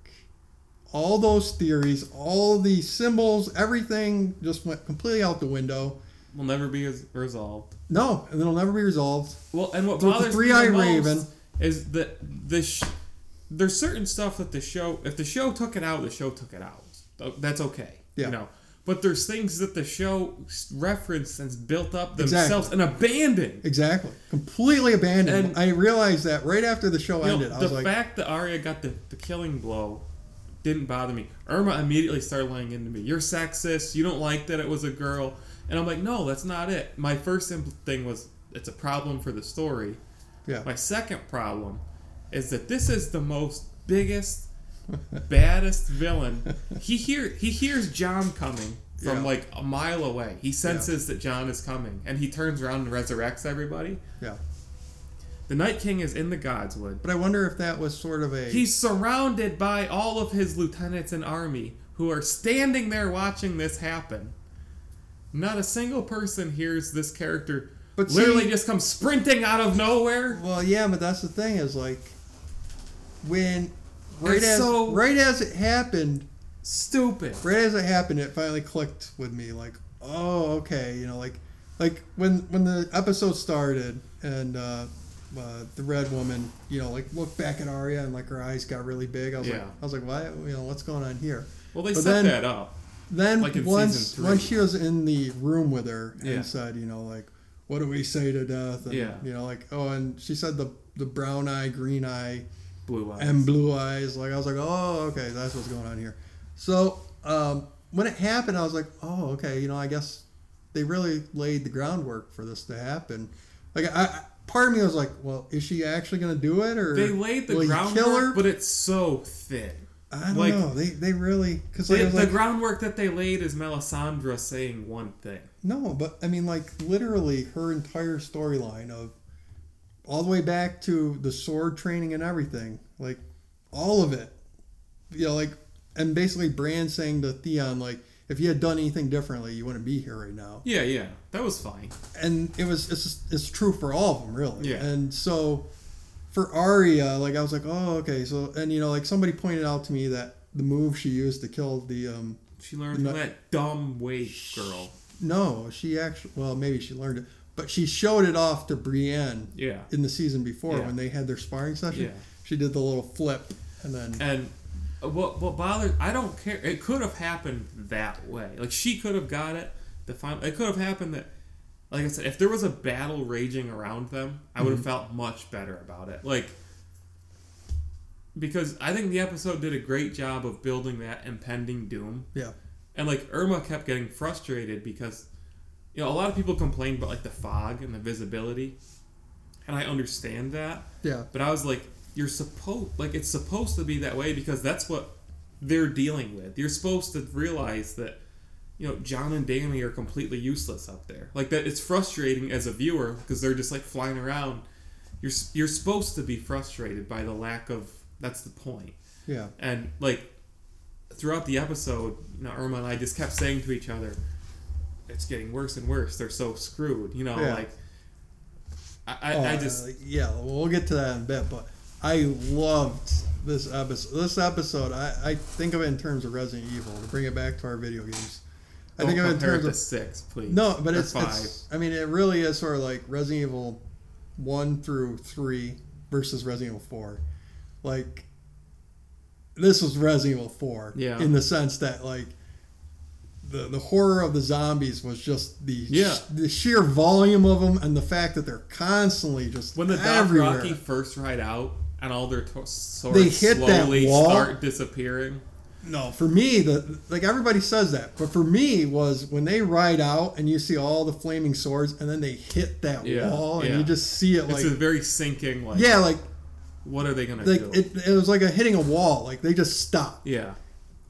Speaker 2: all those theories, all the symbols, everything just went completely out the window.
Speaker 1: Will never be as resolved.
Speaker 2: No, and it'll never be resolved.
Speaker 1: Well, and what
Speaker 2: With the
Speaker 1: bothers
Speaker 2: three-eyed
Speaker 1: me the most
Speaker 2: raven.
Speaker 1: is that the sh- there's certain stuff that the show if the show took it out, the show took it out. Th- That's okay.
Speaker 2: Yeah.
Speaker 1: You know. But there's things that the show s- referenced and s- built up
Speaker 2: Exactly.
Speaker 1: themselves and abandoned.
Speaker 2: Exactly. Completely abandoned.
Speaker 1: And-
Speaker 2: I realized that right after the show
Speaker 1: You know,
Speaker 2: ended. I
Speaker 1: the
Speaker 2: was like,
Speaker 1: fact that Arya got the, the killing blow didn't bother me. Irma immediately started lying into me. You're sexist. You don't like that it was a girl. And I'm like, no, that's not it. My first simple thing was it's a problem for the story.
Speaker 2: yeah.
Speaker 1: My second problem is that this is the most biggest, baddest villain. He hear he hears John coming from
Speaker 2: Yeah.
Speaker 1: like a mile away. He senses that John is coming, and he turns around and resurrects everybody.
Speaker 2: Yeah.
Speaker 1: The Night King is in the Godswood.
Speaker 2: But I wonder if that was sort of a.
Speaker 1: He's surrounded by all of his lieutenants and army who are standing there watching this happen. Not a single person hears this character
Speaker 2: But see-
Speaker 1: literally just come sprinting out of nowhere.
Speaker 2: Well, yeah, but that's the thing is like when right
Speaker 1: It's
Speaker 2: as
Speaker 1: so-
Speaker 2: right as it happened,
Speaker 1: Stupid.
Speaker 2: right as it happened, it finally clicked with me. Like, oh, okay, you know, like like when when the episode started and uh, uh, the red woman, you know, like looked back at Arya and like her eyes got really big. I was like,
Speaker 1: Yeah.
Speaker 2: I was like, why? You know, what's going on here?
Speaker 1: Well, they
Speaker 2: But
Speaker 1: set
Speaker 2: then-
Speaker 1: that up.
Speaker 2: Then
Speaker 1: Like in
Speaker 2: once
Speaker 1: season
Speaker 2: once
Speaker 1: three.
Speaker 2: she was in the room with her and
Speaker 1: Yeah.
Speaker 2: said, you know, like, what do we say to death? And,
Speaker 1: Yeah.
Speaker 2: You know, like, oh, and she said the the brown eye, green eye,
Speaker 1: Blue eyes.
Speaker 2: and blue eyes. Like I was like, oh, okay, that's what's going on here. So um, when it happened, I was like, oh, okay, you know, I guess they really laid the groundwork for this to happen. Like I, I part of me was like, well, is she actually going to do it or
Speaker 1: they laid the
Speaker 2: will you kill her?
Speaker 1: groundwork, but it's so thin.
Speaker 2: I don't
Speaker 1: like-
Speaker 2: know. They they really because
Speaker 1: The,
Speaker 2: like, I was
Speaker 1: the
Speaker 2: like
Speaker 1: groundwork that they laid is Melisandre saying one thing.
Speaker 2: no, but I mean like literally her entire storyline of all the way back to the sword training and everything, like all of it. You know, like and basically Bran saying to Theon like if you had done anything differently, you wouldn't be here right now.
Speaker 1: Yeah, yeah, that was fine.
Speaker 2: And it was it's just, it's true for all of them really.
Speaker 1: Yeah.
Speaker 2: And so for Arya, like I was like, oh okay, so and you know like somebody pointed out to me that the move she used to kill the um
Speaker 1: She learned from
Speaker 2: No.
Speaker 1: that dumb waif girl.
Speaker 2: No, she actually. Well, maybe she learned it, but she showed it off to Brienne
Speaker 1: Yeah,
Speaker 2: in the season before
Speaker 1: Yeah.
Speaker 2: when they had their sparring session.
Speaker 1: Yeah.
Speaker 2: She did the little flip, and then
Speaker 1: and uh, what what bothered? I don't care. It could have happened that way. Like she could have got it. The final. It could have happened that. Like I said, if there was a battle raging around them, I would have felt much better about it. Like. Because I think the episode did a great job of building that impending doom.
Speaker 2: yeah,
Speaker 1: And like Irma kept getting frustrated because you know, a lot of people complained about like the fog and the visibility. And I understand that,
Speaker 2: yeah,
Speaker 1: but I was like you're supposed like it's supposed to be that way because that's what they're dealing with. You're supposed to realize that you know, John and Danny are completely useless up there. Like that it's frustrating as a viewer because they're just like flying around. You're s- you're supposed to be frustrated by the lack of that's the point.
Speaker 2: yeah,
Speaker 1: And like throughout the episode, you know, Irma and I just kept saying to each other, "It's getting worse and worse. They're so screwed." You know,
Speaker 2: Yeah.
Speaker 1: like I, I,
Speaker 2: Oh,
Speaker 1: I
Speaker 2: uh,
Speaker 1: just
Speaker 2: yeah. We'll get to that in a bit, but I loved this episode. This episode, I, I think of it in terms of Resident Evil to bring it back to our video games. I
Speaker 1: don't
Speaker 2: think of it in
Speaker 1: compare it
Speaker 2: terms
Speaker 1: to
Speaker 2: of
Speaker 1: six, please.
Speaker 2: No, but
Speaker 1: Or
Speaker 2: it's, it's. I mean, it really is sort of like Resident Evil one through three versus Resident Evil four. Like, this was Resident Evil four.
Speaker 1: Yeah.
Speaker 2: In the sense that like. The, the horror of the zombies was just the
Speaker 1: Yeah.
Speaker 2: the sheer volume of them and the fact that they're constantly just
Speaker 1: when the Doc
Speaker 2: everywhere.
Speaker 1: Rocky first ride out and all their to- swords
Speaker 2: They hit that
Speaker 1: slowly
Speaker 2: wall.
Speaker 1: start disappearing.
Speaker 2: No, for me, the like everybody says that, but for me was when they ride out and you see all the flaming swords and then they hit that
Speaker 1: Yeah,
Speaker 2: wall and
Speaker 1: yeah.
Speaker 2: you just see it
Speaker 1: it's
Speaker 2: like
Speaker 1: a very sinking. Like,
Speaker 2: yeah, like
Speaker 1: what are they gonna
Speaker 2: like
Speaker 1: do?
Speaker 2: it, it was like a hitting a wall. Like they just stop,
Speaker 1: yeah.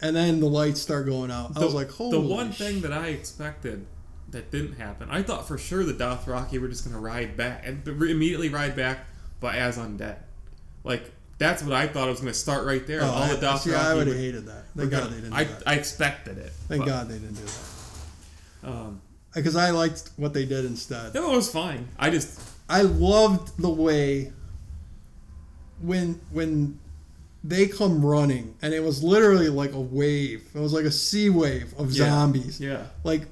Speaker 2: and then the lights start going out. I was like, holy.
Speaker 1: the one
Speaker 2: sh-"
Speaker 1: thing that I expected that didn't happen. I thought for sure the Dothraki were just gonna ride back and b- immediately ride back, but as undead. Like that's what I thought it was gonna start right there.
Speaker 2: Oh,
Speaker 1: and all the
Speaker 2: I,
Speaker 1: Dothraki.
Speaker 2: see, I would have
Speaker 1: were-
Speaker 2: hated that.
Speaker 1: were
Speaker 2: Thank God
Speaker 1: gonna-
Speaker 2: they didn't.
Speaker 1: I,
Speaker 2: do that.
Speaker 1: I expected it.
Speaker 2: Thank
Speaker 1: but,
Speaker 2: God they didn't do that.
Speaker 1: Um,
Speaker 2: Because I liked what they did instead.
Speaker 1: no, it was fine. I just
Speaker 2: I loved the way when when they come running, and it was literally like a wave. It was like a sea wave of
Speaker 1: Yeah.
Speaker 2: zombies.
Speaker 1: yeah.
Speaker 2: like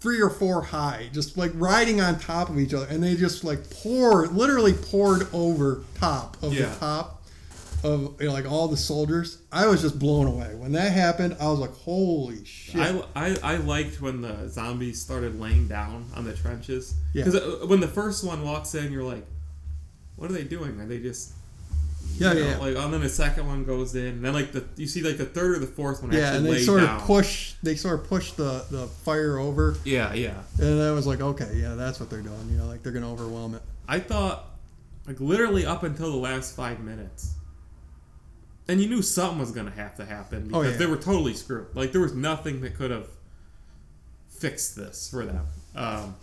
Speaker 2: three or four high, just like riding on top of each other, and they just like poured, literally poured over top of
Speaker 1: Yeah.
Speaker 2: the top of you know, like all the soldiers. I was just blown away when that happened. I was like, holy shit!
Speaker 1: I, I, I liked when the zombies started laying down on the trenches.
Speaker 2: Yeah.
Speaker 1: Because when the first one walks in, you're like, what are they doing? Are they just. you
Speaker 2: Yeah,
Speaker 1: know,
Speaker 2: yeah, yeah.
Speaker 1: Like, and then the second one goes in, and then like the you see like the third or the fourth one
Speaker 2: yeah,
Speaker 1: actually
Speaker 2: and they
Speaker 1: lay
Speaker 2: sort
Speaker 1: down.
Speaker 2: of push, they sort of push the the fire over,
Speaker 1: Yeah, yeah.
Speaker 2: and I was like, okay, yeah, that's what they're doing. You know, like they're gonna overwhelm it.
Speaker 1: I thought like literally up until the last five minutes, and you knew something was gonna have to happen because
Speaker 2: Oh, yeah.
Speaker 1: they were totally screwed. Like there was nothing that could have fixed this for them. Um,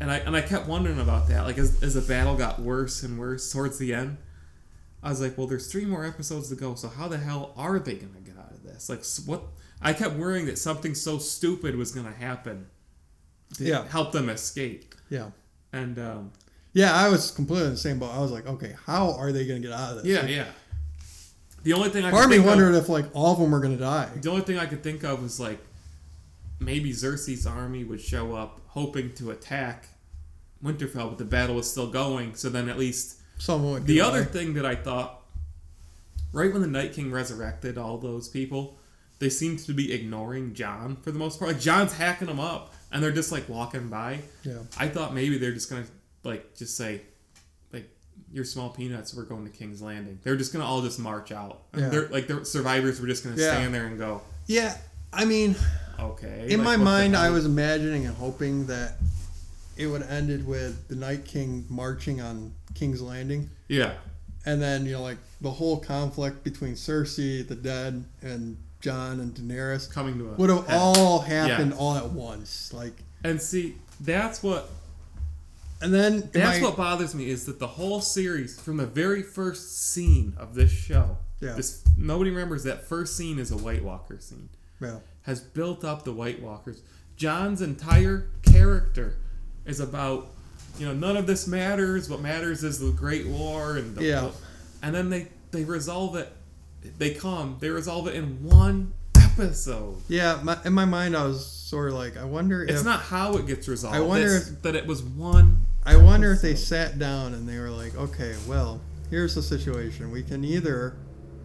Speaker 1: and I and I kept wondering about that. Like as, as the battle got worse and worse towards the end, I was like, well, there's three more episodes to go. So how the hell are they gonna get out of this? Like s- what? I kept worrying that something so stupid was gonna happen to
Speaker 2: Yeah.
Speaker 1: help them escape.
Speaker 2: Yeah.
Speaker 1: And um,
Speaker 2: Yeah, I was completely in the same boat. I was like, okay, how are they going to get out of this?
Speaker 1: Yeah, yeah. The only thing I
Speaker 2: Part
Speaker 1: could
Speaker 2: of me
Speaker 1: think
Speaker 2: wondered
Speaker 1: of,
Speaker 2: if like all of them were going to die.
Speaker 1: the only thing I could think of was like maybe Xerxes' army would show up hoping to attack Winterfell, but the battle was still going. So then at least
Speaker 2: Someone would
Speaker 1: the
Speaker 2: get
Speaker 1: other
Speaker 2: away.
Speaker 1: thing that I thought, right when the Night King resurrected all those people, they seemed to be ignoring John for the most part. Like John's hacking them up, and they're just like walking by.
Speaker 2: Yeah.
Speaker 1: I thought maybe they're just gonna like just say, like, "You're small peanuts. We're going to King's Landing." They're just gonna all just march out.
Speaker 2: Yeah.
Speaker 1: They're like the survivors were just gonna
Speaker 2: Yeah.
Speaker 1: stand there and go,
Speaker 2: Yeah. I mean,
Speaker 1: "Okay." like,
Speaker 2: in my
Speaker 1: what the
Speaker 2: mind, I
Speaker 1: hell?
Speaker 2: was imagining and hoping that it would have ended with the Night King marching on King's Landing.
Speaker 1: yeah,
Speaker 2: And then, you know, like the whole conflict between Cersei, the dead, and John and Daenerys
Speaker 1: coming to a
Speaker 2: would have
Speaker 1: head.
Speaker 2: all happened all at once. Like,
Speaker 1: And see, that's what
Speaker 2: and then
Speaker 1: That's
Speaker 2: my-
Speaker 1: what bothers me is that the whole series, from the very first scene of this show,
Speaker 2: Yeah.
Speaker 1: this, nobody remembers that first scene is a White Walker scene,
Speaker 2: yeah,
Speaker 1: has built up the White Walkers. John's entire character is about, you know, none of this matters. What matters is the Great War and the,
Speaker 2: Yeah.
Speaker 1: and then they they resolve it. They come. They resolve it in one episode.
Speaker 2: yeah. My, in my mind, I was sort of like, I wonder
Speaker 1: It's
Speaker 2: if
Speaker 1: not how it gets resolved.
Speaker 2: I wonder
Speaker 1: it's that it was one.
Speaker 2: I wonder if they
Speaker 1: episode.
Speaker 2: sat down and they were like, okay, well, here's the situation. We can either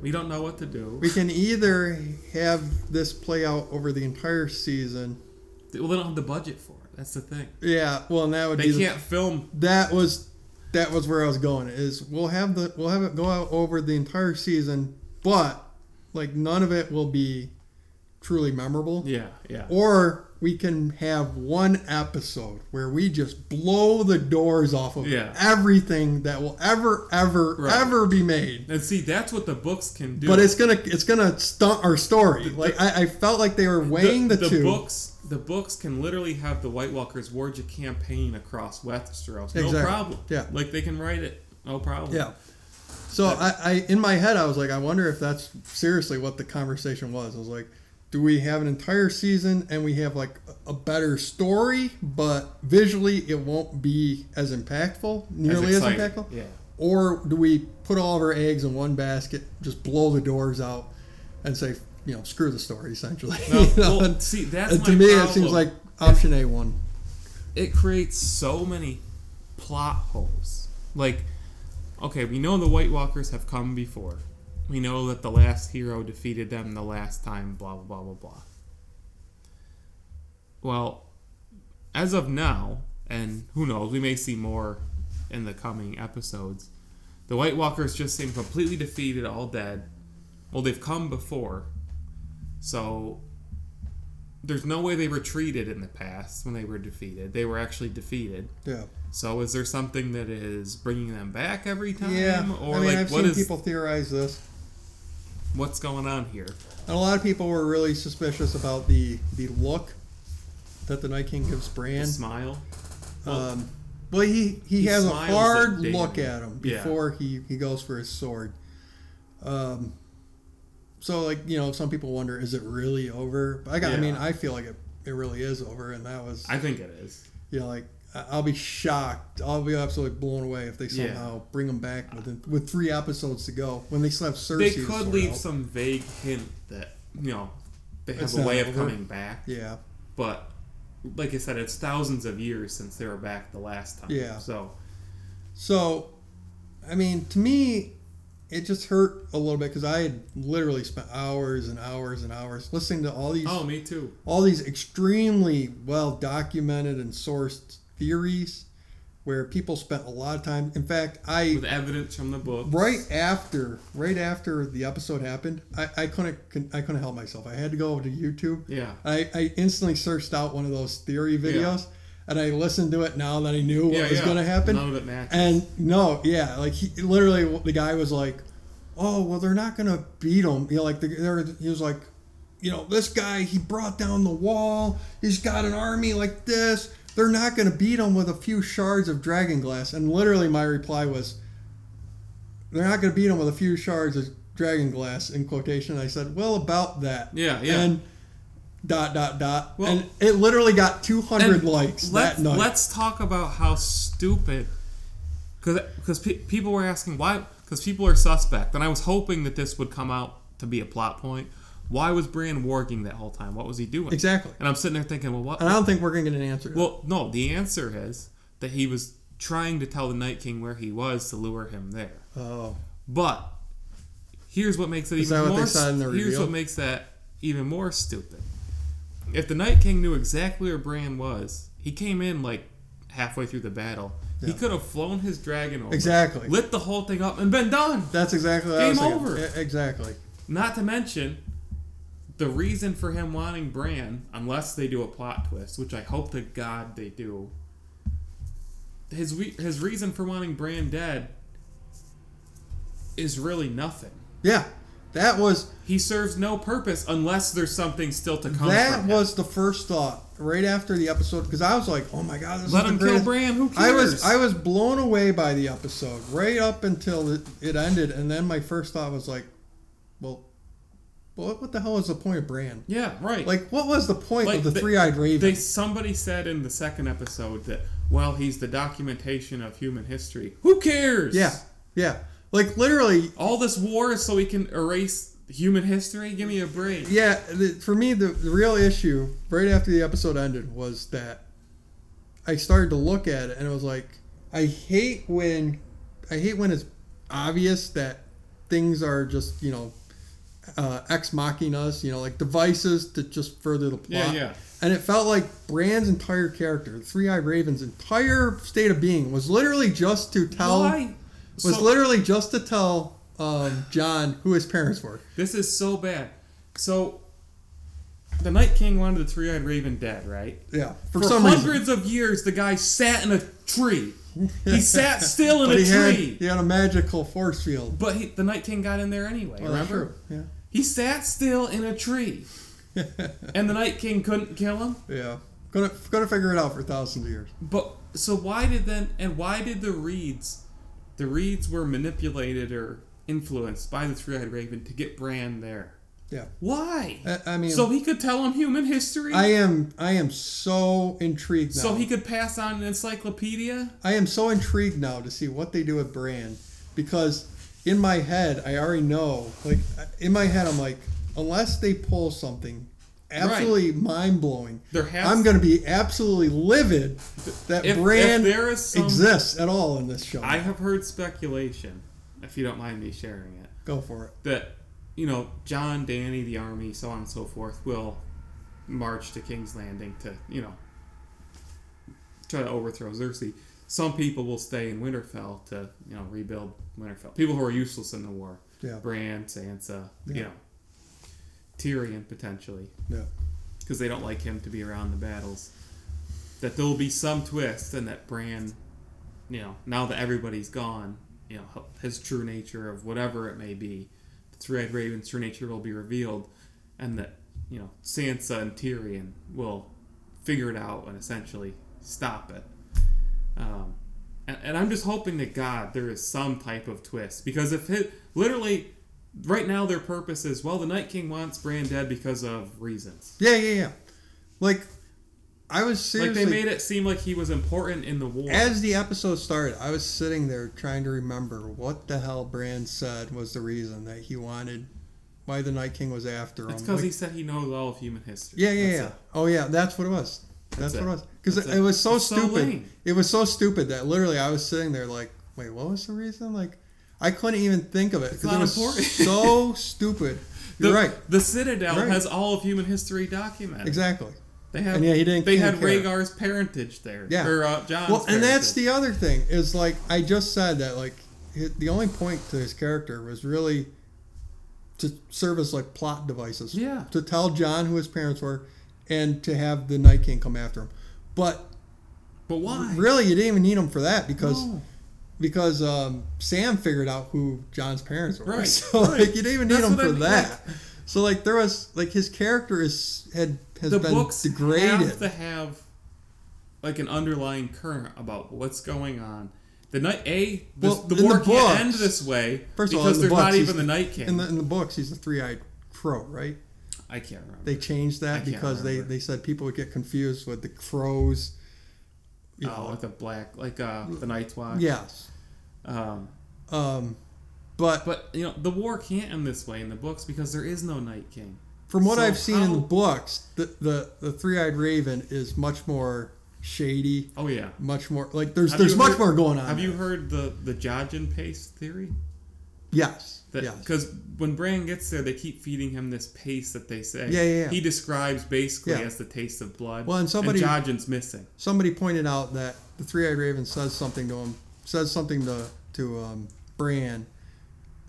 Speaker 1: We don't know what to do.
Speaker 2: we can either have this play out over the entire season.
Speaker 1: Well, they don't have the budget for it. That's the thing.
Speaker 2: Yeah, well, and that would
Speaker 1: They
Speaker 2: be the-
Speaker 1: can't film.
Speaker 2: that was that was where I was going. Is we'll have the we'll have it go out over the entire season, but like none of it will be truly memorable.
Speaker 1: Yeah, yeah.
Speaker 2: Or we can have one episode where we just blow the doors off of
Speaker 1: Yeah.
Speaker 2: everything that will ever, ever,
Speaker 1: Right.
Speaker 2: ever be made.
Speaker 1: And see, that's what the books can do.
Speaker 2: But it's gonna it's gonna stunt our story. Like I, I felt like they were weighing the, two.
Speaker 1: books. The books can literally have the White Walkers wage a campaign across Westeros. No
Speaker 2: Exactly.
Speaker 1: problem.
Speaker 2: Yeah.
Speaker 1: like they can write it. No problem.
Speaker 2: Yeah. So I, I in my head I was like, I wonder if that's seriously what the conversation was. I was like, do we have an entire season and we have like a better story, but visually it won't be as impactful,
Speaker 1: As
Speaker 2: nearly as,
Speaker 1: exciting.
Speaker 2: impactful?
Speaker 1: Yeah.
Speaker 2: Or do we put all of our eggs in one basket, just blow the doors out and say, you know, screw the story essentially.
Speaker 1: No,
Speaker 2: You know,
Speaker 1: well,
Speaker 2: and-
Speaker 1: see, that's
Speaker 2: and to
Speaker 1: my
Speaker 2: me it
Speaker 1: problem.
Speaker 2: seems like option A one.
Speaker 1: it creates so many plot holes. Like, okay, we know the White Walkers have come before. We know that the last hero defeated them the last time, blah, blah, blah, blah, blah. Well, as of now, and who knows, we may see more in the coming episodes, the White Walkers just seem completely defeated, all dead. Well, they've come before, so there's no way they retreated in the past when they were defeated. They were actually defeated.
Speaker 2: Yeah.
Speaker 1: So is there something that is bringing them back every time?
Speaker 2: Yeah.
Speaker 1: Or
Speaker 2: I mean
Speaker 1: like
Speaker 2: I've
Speaker 1: what
Speaker 2: seen
Speaker 1: is-
Speaker 2: people theorize this.
Speaker 1: what's going on here?
Speaker 2: And a lot of people were really suspicious about the the look that the Night King gives
Speaker 1: The
Speaker 2: Bran.
Speaker 1: smile. well-
Speaker 2: Um, well, he, he,
Speaker 1: He
Speaker 2: has a
Speaker 1: smiles
Speaker 2: hard
Speaker 1: at Daemon.
Speaker 2: look at him
Speaker 1: Yeah.
Speaker 2: before he, he goes for his sword. Um, so like you know, some people wonder is it really over? But I got, I
Speaker 1: Yeah.
Speaker 2: mean, I feel like it, it really is over, and that was
Speaker 1: I think it is.
Speaker 2: you know like I- I'll be shocked, I'll be absolutely blown away if they
Speaker 1: Yeah.
Speaker 2: somehow bring him back within, with three episodes to go when they still have Cersei.
Speaker 1: They
Speaker 2: to
Speaker 1: could
Speaker 2: sort
Speaker 1: leave
Speaker 2: out.
Speaker 1: some vague hint that you know they have
Speaker 2: It's
Speaker 1: a
Speaker 2: not
Speaker 1: way of
Speaker 2: over.
Speaker 1: coming back.
Speaker 2: Yeah.
Speaker 1: But like I said, it's thousands of years since they were back the last time.
Speaker 2: Yeah.
Speaker 1: So
Speaker 2: So, I mean, to me, it just hurt a little bit because I had literally spent hours and hours and hours listening to all these
Speaker 1: oh, me too.
Speaker 2: all these extremely well documented and sourced theories, where people spent a lot of time. In fact, I
Speaker 1: With evidence from the book.
Speaker 2: right after right after the episode happened, I, I couldn't con- I couldn't help myself. I had to go over to YouTube.
Speaker 1: Yeah.
Speaker 2: I, I instantly searched out one of those theory videos. And I listened to it now that I knew what
Speaker 1: yeah,
Speaker 2: was
Speaker 1: yeah.
Speaker 2: going to happen.
Speaker 1: None of it matches.
Speaker 2: And no, yeah, like he literally, the guy was like, "Oh, well, they're not gonna beat him." You know, like the, there, he was like, "You know, this guy, he brought down the wall. He's got an army like this. They're not gonna beat him with a few shards of dragon glass." And literally, my reply was, "They're not gonna beat him with a few shards of dragon glass." In quotation, I said, "Well, about that."
Speaker 1: Yeah, yeah.
Speaker 2: And dot dot dot.
Speaker 1: Well-
Speaker 2: and it literally got 200
Speaker 1: And
Speaker 2: likes
Speaker 1: let's,
Speaker 2: that night.
Speaker 1: Let's talk about how stupid, because pe- people were asking why, because people are suspect, and I was hoping that this would come out to be a plot point. Why was Brian warging that whole time? What was he doing?
Speaker 2: Exactly.
Speaker 1: And I'm sitting there thinking, well, what?
Speaker 2: And I don't think we're going to get an answer. to that.
Speaker 1: Well, no. The answer is that he was trying to tell the Night King where he was to lure him there.
Speaker 2: oh,
Speaker 1: But here's what makes it
Speaker 2: Is
Speaker 1: even
Speaker 2: that what
Speaker 1: more.
Speaker 2: they said in the
Speaker 1: here's
Speaker 2: reveal?
Speaker 1: what makes that even more stupid. If the Night King knew exactly where Bran was, he came in like halfway through the battle. He
Speaker 2: Yeah.
Speaker 1: could have flown his dragon over,
Speaker 2: Exactly.
Speaker 1: lit the whole thing up, and been done.
Speaker 2: that's exactly what
Speaker 1: Game
Speaker 2: I was thinking.
Speaker 1: over.
Speaker 2: E- Exactly.
Speaker 1: Not to mention, the reason for him wanting Bran, unless they do a plot twist, which I hope to God they do, his re- his reason for wanting Bran dead is really nothing.
Speaker 2: Yeah, that was
Speaker 1: He serves no purpose unless there's something still to come.
Speaker 2: that
Speaker 1: from him.
Speaker 2: was the first thought right after the episode because I was like, oh my god, this
Speaker 1: let
Speaker 2: is
Speaker 1: him
Speaker 2: the
Speaker 1: kill
Speaker 2: greatest.
Speaker 1: Bran. Who
Speaker 2: I
Speaker 1: cares?
Speaker 2: was I was blown away by the episode right up until it, it ended, and then my first thought was like, well, what what the hell was the point of Bran?
Speaker 1: yeah right.
Speaker 2: Like, what was the point
Speaker 1: Like,
Speaker 2: of the
Speaker 1: they-
Speaker 2: three eyed raven?
Speaker 1: They somebody said in the second episode that well he's the documentation of human history. Who cares?
Speaker 2: yeah, yeah. Like literally,
Speaker 1: All this war is so we can erase human history? Give me a break.
Speaker 2: yeah. The, for me, the, the real issue right after the episode ended was that I started to look at it, and it was like, I hate when, I hate when it's obvious that things are just you know, uh, ex mocking us. You know, like devices to just further the plot.
Speaker 1: Yeah, yeah.
Speaker 2: And it felt like Brand's entire character, the Three Eyed Raven's entire state of being, was literally just to tell.
Speaker 1: Why?
Speaker 2: was
Speaker 1: So-
Speaker 2: literally just to tell um, John who his parents were.
Speaker 1: This is so bad. So the Night King wanted the three-eyed raven dead, right?
Speaker 2: Yeah,
Speaker 1: For,
Speaker 2: for, some reason.
Speaker 1: hundreds of years, the guy sat in a tree. He sat still in
Speaker 2: But
Speaker 1: a
Speaker 2: he had,
Speaker 1: tree.
Speaker 2: he had a magical force field.
Speaker 1: But he, the Night King got in there anyway.
Speaker 2: Well, that's
Speaker 1: remember?
Speaker 2: true.
Speaker 1: He sat still in a tree, and the Night King couldn't kill him.
Speaker 2: Yeah, yeah. Gonna gonna figure it out for thousands of years.
Speaker 1: But so why did then and why did the reeds, the reeds were manipulated or influenced by the three-eyed raven to get Bran there?
Speaker 2: Yeah.
Speaker 1: Why?
Speaker 2: I, I mean,
Speaker 1: so he could tell him human history.
Speaker 2: I am I am so intrigued now.
Speaker 1: so he could pass on an encyclopedia.
Speaker 2: I am so intrigued now to see what they do with Brand because in my head I already know. Like in my head, I'm like, unless they pull something absolutely mind blowing,
Speaker 1: There has
Speaker 2: I'm going to be absolutely livid that
Speaker 1: if,
Speaker 2: Brand
Speaker 1: if there is some.
Speaker 2: exists at all in this show.
Speaker 1: I have heard speculation, if you don't mind me sharing it,
Speaker 2: Go for it.
Speaker 1: that you know John, Danny, the army, so on and so forth, will march to King's Landing to you know try to overthrow Cersei. Some people will stay in Winterfell to you know rebuild Winterfell. People who are useless in the war,
Speaker 2: Yeah,
Speaker 1: Bran, Sansa, you
Speaker 2: Yeah.
Speaker 1: know, Tyrion potentially.
Speaker 2: yeah,
Speaker 1: because they don't like him to be around the battles. That there will be some twist, and that Bran, you know, now that everybody's gone, you know, his true nature of whatever it may be, the Three-Eyed Raven's true nature will be revealed, and that you know Sansa and Tyrion will figure it out and essentially stop it. Um, and, and I'm just hoping to God there is some type of twist because if it literally right now their purpose is well the Night King wants Bran dead because of reasons.
Speaker 2: yeah, yeah, yeah. Like I was seriously
Speaker 1: Like they made it seem like he was important in the war.
Speaker 2: as the episode started, I was sitting there trying to remember what the hell Brand said was the reason that he wanted why the Night King was after him.
Speaker 1: it's because
Speaker 2: Like-
Speaker 1: he said he knows all of human history.
Speaker 2: Yeah, yeah,
Speaker 1: That's
Speaker 2: yeah.
Speaker 1: it.
Speaker 2: Oh, yeah. That's what it was.
Speaker 1: That's
Speaker 2: That's, what
Speaker 1: it.
Speaker 2: it was. Because
Speaker 1: That's
Speaker 2: it,
Speaker 1: it.
Speaker 2: it was so
Speaker 1: It's so
Speaker 2: stupid.
Speaker 1: lame.
Speaker 2: it was so stupid that literally I was sitting there like, wait, what was the reason? Like, I couldn't even think of it because
Speaker 1: not
Speaker 2: it was
Speaker 1: important.
Speaker 2: so stupid. You're
Speaker 1: The,
Speaker 2: right.
Speaker 1: the Citadel
Speaker 2: You're right.
Speaker 1: has all of human history documented.
Speaker 2: Exactly.
Speaker 1: They have.
Speaker 2: And yeah, he didn't-
Speaker 1: They
Speaker 2: he
Speaker 1: had
Speaker 2: didn't care.
Speaker 1: Rhaegar's parentage there.
Speaker 2: Yeah.
Speaker 1: Or uh, John's.
Speaker 2: well, and that's
Speaker 1: parentage.
Speaker 2: the other thing is like I just said that like hi- the only point to his character was really to serve as like plot devices.
Speaker 1: Yeah.
Speaker 2: To tell John who his parents were, and to have the Night King come after him, but
Speaker 1: But why?
Speaker 2: really you didn't even need him for that because
Speaker 1: No.
Speaker 2: because um, Sam figured out who John's parents were.
Speaker 1: Right,
Speaker 2: So
Speaker 1: right.
Speaker 2: like you didn't even need
Speaker 1: That's
Speaker 2: him
Speaker 1: what I
Speaker 2: for
Speaker 1: mean,
Speaker 2: that. So like there was like his character is had has
Speaker 1: the
Speaker 2: been
Speaker 1: books
Speaker 2: degraded.
Speaker 1: have to have like an underlying current about what's going on. The night a the,
Speaker 2: Well,
Speaker 1: the
Speaker 2: in the
Speaker 1: war can't
Speaker 2: books-
Speaker 1: end this way
Speaker 2: First of all,
Speaker 1: because
Speaker 2: in
Speaker 1: there's
Speaker 2: the books,
Speaker 1: not
Speaker 2: he's
Speaker 1: even the night king.
Speaker 2: in the in the books he's the three eyed crow, right?
Speaker 1: I can't remember.
Speaker 2: They changed
Speaker 1: I
Speaker 2: that
Speaker 1: can't
Speaker 2: because they,
Speaker 1: remember.
Speaker 2: they said people would get confused with the crows. You
Speaker 1: oh,
Speaker 2: know,
Speaker 1: like the black, like uh, the Night's Watch.
Speaker 2: yes.
Speaker 1: Um,
Speaker 2: Um, but
Speaker 1: But you know, the war can't end this way in the books because there is no Night King.
Speaker 2: from what
Speaker 1: So
Speaker 2: I've seen in the
Speaker 1: how-
Speaker 2: books, the the, the three eyed raven is much more shady,
Speaker 1: Oh yeah.
Speaker 2: much more like there's
Speaker 1: Have
Speaker 2: there's
Speaker 1: you
Speaker 2: much
Speaker 1: heard-
Speaker 2: more going on.
Speaker 1: Have you
Speaker 2: there.
Speaker 1: heard the the Jajin paste theory?
Speaker 2: Yes. yes.
Speaker 1: Because when Bran gets there, they keep feeding him this paste that they say.
Speaker 2: Yeah, yeah, yeah.
Speaker 1: He describes basically
Speaker 2: Yeah.
Speaker 1: as the taste of blood.
Speaker 2: Well, and somebody-
Speaker 1: Jajin's missing.
Speaker 2: Somebody pointed out that the three eyed raven says something to him, says something to to um, Bran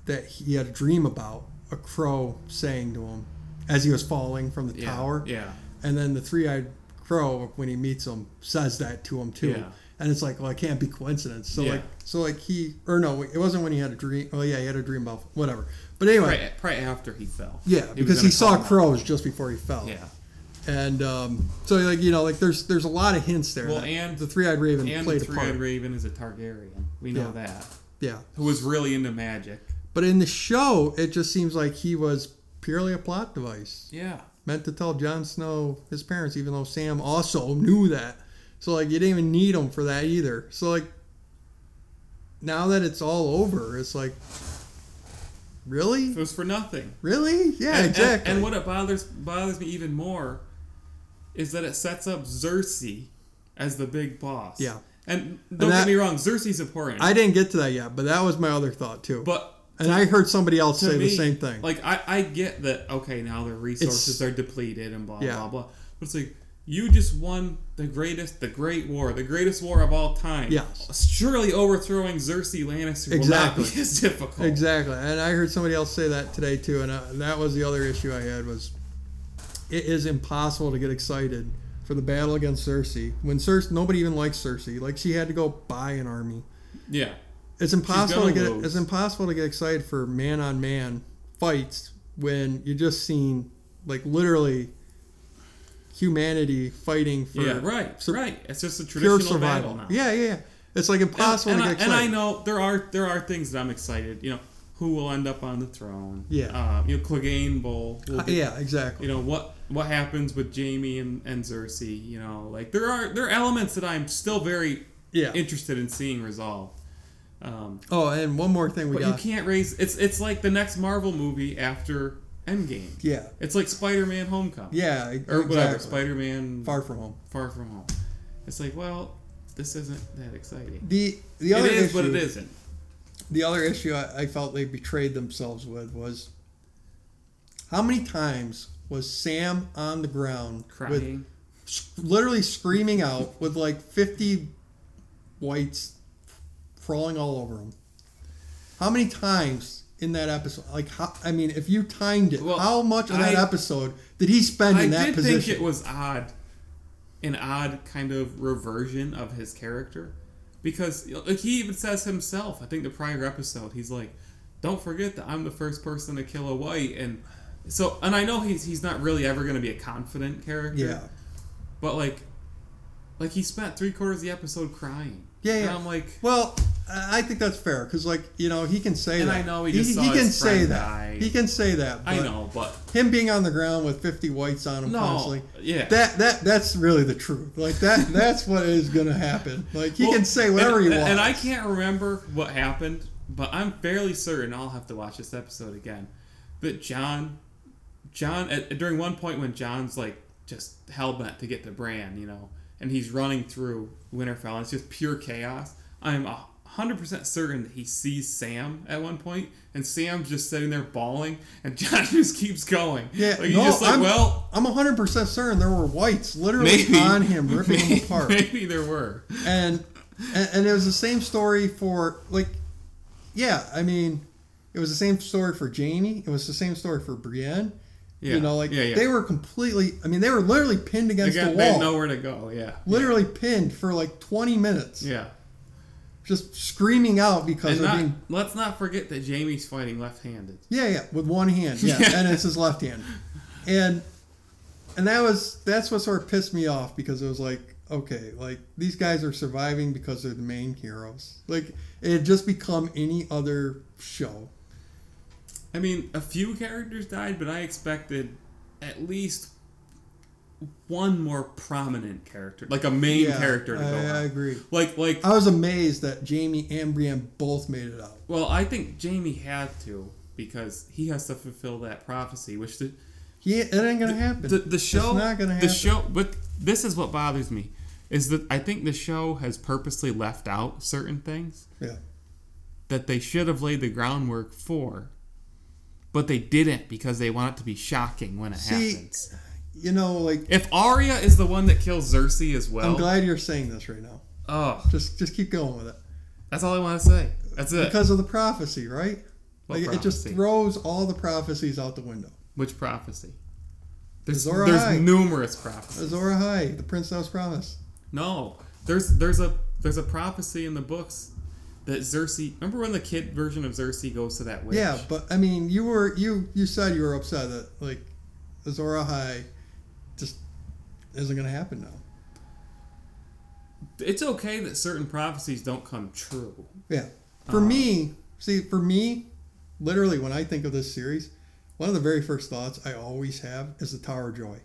Speaker 2: that he had a dream about a crow saying to him as he was falling from the
Speaker 1: Yeah,
Speaker 2: tower.
Speaker 1: Yeah.
Speaker 2: And then the three eyed crow, when he meets him, says that to him too.
Speaker 1: Yeah.
Speaker 2: And it's like, well, it can't be coincidence. So
Speaker 1: Yeah.
Speaker 2: like, so like he or no, it wasn't when he had a dream. Oh yeah, he had a dream about whatever. But anyway,
Speaker 1: Probably, probably after he fell.
Speaker 2: yeah,
Speaker 1: was
Speaker 2: because
Speaker 1: gonna
Speaker 2: he saw
Speaker 1: call him out.
Speaker 2: crows just before he fell.
Speaker 1: Yeah.
Speaker 2: And um, so like you know like there's there's a lot of hints there.
Speaker 1: Well,
Speaker 2: that
Speaker 1: and-
Speaker 2: the three eyed raven
Speaker 1: And the
Speaker 2: played a part.
Speaker 1: three-eyed raven is a Targaryen. We know
Speaker 2: Yeah.
Speaker 1: that.
Speaker 2: Yeah.
Speaker 1: Who was really into magic.
Speaker 2: But in the show, it just seems like he was purely a plot device.
Speaker 1: Yeah.
Speaker 2: meant to tell Jon Snow his parents, even though Sam also knew that. So like you didn't even need him for that either. So like now that it's all over, it's like
Speaker 1: It
Speaker 2: really,
Speaker 1: was for nothing.
Speaker 2: really, yeah,
Speaker 1: and, and-
Speaker 2: exactly.
Speaker 1: And, what it bothers bothers me even more is that it sets up Cersei as the big boss.
Speaker 2: Yeah.
Speaker 1: And don't
Speaker 2: that-
Speaker 1: get me wrong, Cersei's important.
Speaker 2: I didn't get to that yet, but that was my other thought too.
Speaker 1: but
Speaker 2: and I heard somebody else
Speaker 1: to
Speaker 2: say
Speaker 1: me,
Speaker 2: the same thing.
Speaker 1: Like I, I get that. Okay, now their resources are depleted and blah
Speaker 2: Yeah.
Speaker 1: blah blah. But it's like you just won the greatest, the Great War, the greatest war of all time.
Speaker 2: Yes.
Speaker 1: Surely overthrowing Cersei Lannister
Speaker 2: Exactly.
Speaker 1: will not be as difficult.
Speaker 2: Exactly, and I heard somebody else say that today too, and uh, that was the other issue I had was it is impossible to get excited for the battle against Cersei when Cersei nobody even likes Cersei, like she had to go buy an army.
Speaker 1: Yeah.
Speaker 2: It's impossible to
Speaker 1: gonna
Speaker 2: get
Speaker 1: lose.
Speaker 2: it's impossible to get excited for man on man fights when you just seen like literally humanity fighting for
Speaker 1: yeah. Right.
Speaker 2: sur-
Speaker 1: right. It's just a
Speaker 2: pure
Speaker 1: traditional
Speaker 2: survival.
Speaker 1: battle now.
Speaker 2: Yeah, yeah, yeah. It's like impossible
Speaker 1: and,
Speaker 2: to
Speaker 1: I,
Speaker 2: get
Speaker 1: and
Speaker 2: excited.
Speaker 1: I know there are there are things that I'm excited. You know, who will end up on the throne?
Speaker 2: Yeah. Uh,
Speaker 1: Uh, you know, Clegane Bowl. Will be,
Speaker 2: yeah, exactly.
Speaker 1: You know what what happens with Jamie and, and Cersei? You know, like there are there are elements that I'm still very
Speaker 2: Yeah.
Speaker 1: interested in seeing resolved. Um,
Speaker 2: Oh, and one more thing we
Speaker 1: but
Speaker 2: got.
Speaker 1: you can't raise it's it's like the next Marvel movie after Endgame.
Speaker 2: Yeah.
Speaker 1: It's like Spider-Man: Homecoming.
Speaker 2: Yeah.
Speaker 1: Or whatever.
Speaker 2: exactly.
Speaker 1: Spider-Man: Far
Speaker 2: Far from home.
Speaker 1: Far From Home. It's like, well, this isn't that exciting.
Speaker 2: The the
Speaker 1: It
Speaker 2: other
Speaker 1: is,
Speaker 2: issue,
Speaker 1: but it isn't.
Speaker 2: the other issue I, I felt they betrayed themselves with was how many times was Sam on the ground with
Speaker 1: Crying.
Speaker 2: s- literally screaming out with like fifty whites crawling all over him. How many times in that episode? Like, how, I mean, if you timed it,
Speaker 1: Well,
Speaker 2: how much of that
Speaker 1: I-
Speaker 2: episode did he spend
Speaker 1: I
Speaker 2: in that
Speaker 1: did
Speaker 2: position?
Speaker 1: think it was odd, an odd kind of reversion of his character, because you know, like he even says himself. I think the prior episode, he's like, "Don't forget that I'm the first person to kill a white," and so and I know he's he's not really ever going to be a confident character.
Speaker 2: yeah.
Speaker 1: But like, like he spent three quarters of the episode crying.
Speaker 2: Yeah,
Speaker 1: And
Speaker 2: yeah.
Speaker 1: I'm like,
Speaker 2: Well, I I think that's fair because, like, you know, he can say
Speaker 1: And
Speaker 2: that.
Speaker 1: I know he just saw his
Speaker 2: say
Speaker 1: friend
Speaker 2: that.
Speaker 1: die.
Speaker 2: He can say that. But
Speaker 1: I know, but
Speaker 2: Him being on the ground with 50 whites on him
Speaker 1: no,
Speaker 2: constantly.
Speaker 1: yeah.
Speaker 2: That that that's really the truth. Like that that's what is gonna happen. Like he
Speaker 1: Well,
Speaker 2: can say whatever
Speaker 1: and,
Speaker 2: he wants.
Speaker 1: And I can't remember what happened, but I'm fairly certain I'll have to watch this episode again. But John, John, at, during one point when John's like just hell bent to get to Bran, you know, and he's running through Winterfell, and it's just pure chaos. I'm a hundred percent certain that he sees Sam at one point, and Sam's just sitting there bawling, and John just keeps going.
Speaker 2: Yeah,
Speaker 1: like, he's
Speaker 2: no,
Speaker 1: just like,
Speaker 2: I'm-
Speaker 1: well,
Speaker 2: I'm 100% certain there were whites literally
Speaker 1: maybe
Speaker 2: on him, ripping
Speaker 1: maybe-
Speaker 2: him apart.
Speaker 1: Maybe there were.
Speaker 2: and, and and it was the same story for like yeah i mean it was the same story for jamie it was the same story for brienne
Speaker 1: Yeah,
Speaker 2: you know like
Speaker 1: yeah, yeah.
Speaker 2: they were completely i mean they were literally pinned
Speaker 1: They
Speaker 2: against
Speaker 1: got-
Speaker 2: the
Speaker 1: they
Speaker 2: wall
Speaker 1: had nowhere to go. Yeah,
Speaker 2: literally pinned for like 20 minutes
Speaker 1: yeah.
Speaker 2: just screaming out because
Speaker 1: And
Speaker 2: they're
Speaker 1: not,
Speaker 2: being
Speaker 1: let's not forget that Jamie's fighting left-handed.
Speaker 2: yeah yeah with one hand yeah and it's his left hand and and that was that's what sort of pissed me off because it was like okay like these guys are surviving because they're the main heroes like it had just become any other show
Speaker 1: I mean, a few characters died, but I expected at least one more prominent character, like a main
Speaker 2: Yeah,
Speaker 1: character to go.
Speaker 2: I, I
Speaker 1: out.
Speaker 2: agree
Speaker 1: Like, like.
Speaker 2: i was amazed that jamie and brienne both made it out
Speaker 1: Well, I think Jamie had to because he has to fulfill that prophecy, which the,
Speaker 2: He, it ain't gonna happen.
Speaker 1: The, the show,
Speaker 2: It's not gonna happen.
Speaker 1: the show, but this is what bothers me is that I think the show has purposely left out certain things
Speaker 2: Yeah.
Speaker 1: that they should have laid the groundwork for, but they didn't because they want it to be shocking when it
Speaker 2: See,
Speaker 1: happens.
Speaker 2: You know, like
Speaker 1: If Arya is the one that kills Cersei as well,
Speaker 2: I'm glad you're saying this right now.
Speaker 1: oh,
Speaker 2: Just just keep going with it
Speaker 1: that's all I want to say. That's it.
Speaker 2: because of the prophecy, right?
Speaker 1: What
Speaker 2: like it just
Speaker 1: prophecy?
Speaker 2: throws all the prophecies out the window.
Speaker 1: Which prophecy? There's,
Speaker 2: Azor Ahai.
Speaker 1: there's numerous prophecies.
Speaker 2: Azor Ahai, the prince that was promised.
Speaker 1: No, there's there's a there's a prophecy in the books that Cersei. Remember when the kid version of Cersei goes to that witch?
Speaker 2: Yeah, but I mean, you were you you said you were upset that like Azor Ahai just isn't gonna happen now.
Speaker 1: it's okay that certain prophecies don't come true.
Speaker 2: Yeah. For
Speaker 1: Uh-huh.
Speaker 2: me, see, for me, literally, when I think of this series, one of the very first thoughts I always have is the Tower of Joy.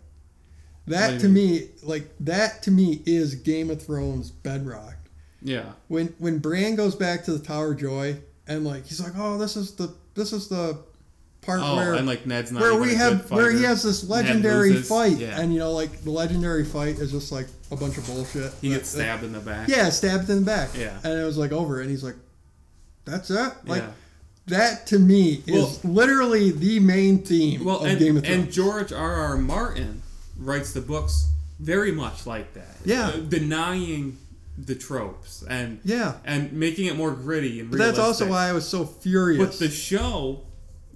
Speaker 2: That
Speaker 1: What do
Speaker 2: to
Speaker 1: you
Speaker 2: me, like that to me is Game of Thrones bedrock.
Speaker 1: Yeah,
Speaker 2: When when Bran goes back to the Tower of Joy and like he's like, oh, this is the this is the part
Speaker 1: Oh,
Speaker 2: where
Speaker 1: and, like, Ned's not
Speaker 2: where
Speaker 1: even
Speaker 2: we
Speaker 1: a good
Speaker 2: have where he
Speaker 1: fighter.
Speaker 2: has this
Speaker 1: Ned
Speaker 2: legendary
Speaker 1: loses.
Speaker 2: fight,
Speaker 1: Yeah.
Speaker 2: and you know, like the legendary fight is just like a bunch of bullshit.
Speaker 1: he
Speaker 2: That-
Speaker 1: gets
Speaker 2: that-
Speaker 1: stabbed in the back.
Speaker 2: yeah, stabbed in the back.
Speaker 1: Yeah.
Speaker 2: And it was like over, and he's like, that's it? Like,
Speaker 1: Yeah.
Speaker 2: that to me is
Speaker 1: Well-
Speaker 2: literally the main theme
Speaker 1: Well,
Speaker 2: of
Speaker 1: and,
Speaker 2: Game of Thrones.
Speaker 1: and George R. R. Martin writes the books very much like that.
Speaker 2: Yeah.
Speaker 1: Uh, denying the tropes and
Speaker 2: Yeah.
Speaker 1: and making it more gritty and.
Speaker 2: but that's also
Speaker 1: realistic.
Speaker 2: why I was so
Speaker 1: But
Speaker 2: furious.
Speaker 1: the show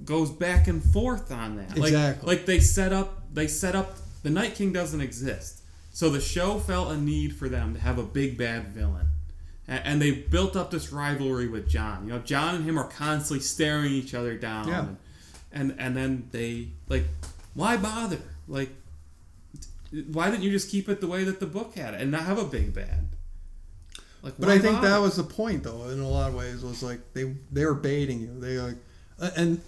Speaker 1: goes back and forth on that. Like,
Speaker 2: Exactly.
Speaker 1: Like they set up, they set up. The Night King doesn't exist, so the show felt a need for them to have a big bad villain, A- and, they built up this rivalry with John. You know, John and him are constantly staring each other down.
Speaker 2: Yeah.
Speaker 1: And, and and then they like, why bother? Like, why didn't you just keep it the way that the book had it and not have a big bad? Like,
Speaker 2: but
Speaker 1: why
Speaker 2: I think that
Speaker 1: bother?
Speaker 2: was the point, though, in a lot of ways, was like they, they were baiting you. They like, uh, and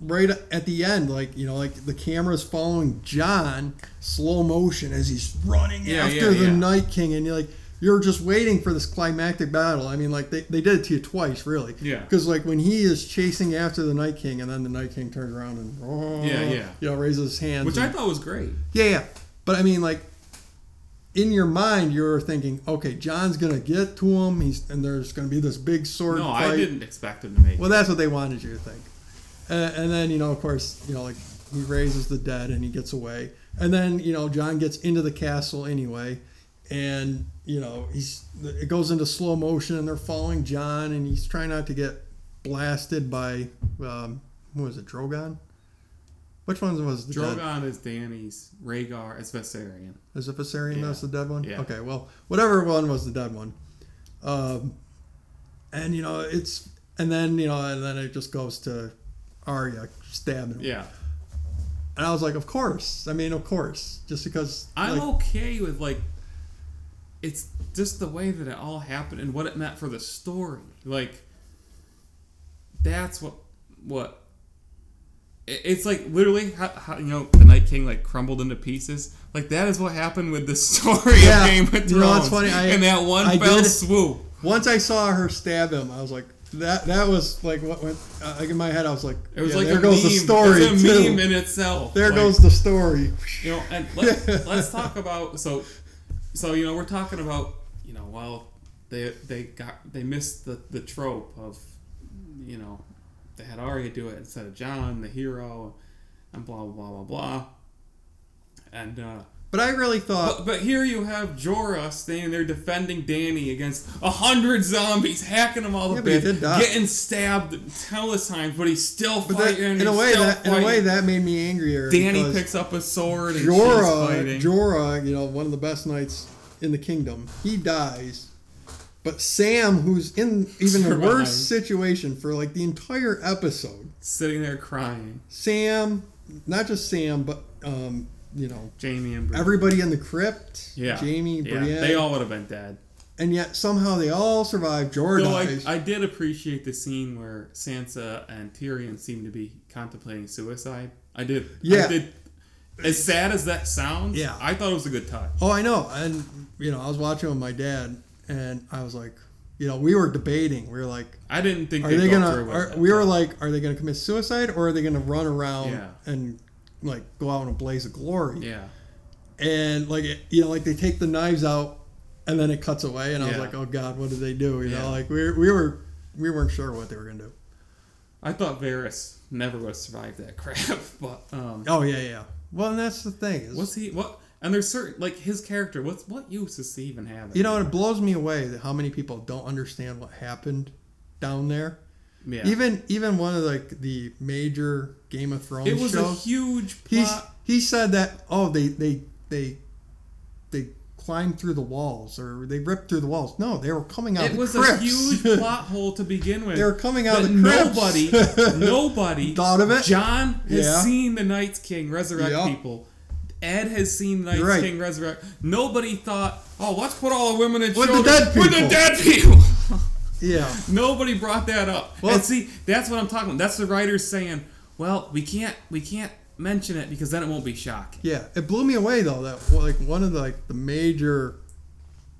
Speaker 2: right at the end, like, you know, like the camera's following John slow motion as he's running
Speaker 1: Yeah,
Speaker 2: after
Speaker 1: yeah,
Speaker 2: the
Speaker 1: yeah.
Speaker 2: Night King, and you're like, you're just waiting for this climactic battle. I mean, like, they, they did it to you twice, really.
Speaker 1: Yeah.
Speaker 2: Because like when he is chasing after the Night King, and then the Night King turns around and oh,
Speaker 1: Yeah, yeah.
Speaker 2: you know, raises his hands.
Speaker 1: which I
Speaker 2: and-
Speaker 1: thought was great.
Speaker 2: yeah, yeah. But I mean, like in your mind, you're thinking, okay, John's gonna get to him. He's and there's gonna be this big sword
Speaker 1: No,
Speaker 2: fight.
Speaker 1: I didn't expect him to make. it.
Speaker 2: Well, that's what they wanted you to think. Uh, and then you know, of course, you know, like he raises the dead and he gets away. And then you know, John gets into the castle anyway, and you know, he's it goes into slow motion and they're following John and he's trying not to get blasted by um, who was it, Drogon? Which one was the dead?
Speaker 1: Drogon is Danny's. Rhaegar is Viserion.
Speaker 2: Is it Viserion
Speaker 1: Yeah.
Speaker 2: that's the dead one?
Speaker 1: Yeah.
Speaker 2: Okay, well, whatever one was the dead one. Um, and you know, it's and then you know, and then it just goes to Arya stabbing him.
Speaker 1: Yeah,
Speaker 2: And I was like, of course. I mean, of course, just because.
Speaker 1: I'm
Speaker 2: like,
Speaker 1: okay with like. It's just the way that it all happened and what it meant for the story. Like, that's what what. it- It's like literally how, how you know the Night King like crumbled into pieces. Like that is what happened with the story
Speaker 2: Yeah.
Speaker 1: of Game of Thrones.
Speaker 2: You know, it's funny, I-
Speaker 1: and that one
Speaker 2: I
Speaker 1: fell
Speaker 2: did-
Speaker 1: swoop.
Speaker 2: once I saw her stab him, I was like, that that was like what went uh, like in my head. I was like,
Speaker 1: It was
Speaker 2: yeah,
Speaker 1: like
Speaker 2: there
Speaker 1: a
Speaker 2: goes
Speaker 1: meme.
Speaker 2: the story
Speaker 1: It's a
Speaker 2: too.
Speaker 1: meme in itself.
Speaker 2: there
Speaker 1: Like,
Speaker 2: goes the story.
Speaker 1: You know, and let, let's talk about so, so you know, we're talking about you know, well, they they got they missed the the trope of, you know, they had Arya do it instead of John, the hero, and blah blah blah blah blah, and uh,
Speaker 2: But I really thought
Speaker 1: but, but here you have Jorah standing there defending Danny against a hundred zombies, hacking them all
Speaker 2: Yeah,
Speaker 1: to
Speaker 2: but he
Speaker 1: bits,
Speaker 2: did die.
Speaker 1: getting stabbed countless times, but he's still
Speaker 2: but that,
Speaker 1: fighting.
Speaker 2: in
Speaker 1: he's
Speaker 2: a way
Speaker 1: still
Speaker 2: that in a way
Speaker 1: fighting.
Speaker 2: that made me angrier.
Speaker 1: Danny
Speaker 2: because-
Speaker 1: picks up a sword and she's
Speaker 2: Jorah,
Speaker 1: fighting.
Speaker 2: Jorah, you know, one of the best knights in the kingdom. He dies, but Sam, who's in even the
Speaker 1: Survives.
Speaker 2: worst situation for like the entire episode,
Speaker 1: sitting there crying.
Speaker 2: Sam, not just Sam, but um, you know,
Speaker 1: Jamie and Brienne.
Speaker 2: everybody in the crypt,
Speaker 1: yeah,
Speaker 2: Jamie,
Speaker 1: yeah,
Speaker 2: Brienne,
Speaker 1: they all would have been dead.
Speaker 2: and yet somehow they all survive. Jorah
Speaker 1: Though I,
Speaker 2: dies.
Speaker 1: I did appreciate the scene where Sansa and Tyrion seemed to be contemplating suicide. I did.
Speaker 2: Yeah.
Speaker 1: I did. As sad as that sounds,
Speaker 2: Yeah.
Speaker 1: I thought it was a good touch.
Speaker 2: Oh, I know. And you know, I was watching with my dad, and I was like, you know, we were debating. We were like,
Speaker 1: I didn't think
Speaker 2: Are
Speaker 1: they'd
Speaker 2: they
Speaker 1: go
Speaker 2: gonna?
Speaker 1: through with
Speaker 2: Are,
Speaker 1: it,
Speaker 2: we were
Speaker 1: but-
Speaker 2: like, are they gonna commit suicide or are they gonna run around
Speaker 1: Yeah.
Speaker 2: and like go out in a blaze of glory.
Speaker 1: Yeah.
Speaker 2: And like it- you know, like they take the knives out and then it cuts away, and I was
Speaker 1: Yeah.
Speaker 2: like, oh god, what did they do? You
Speaker 1: Yeah.
Speaker 2: know, like we we were we weren't sure what they were gonna do.
Speaker 1: I thought Varys never would have survived that crap, but um,
Speaker 2: Oh yeah, yeah. Well, and that's the thing is,
Speaker 1: what's he? What? And there's certain like his character. What's what use does he even have?
Speaker 2: you know, and it blows me away that how many people don't understand what happened down there.
Speaker 1: yeah.
Speaker 2: Even even one of like the major Game of Thrones
Speaker 1: it was a
Speaker 2: shows,
Speaker 1: huge plot.
Speaker 2: he's he said that oh they they they they climbed through the walls or they ripped through the walls. No, they were coming out.
Speaker 1: it
Speaker 2: of
Speaker 1: was
Speaker 2: the
Speaker 1: a
Speaker 2: crypts.
Speaker 1: huge plot hole to begin with.
Speaker 2: they were coming out
Speaker 1: that
Speaker 2: of the crypts.
Speaker 1: nobody, nobody
Speaker 2: Thought of it.
Speaker 1: John has
Speaker 2: Yeah.
Speaker 1: seen the Night's King resurrect
Speaker 2: Yeah.
Speaker 1: people. Ed has seen the Night's
Speaker 2: You're right.
Speaker 1: King resurrect. Nobody thought, oh, let's put all the women and
Speaker 2: With the
Speaker 1: children
Speaker 2: dead
Speaker 1: With the
Speaker 2: people."
Speaker 1: dead people.
Speaker 2: yeah.
Speaker 1: Nobody brought that up.
Speaker 2: Well-
Speaker 1: and see, that's what I'm talking about. That's the writers saying, well, we can't, we can't mention it because then it won't be shocking.
Speaker 2: Yeah, it blew me away though that well, like one of the, like the major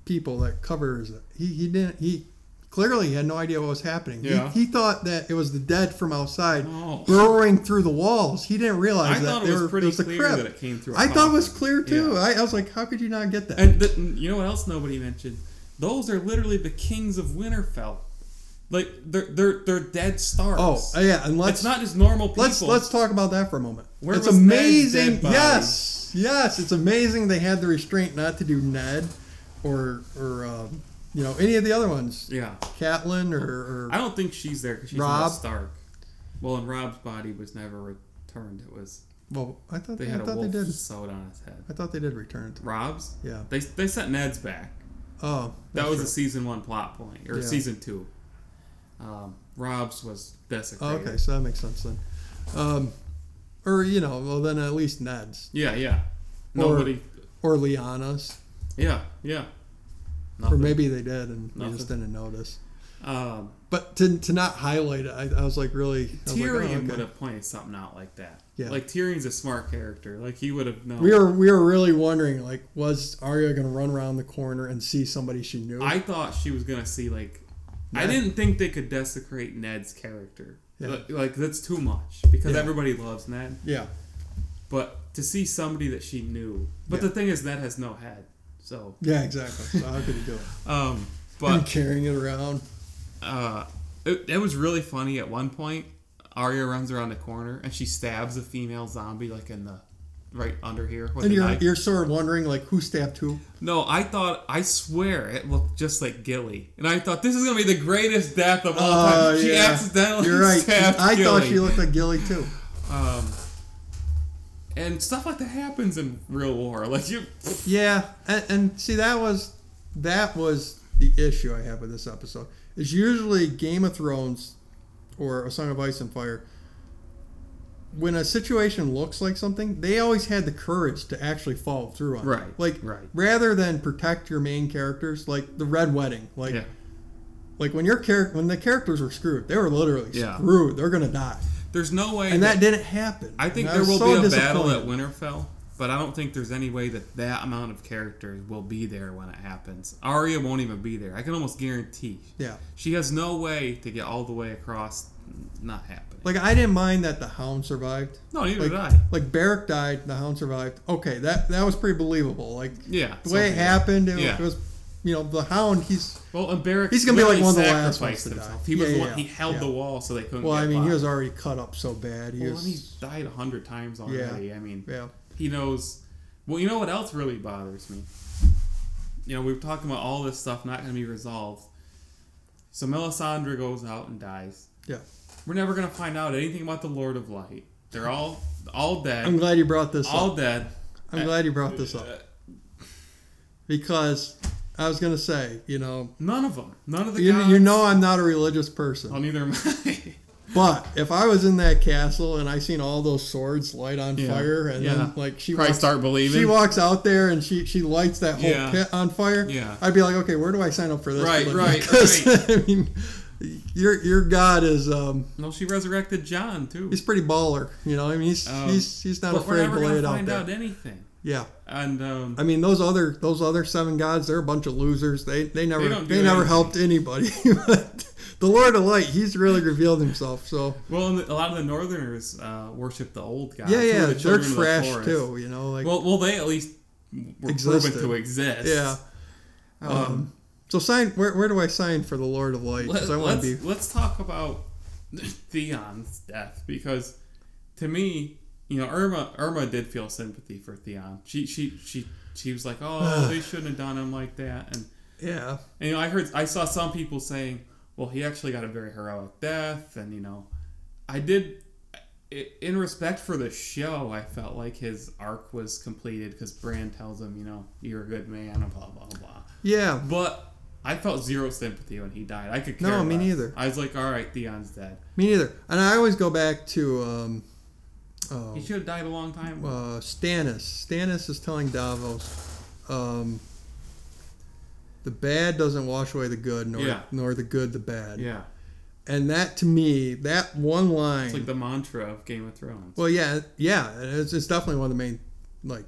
Speaker 2: people that covers it, he he didn't he clearly had no idea what was happening. He-
Speaker 1: Yeah.
Speaker 2: He, thought that it was the dead from outside
Speaker 1: Oh.
Speaker 2: burrowing through the walls. He didn't realize
Speaker 1: I
Speaker 2: that
Speaker 1: thought it
Speaker 2: they
Speaker 1: was
Speaker 2: were,
Speaker 1: pretty
Speaker 2: it was a
Speaker 1: clear
Speaker 2: crypt.
Speaker 1: that it came through. a
Speaker 2: I thought it was
Speaker 1: coffin.
Speaker 2: clear too.
Speaker 1: Yeah.
Speaker 2: I, I was like, how could you not get that?
Speaker 1: And the, you know what else nobody mentioned? Those are literally the kings of Winterfell. Like they're they're they're dead stars.
Speaker 2: oh yeah, and let's
Speaker 1: it's not just normal people.
Speaker 2: let's let's talk about that for a moment.
Speaker 1: Where
Speaker 2: it's
Speaker 1: was Ned's
Speaker 2: amazing.
Speaker 1: dead body?
Speaker 2: Yes, yes, it's amazing they had the restraint not to do Ned, or or um, you know any of the other ones.
Speaker 1: yeah.
Speaker 2: Catelyn or, or
Speaker 1: I don't think she's there because she's not
Speaker 2: Rob?
Speaker 1: Stark. Well, and Rob's body was never returned. It was
Speaker 2: well, I thought
Speaker 1: they
Speaker 2: they,
Speaker 1: had
Speaker 2: I
Speaker 1: a
Speaker 2: thought
Speaker 1: wolf
Speaker 2: they did.
Speaker 1: sewed on his head.
Speaker 2: I thought they did return it.
Speaker 1: Rob's.
Speaker 2: Yeah.
Speaker 1: They they sent Ned's back.
Speaker 2: Oh,
Speaker 1: That
Speaker 2: that's
Speaker 1: was a
Speaker 2: right.
Speaker 1: season one plot point or
Speaker 2: Yeah.
Speaker 1: season two. Um, Rob's was
Speaker 2: Oh,
Speaker 1: desecrated.
Speaker 2: okay, so that makes sense then. Um, or you know, well then at least Ned's
Speaker 1: Yeah, yeah.
Speaker 2: Or-
Speaker 1: Nobody.
Speaker 2: or Liana's,
Speaker 1: yeah, yeah.
Speaker 2: or
Speaker 1: Nothing.
Speaker 2: maybe they did and we just
Speaker 1: Nothing.
Speaker 2: didn't notice.
Speaker 1: Um,
Speaker 2: But to, to not highlight it, I, I was like really I was like, oh,
Speaker 1: Tyrion
Speaker 2: okay.
Speaker 1: would have pointed something out like that.
Speaker 2: Yeah.
Speaker 1: Like Tyrion's a smart character. Like he would have known.
Speaker 2: We were we were really wondering like was Arya gonna run around the corner and see somebody she knew?
Speaker 1: I thought she was gonna see like. I
Speaker 2: Ned?
Speaker 1: didn't think they could desecrate Ned's character.
Speaker 2: Yeah.
Speaker 1: Like, like, that's too much because
Speaker 2: Yeah.
Speaker 1: everybody loves Ned.
Speaker 2: yeah,
Speaker 1: But to see somebody that she knew. But
Speaker 2: Yeah.
Speaker 1: the thing is, Ned has no head. So,
Speaker 2: yeah, exactly. So how could he do it?
Speaker 1: um,
Speaker 2: and
Speaker 1: but
Speaker 2: carrying it around.
Speaker 1: uh, it, it was really funny. At one point, Arya runs around the corner and she stabs a female zombie like in the right under here. With
Speaker 2: And
Speaker 1: a
Speaker 2: you're,
Speaker 1: knife.
Speaker 2: you're sort of wondering like who stabbed who.
Speaker 1: No, I thought I swear it looked just like Gilly, and I thought this is gonna be the greatest death of all
Speaker 2: Oh,
Speaker 1: time. She
Speaker 2: yeah.
Speaker 1: accidentally
Speaker 2: You're right.
Speaker 1: stabbed
Speaker 2: I
Speaker 1: Gilly.
Speaker 2: thought she looked like Gilly too.
Speaker 1: Um, and stuff like that happens in real war. Like you,
Speaker 2: Yeah, and, and see that was that was the issue I had with this episode. Is usually Game of Thrones or A Song of Ice and Fire. When a situation looks like something, they always had the courage to actually follow through on. it.
Speaker 1: Right,
Speaker 2: Like
Speaker 1: right.
Speaker 2: rather than protect your main characters, like the Red Wedding, like.
Speaker 1: yeah,
Speaker 2: Like when your character, when the characters were screwed, they were literally
Speaker 1: Yeah.
Speaker 2: screwed. They're gonna die,
Speaker 1: there's no way.
Speaker 2: and that
Speaker 1: that-
Speaker 2: didn't happen.
Speaker 1: I think
Speaker 2: And
Speaker 1: there
Speaker 2: was
Speaker 1: will
Speaker 2: so
Speaker 1: be a battle
Speaker 2: disappointed.
Speaker 1: at Winterfell, but I don't think there's any way that that amount of characters will be there when it happens. Arya won't even be there. I can almost guarantee.
Speaker 2: Yeah.
Speaker 1: She has no way to get all the way across. Not happening.
Speaker 2: Like I didn't mind that the Hound survived.
Speaker 1: no, neither
Speaker 2: like,
Speaker 1: did I.
Speaker 2: Like Barrack died, the Hound survived. Okay, that that was pretty believable. Like
Speaker 1: Yeah.
Speaker 2: the way it happened, it,
Speaker 1: Yeah.
Speaker 2: was, you know, the Hound. He's
Speaker 1: Well, and Barrack
Speaker 2: He's gonna be, like,
Speaker 1: literally
Speaker 2: one of the last
Speaker 1: sacrificed
Speaker 2: ones to die.
Speaker 1: himself. He was
Speaker 2: Yeah,
Speaker 1: the
Speaker 2: yeah,
Speaker 1: one. He
Speaker 2: yeah.
Speaker 1: held
Speaker 2: Yeah.
Speaker 1: the wall so they couldn't.
Speaker 2: well,
Speaker 1: get
Speaker 2: I mean,
Speaker 1: by.
Speaker 2: he was already cut up so bad. He
Speaker 1: Well, and he
Speaker 2: was,
Speaker 1: died a hundred times already. I mean,
Speaker 2: yeah,
Speaker 1: he knows. Well, you know what else really bothers me? You know, we were talking about all this stuff not gonna be resolved. So Melisandre goes out and dies.
Speaker 2: yeah.
Speaker 1: We're never gonna find out anything about the Lord of Light. They're all all dead.
Speaker 2: I'm glad you brought this
Speaker 1: all
Speaker 2: up.
Speaker 1: dead.
Speaker 2: I'm glad you brought this up
Speaker 1: Uh,
Speaker 2: because I was gonna say, you know,
Speaker 1: None of them. None of the Um,
Speaker 2: you,
Speaker 1: gods.
Speaker 2: you know, I'm not a religious
Speaker 1: Well,
Speaker 2: person,
Speaker 1: neither am I.
Speaker 2: but if I was in that castle and I seen all those swords light on
Speaker 1: Yeah.
Speaker 2: fire, and
Speaker 1: Yeah.
Speaker 2: then like she
Speaker 1: Probably
Speaker 2: walked
Speaker 1: start believing.
Speaker 2: She walks out there and she she lights that whole
Speaker 1: Yeah.
Speaker 2: pit on fire.
Speaker 1: Yeah.
Speaker 2: I'd be like, okay, where do I sign up for this?
Speaker 1: Right,
Speaker 2: religion?"
Speaker 1: right,
Speaker 2: Because, I mean, your your God is um
Speaker 1: no, she resurrected John too.
Speaker 2: he's pretty baller. You know, I mean, he's
Speaker 1: Um,
Speaker 2: he's he's not
Speaker 1: but we're
Speaker 2: afraid
Speaker 1: never
Speaker 2: to lay
Speaker 1: gonna
Speaker 2: it out
Speaker 1: find
Speaker 2: there.
Speaker 1: out anything.
Speaker 2: yeah,
Speaker 1: And um,
Speaker 2: I mean those other those other seven gods, they're a bunch of losers. They they never
Speaker 1: don't
Speaker 2: they,
Speaker 1: do
Speaker 2: never
Speaker 1: anything.
Speaker 2: helped anybody. But the Lord of Light, he's really revealed himself. So
Speaker 1: Well, and a lot of the Northerners uh, worship the old god.
Speaker 2: yeah,
Speaker 1: who
Speaker 2: yeah,
Speaker 1: are the
Speaker 2: they're
Speaker 1: children of the
Speaker 2: trash
Speaker 1: forest.
Speaker 2: too. You know, like
Speaker 1: Well, well, they at least were
Speaker 2: Existed.
Speaker 1: proven to exist.
Speaker 2: yeah. Um, so sign. Where, where do I sign for the Lord of Light?
Speaker 1: Let,
Speaker 2: Because I want
Speaker 1: us
Speaker 2: to be.
Speaker 1: let's talk about Theon's death because, to me, you know, Irma Irma did feel sympathy for Theon. She she she she was like, oh, they shouldn't have done him like that, and
Speaker 2: Yeah.
Speaker 1: And you know, I heard I saw some people saying, "Well, he actually got a very heroic death," and you know, I did. i- In respect for the show, I felt like his arc was completed because Bran tells him, "You know, you're a good man," and blah blah blah.
Speaker 2: Yeah.
Speaker 1: But I felt zero sympathy when he died. I could care
Speaker 2: No, me
Speaker 1: less.
Speaker 2: neither.
Speaker 1: I was like, "All right, Theon's dead.
Speaker 2: Me neither. And I always go back to um, uh,
Speaker 1: He should have died a long time." ago.
Speaker 2: uh, Stannis. Stannis is telling Davos, um, the bad doesn't wash away the good, nor
Speaker 1: Yeah.
Speaker 2: nor the good the bad.
Speaker 1: yeah,
Speaker 2: And that to me, that one line.
Speaker 1: it's like the mantra of Game of Thrones.
Speaker 2: well, yeah, yeah, and it's, it's definitely one of the main like,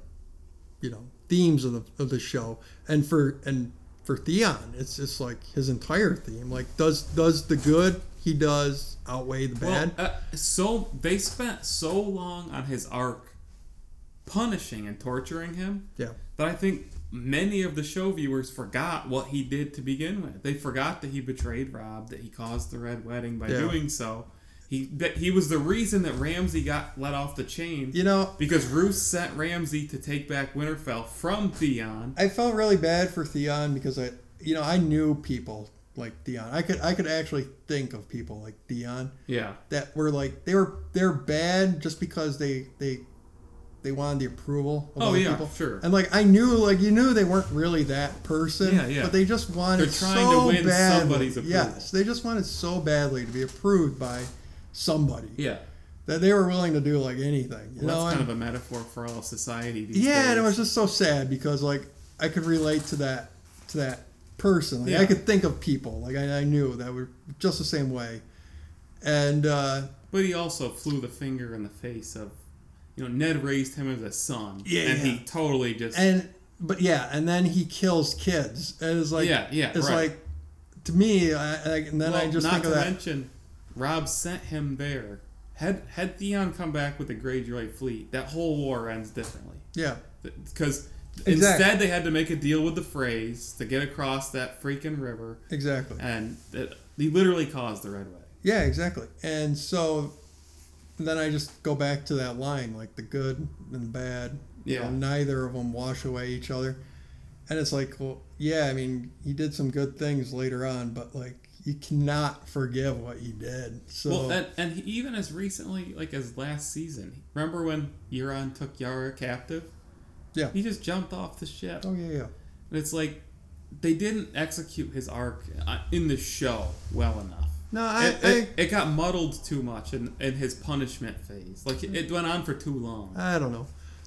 Speaker 2: you know, themes of the of the show. And for and for Theon, it's just like his entire theme. Like, does does the good he does outweigh the bad?
Speaker 1: Well, uh, so they spent so long on his arc, punishing and torturing him.
Speaker 2: yeah.
Speaker 1: that I think many of the show viewers forgot what he did to begin with. They forgot that he betrayed Rob, that he caused the Red Wedding by
Speaker 2: Yeah.
Speaker 1: doing so. He that he was the reason that Ramsey got let off the chain
Speaker 2: You know,
Speaker 1: because Roos sent Ramsey to take back Winterfell from Theon.
Speaker 2: I felt really bad for Theon because I, you know, I knew people like Theon. I could I could actually think of people like Theon
Speaker 1: Yeah,
Speaker 2: that were like they were they're bad just because they they they wanted the approval of
Speaker 1: Oh,
Speaker 2: other
Speaker 1: yeah,
Speaker 2: people.
Speaker 1: sure.
Speaker 2: And like I knew like you knew they weren't really that person.
Speaker 1: Yeah, yeah.
Speaker 2: But they just wanted
Speaker 1: They're trying
Speaker 2: so
Speaker 1: to win
Speaker 2: badly.
Speaker 1: somebody's approval.
Speaker 2: Yes, they just wanted so badly to be approved by somebody
Speaker 1: yeah.
Speaker 2: that they were willing to do like anything. You
Speaker 1: Well,
Speaker 2: know,
Speaker 1: that's
Speaker 2: and-
Speaker 1: kind of a metaphor for all of society. These
Speaker 2: yeah, and it
Speaker 1: days.
Speaker 2: was just so sad because like I could relate to that to that person. Like I
Speaker 1: Yeah.
Speaker 2: could think of people like I, I knew that were just the same way, and uh,
Speaker 1: But he also flew the finger in the face of, you know, Ned raised him as a son,
Speaker 2: Yeah,
Speaker 1: and
Speaker 2: yeah.
Speaker 1: he totally just
Speaker 2: and but yeah, and then he kills kids, and it's like
Speaker 1: Yeah, yeah,
Speaker 2: it's
Speaker 1: right.
Speaker 2: like to me, I, I, and then I
Speaker 1: Well,
Speaker 2: just
Speaker 1: not
Speaker 2: think
Speaker 1: to
Speaker 2: of that.
Speaker 1: mention, Rob sent him there. Had had Theon come back with the Greyjoy fleet, that whole war ends differently.
Speaker 2: yeah,
Speaker 1: Because
Speaker 2: Exactly.
Speaker 1: instead they had to make a deal with the phrase to get across that freaking river,
Speaker 2: exactly.
Speaker 1: and it, he literally caused the Red Wedding.
Speaker 2: Yeah, exactly. And so then I just go back to that line like the good and the bad. you know,
Speaker 1: Yeah.
Speaker 2: neither of them wash away each other. And it's like, well, yeah, I mean, he did some good things later on, but like, you cannot forgive what he did. So,
Speaker 1: well, and, and he, even as recently like as last season, remember when Euron took Yara captive?
Speaker 2: Yeah.
Speaker 1: he just jumped off the ship.
Speaker 2: oh, yeah, yeah.
Speaker 1: And it's like they didn't execute his arc uh, in the show well enough.
Speaker 2: No, I-
Speaker 1: it, it, it got muddled too much in, in his punishment phase. Like it, it went on for too long.
Speaker 2: I don't know.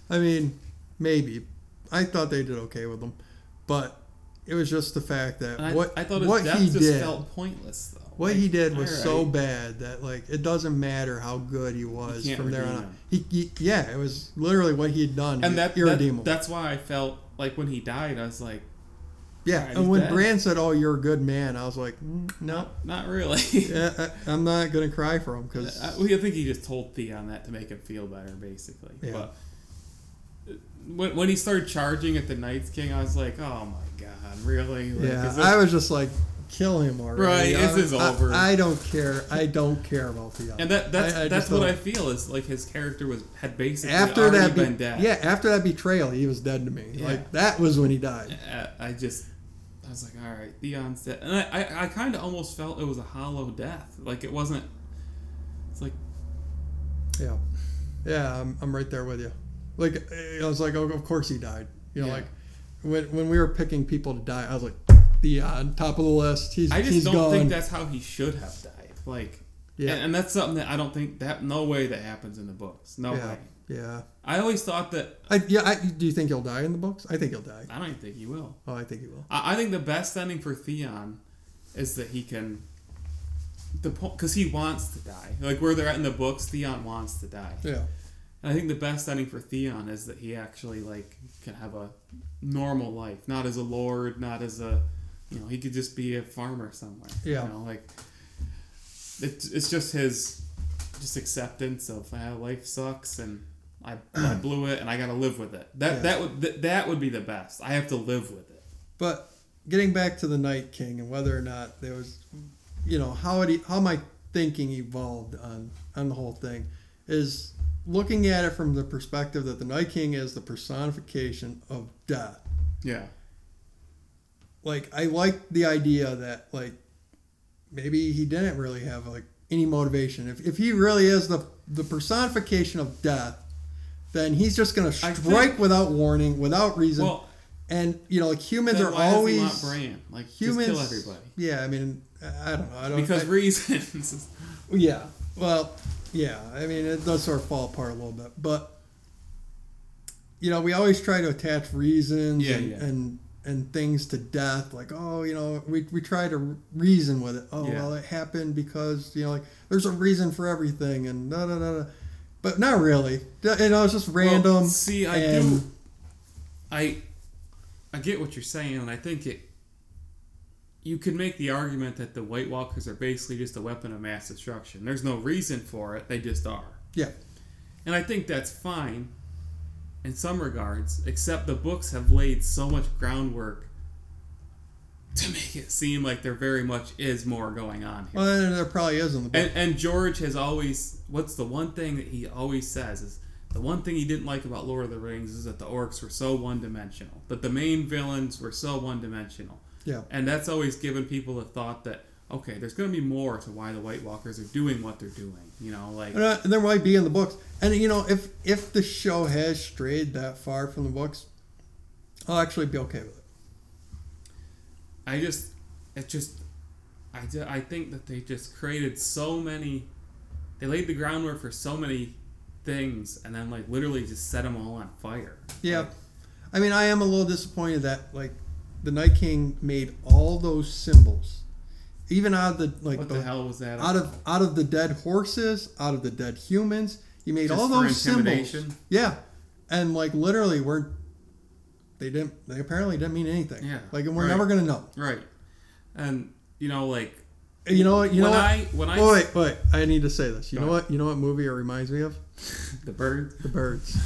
Speaker 2: I mean, maybe. I thought they did okay with him, but it was just the fact that
Speaker 1: And I,
Speaker 2: what
Speaker 1: I thought his
Speaker 2: what
Speaker 1: death
Speaker 2: he
Speaker 1: just
Speaker 2: did.
Speaker 1: felt pointless though.
Speaker 2: What
Speaker 1: Like,
Speaker 2: he did was
Speaker 1: alright.
Speaker 2: so bad that like it doesn't matter how good he was
Speaker 1: can't
Speaker 2: from there on.
Speaker 1: redeem
Speaker 2: out.
Speaker 1: him.
Speaker 2: He, he yeah, it was literally what he had done.
Speaker 1: and that,
Speaker 2: irredeemable.
Speaker 1: that that's why I felt like when he died, I was like,
Speaker 2: yeah,
Speaker 1: Alright,
Speaker 2: and
Speaker 1: he's
Speaker 2: when
Speaker 1: dead.
Speaker 2: Bran said, "Oh, you're a good man," I was like, mm, "No,
Speaker 1: not really.
Speaker 2: yeah, I, I'm not gonna cry for him because
Speaker 1: I, I think he just told Theon that to make him feel better, basically.
Speaker 2: Yeah.
Speaker 1: But uh, when, when he started charging at the Night's King, I was like, oh my god, really? Like,
Speaker 2: yeah,
Speaker 1: is this-
Speaker 2: I was just like, kill him already."
Speaker 1: Right,
Speaker 2: I-
Speaker 1: this is
Speaker 2: I-
Speaker 1: over.
Speaker 2: I, don't care. I don't care about the.
Speaker 1: And that that's
Speaker 2: I- I
Speaker 1: that's
Speaker 2: just
Speaker 1: what
Speaker 2: don't-
Speaker 1: I feel is like his character was had basically
Speaker 2: after
Speaker 1: already
Speaker 2: that, be-
Speaker 1: been dead.
Speaker 2: yeah, after that betrayal, he was dead to me.
Speaker 1: Yeah.
Speaker 2: Like that was when he died.
Speaker 1: Uh, I just I was like, all right, Theon's dead, and I I, I kind of almost felt it was a hollow death. Like it wasn't. It's like
Speaker 2: Yeah, yeah, I'm, I'm right there with you. Like I was like, oh, of course he died. You know,
Speaker 1: Yeah.
Speaker 2: like when, when we were picking people to die, I was like, the uh, top of the list. He's
Speaker 1: I just
Speaker 2: he's
Speaker 1: don't
Speaker 2: gone.
Speaker 1: think that's how he should have died. Like.
Speaker 2: Yeah.
Speaker 1: Yeah. And, and that's something that I don't think that no way that happens in the books. No
Speaker 2: yeah,
Speaker 1: way.
Speaker 2: yeah.
Speaker 1: I always thought that
Speaker 2: I, yeah, I, do you think he'll die in the books? I think he'll die.
Speaker 1: I don't even think he will.
Speaker 2: Oh, I think he will.
Speaker 1: I, I think the best ending for Theon is that he can. The because he wants to die, like where they're at in the books, Theon wants to die.
Speaker 2: Yeah,
Speaker 1: And I think the best ending for Theon is that he actually like can have a normal life, not as a lord, not as a, you know, he could just be a farmer somewhere.
Speaker 2: Yeah.
Speaker 1: You know, like it's it's just his just acceptance of ah, life sucks and I, I blew it and I got to live with it. That
Speaker 2: Yeah.
Speaker 1: that would th- that would be the best. I have to live with it.
Speaker 2: But getting back to the Night King and whether or not there was, you know, how it how my thinking evolved on on the whole thing is looking at it from the perspective that the Night King is the personification of death.
Speaker 1: Yeah.
Speaker 2: Like I like the idea that like maybe he didn't really have like any motivation. If if he really is the the personification of death, then he's just gonna
Speaker 1: I
Speaker 2: strike
Speaker 1: think-
Speaker 2: without warning, without reason.
Speaker 1: Well,
Speaker 2: and you know, like humans
Speaker 1: then
Speaker 2: are
Speaker 1: why does
Speaker 2: always
Speaker 1: he want Bran? Like
Speaker 2: humans
Speaker 1: just kill everybody.
Speaker 2: Yeah, I mean, I I don't know. I don't
Speaker 1: Because
Speaker 2: I-
Speaker 1: reasons.
Speaker 2: yeah, well, yeah. I mean, it does sort of fall apart a little bit, but you know, we always try to attach reasons
Speaker 1: Yeah,
Speaker 2: and,
Speaker 1: yeah.
Speaker 2: and and things to death. Like, oh, you know, we we try to reason with it. Oh,
Speaker 1: Yeah.
Speaker 2: well, it happened because you know, like, there's a reason for everything, and da da da. da. But not really. D- You know, it's just random.
Speaker 1: Well, see, I
Speaker 2: and-
Speaker 1: do. I I get what you're saying, and I think it. You could make the argument that the White Walkers are basically just a weapon of mass destruction. There's no reason for it; they just are.
Speaker 2: Yeah,
Speaker 1: And I think that's fine in some regards, except the books have laid so much groundwork to make it seem like there very much is more going on here.
Speaker 2: well, then there probably is in the book.
Speaker 1: And, and George has always, what's the one thing that he always says is the one thing he didn't like about Lord of the Rings is that the orcs were so one dimensional, that the main villains were so one dimensional.
Speaker 2: yeah,
Speaker 1: And that's always given people the thought that, okay, there's going to be more to why the White Walkers are doing what they're doing. You know, like.
Speaker 2: And, uh, there might be in the books. And you know, if if the show has strayed that far from the books, I'll actually be okay with it.
Speaker 1: I just, it just, I, ju- I think that they just created so many, they laid the groundwork for so many things and then like literally just set them all on fire.
Speaker 2: Yeah.
Speaker 1: Like,
Speaker 2: I mean, I am a little disappointed that like the Night King made all those symbols, even out of the like
Speaker 1: what the, hell was that?
Speaker 2: out of out of the dead horses, out of the dead humans. He made
Speaker 1: Just
Speaker 2: all
Speaker 1: for
Speaker 2: those symbols.
Speaker 1: intimidation?
Speaker 2: Yeah, and like literally, we're they didn't they apparently didn't mean anything.
Speaker 1: Yeah,
Speaker 2: like and we're
Speaker 1: right.
Speaker 2: never gonna know.
Speaker 1: right. And, you know, like,
Speaker 2: You know what? You
Speaker 1: when
Speaker 2: know what?
Speaker 1: I, when I,
Speaker 2: Oh, wait, wait. I need to say this. You
Speaker 1: Go
Speaker 2: know
Speaker 1: ahead.
Speaker 2: what? You know what movie it reminds me of?
Speaker 1: the bird,
Speaker 2: The Birds.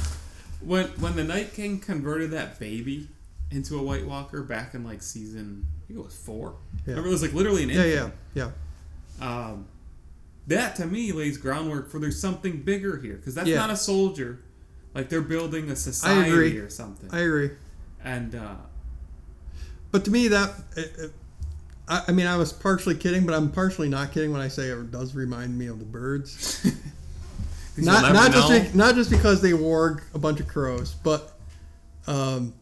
Speaker 1: when, when the Night King converted that baby into a White Walker back in like season, I think it was four.
Speaker 2: Yeah.
Speaker 1: Remember, it was like literally an
Speaker 2: Yeah,
Speaker 1: infant.
Speaker 2: yeah, yeah.
Speaker 1: Um, that to me lays groundwork for there's something bigger here because that's
Speaker 2: Yeah.
Speaker 1: not a soldier. Like they're building a society
Speaker 2: agree.
Speaker 1: or something.
Speaker 2: I agree.
Speaker 1: and uh,
Speaker 2: But to me, that it, it, I, I mean, I was partially kidding, but I'm partially not kidding when I say it does remind me of The Birds. not not just be- not just because they wore a bunch of crows, but um,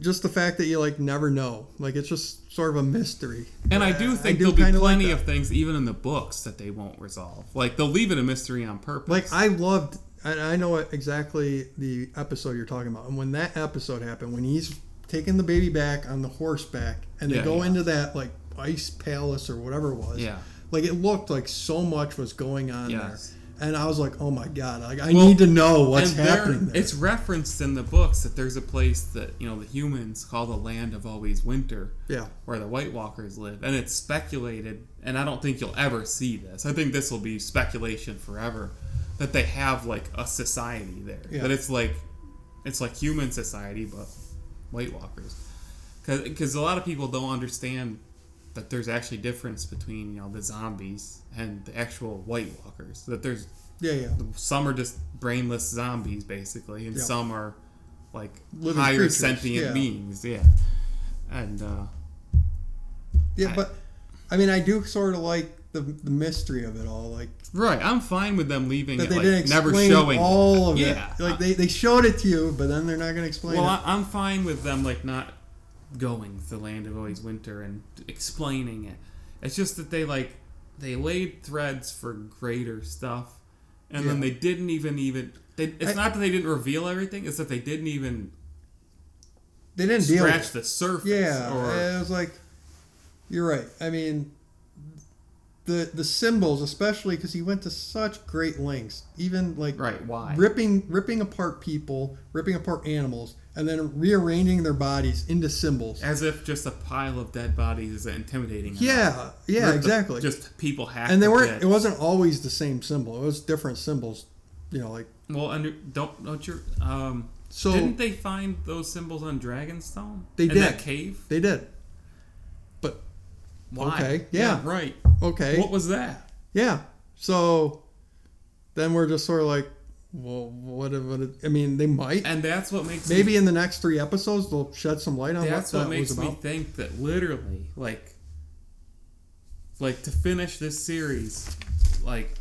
Speaker 2: just the fact that you like never know. Like it's just sort of a mystery.
Speaker 1: and I do think
Speaker 2: do
Speaker 1: there'll
Speaker 2: kinda
Speaker 1: be
Speaker 2: like
Speaker 1: plenty
Speaker 2: that.
Speaker 1: of things even in the books that they won't resolve. Like they'll leave it a mystery on purpose.
Speaker 2: Like I loved, and I know exactly the episode you're talking about. And when that episode happened, when he's taking the baby back on the horseback, and they
Speaker 1: Yeah,
Speaker 2: go
Speaker 1: yeah.
Speaker 2: into that like ice palace or whatever it was.
Speaker 1: Yeah.
Speaker 2: Like it looked like so much was going on
Speaker 1: Yes.
Speaker 2: there, and I was like, oh my god, like I
Speaker 1: Well,
Speaker 2: need to know what's
Speaker 1: and there-
Speaker 2: happening. There.
Speaker 1: It's referenced in the books that there's a place that you know the humans call the land of always winter.
Speaker 2: yeah,
Speaker 1: where the White Walkers live, and it's speculated, and I don't think you'll ever see this. I think this will be speculation forever that they have like a society there.
Speaker 2: Yeah.
Speaker 1: That it's like it's like human society, but White Walkers. Because a lot of people don't understand that there's actually difference between you know the zombies and the actual White Walkers. That there's
Speaker 2: yeah, yeah.
Speaker 1: some are just brainless zombies basically, and
Speaker 2: Yeah.
Speaker 1: some are like
Speaker 2: Living
Speaker 1: higher
Speaker 2: creatures,
Speaker 1: sentient
Speaker 2: yeah.
Speaker 1: beings. Yeah, and. uh
Speaker 2: Yeah,
Speaker 1: I-
Speaker 2: but I mean, I do sort of like the, the mystery of it all. Like
Speaker 1: Right, I'm fine with them leaving
Speaker 2: that
Speaker 1: it,
Speaker 2: they
Speaker 1: like,
Speaker 2: didn't explain
Speaker 1: never showing
Speaker 2: all of
Speaker 1: yeah.
Speaker 2: it. Like they, they showed it to you, but then they're not going to explain
Speaker 1: well,
Speaker 2: it.
Speaker 1: I, I'm fine with them like not going to the land of always winter and explaining it. It's just that they like they laid threads for greater stuff, and then
Speaker 2: Yeah.
Speaker 1: they didn't even even. They, it's
Speaker 2: I-
Speaker 1: not that they didn't reveal everything; it's that they didn't even
Speaker 2: they didn't deal with it.
Speaker 1: scratch the surface.
Speaker 2: Yeah, uh,
Speaker 1: or,
Speaker 2: it was like, you're right. I mean, the the symbols, especially because he went to such great lengths, even like
Speaker 1: right. Why?
Speaker 2: ripping ripping apart people, ripping apart animals, and then rearranging their bodies into symbols.
Speaker 1: As if just a pile of dead bodies is intimidating. enough.
Speaker 2: Yeah, yeah,
Speaker 1: Not the-
Speaker 2: exactly.
Speaker 1: just people hack.
Speaker 2: and they
Speaker 1: the
Speaker 2: weren't.
Speaker 1: dead.
Speaker 2: It wasn't always the same symbol. It was different symbols. You know, like
Speaker 1: Well, under don't don't you um.
Speaker 2: so
Speaker 1: didn't they find those symbols on Dragonstone?
Speaker 2: They
Speaker 1: In
Speaker 2: did.
Speaker 1: that cave.
Speaker 2: they did. But
Speaker 1: Why?
Speaker 2: Okay, yeah.
Speaker 1: Right.
Speaker 2: okay,
Speaker 1: What was that?
Speaker 2: yeah. So then we're just sort of like, well, what? if- what if- I mean, they might.
Speaker 1: And that's what makes me
Speaker 2: Maybe in the next three episodes they'll shed some light on
Speaker 1: that's
Speaker 2: Oh, what
Speaker 1: what
Speaker 2: that
Speaker 1: makes
Speaker 2: was
Speaker 1: me
Speaker 2: about.
Speaker 1: think that literally like like to finish this series like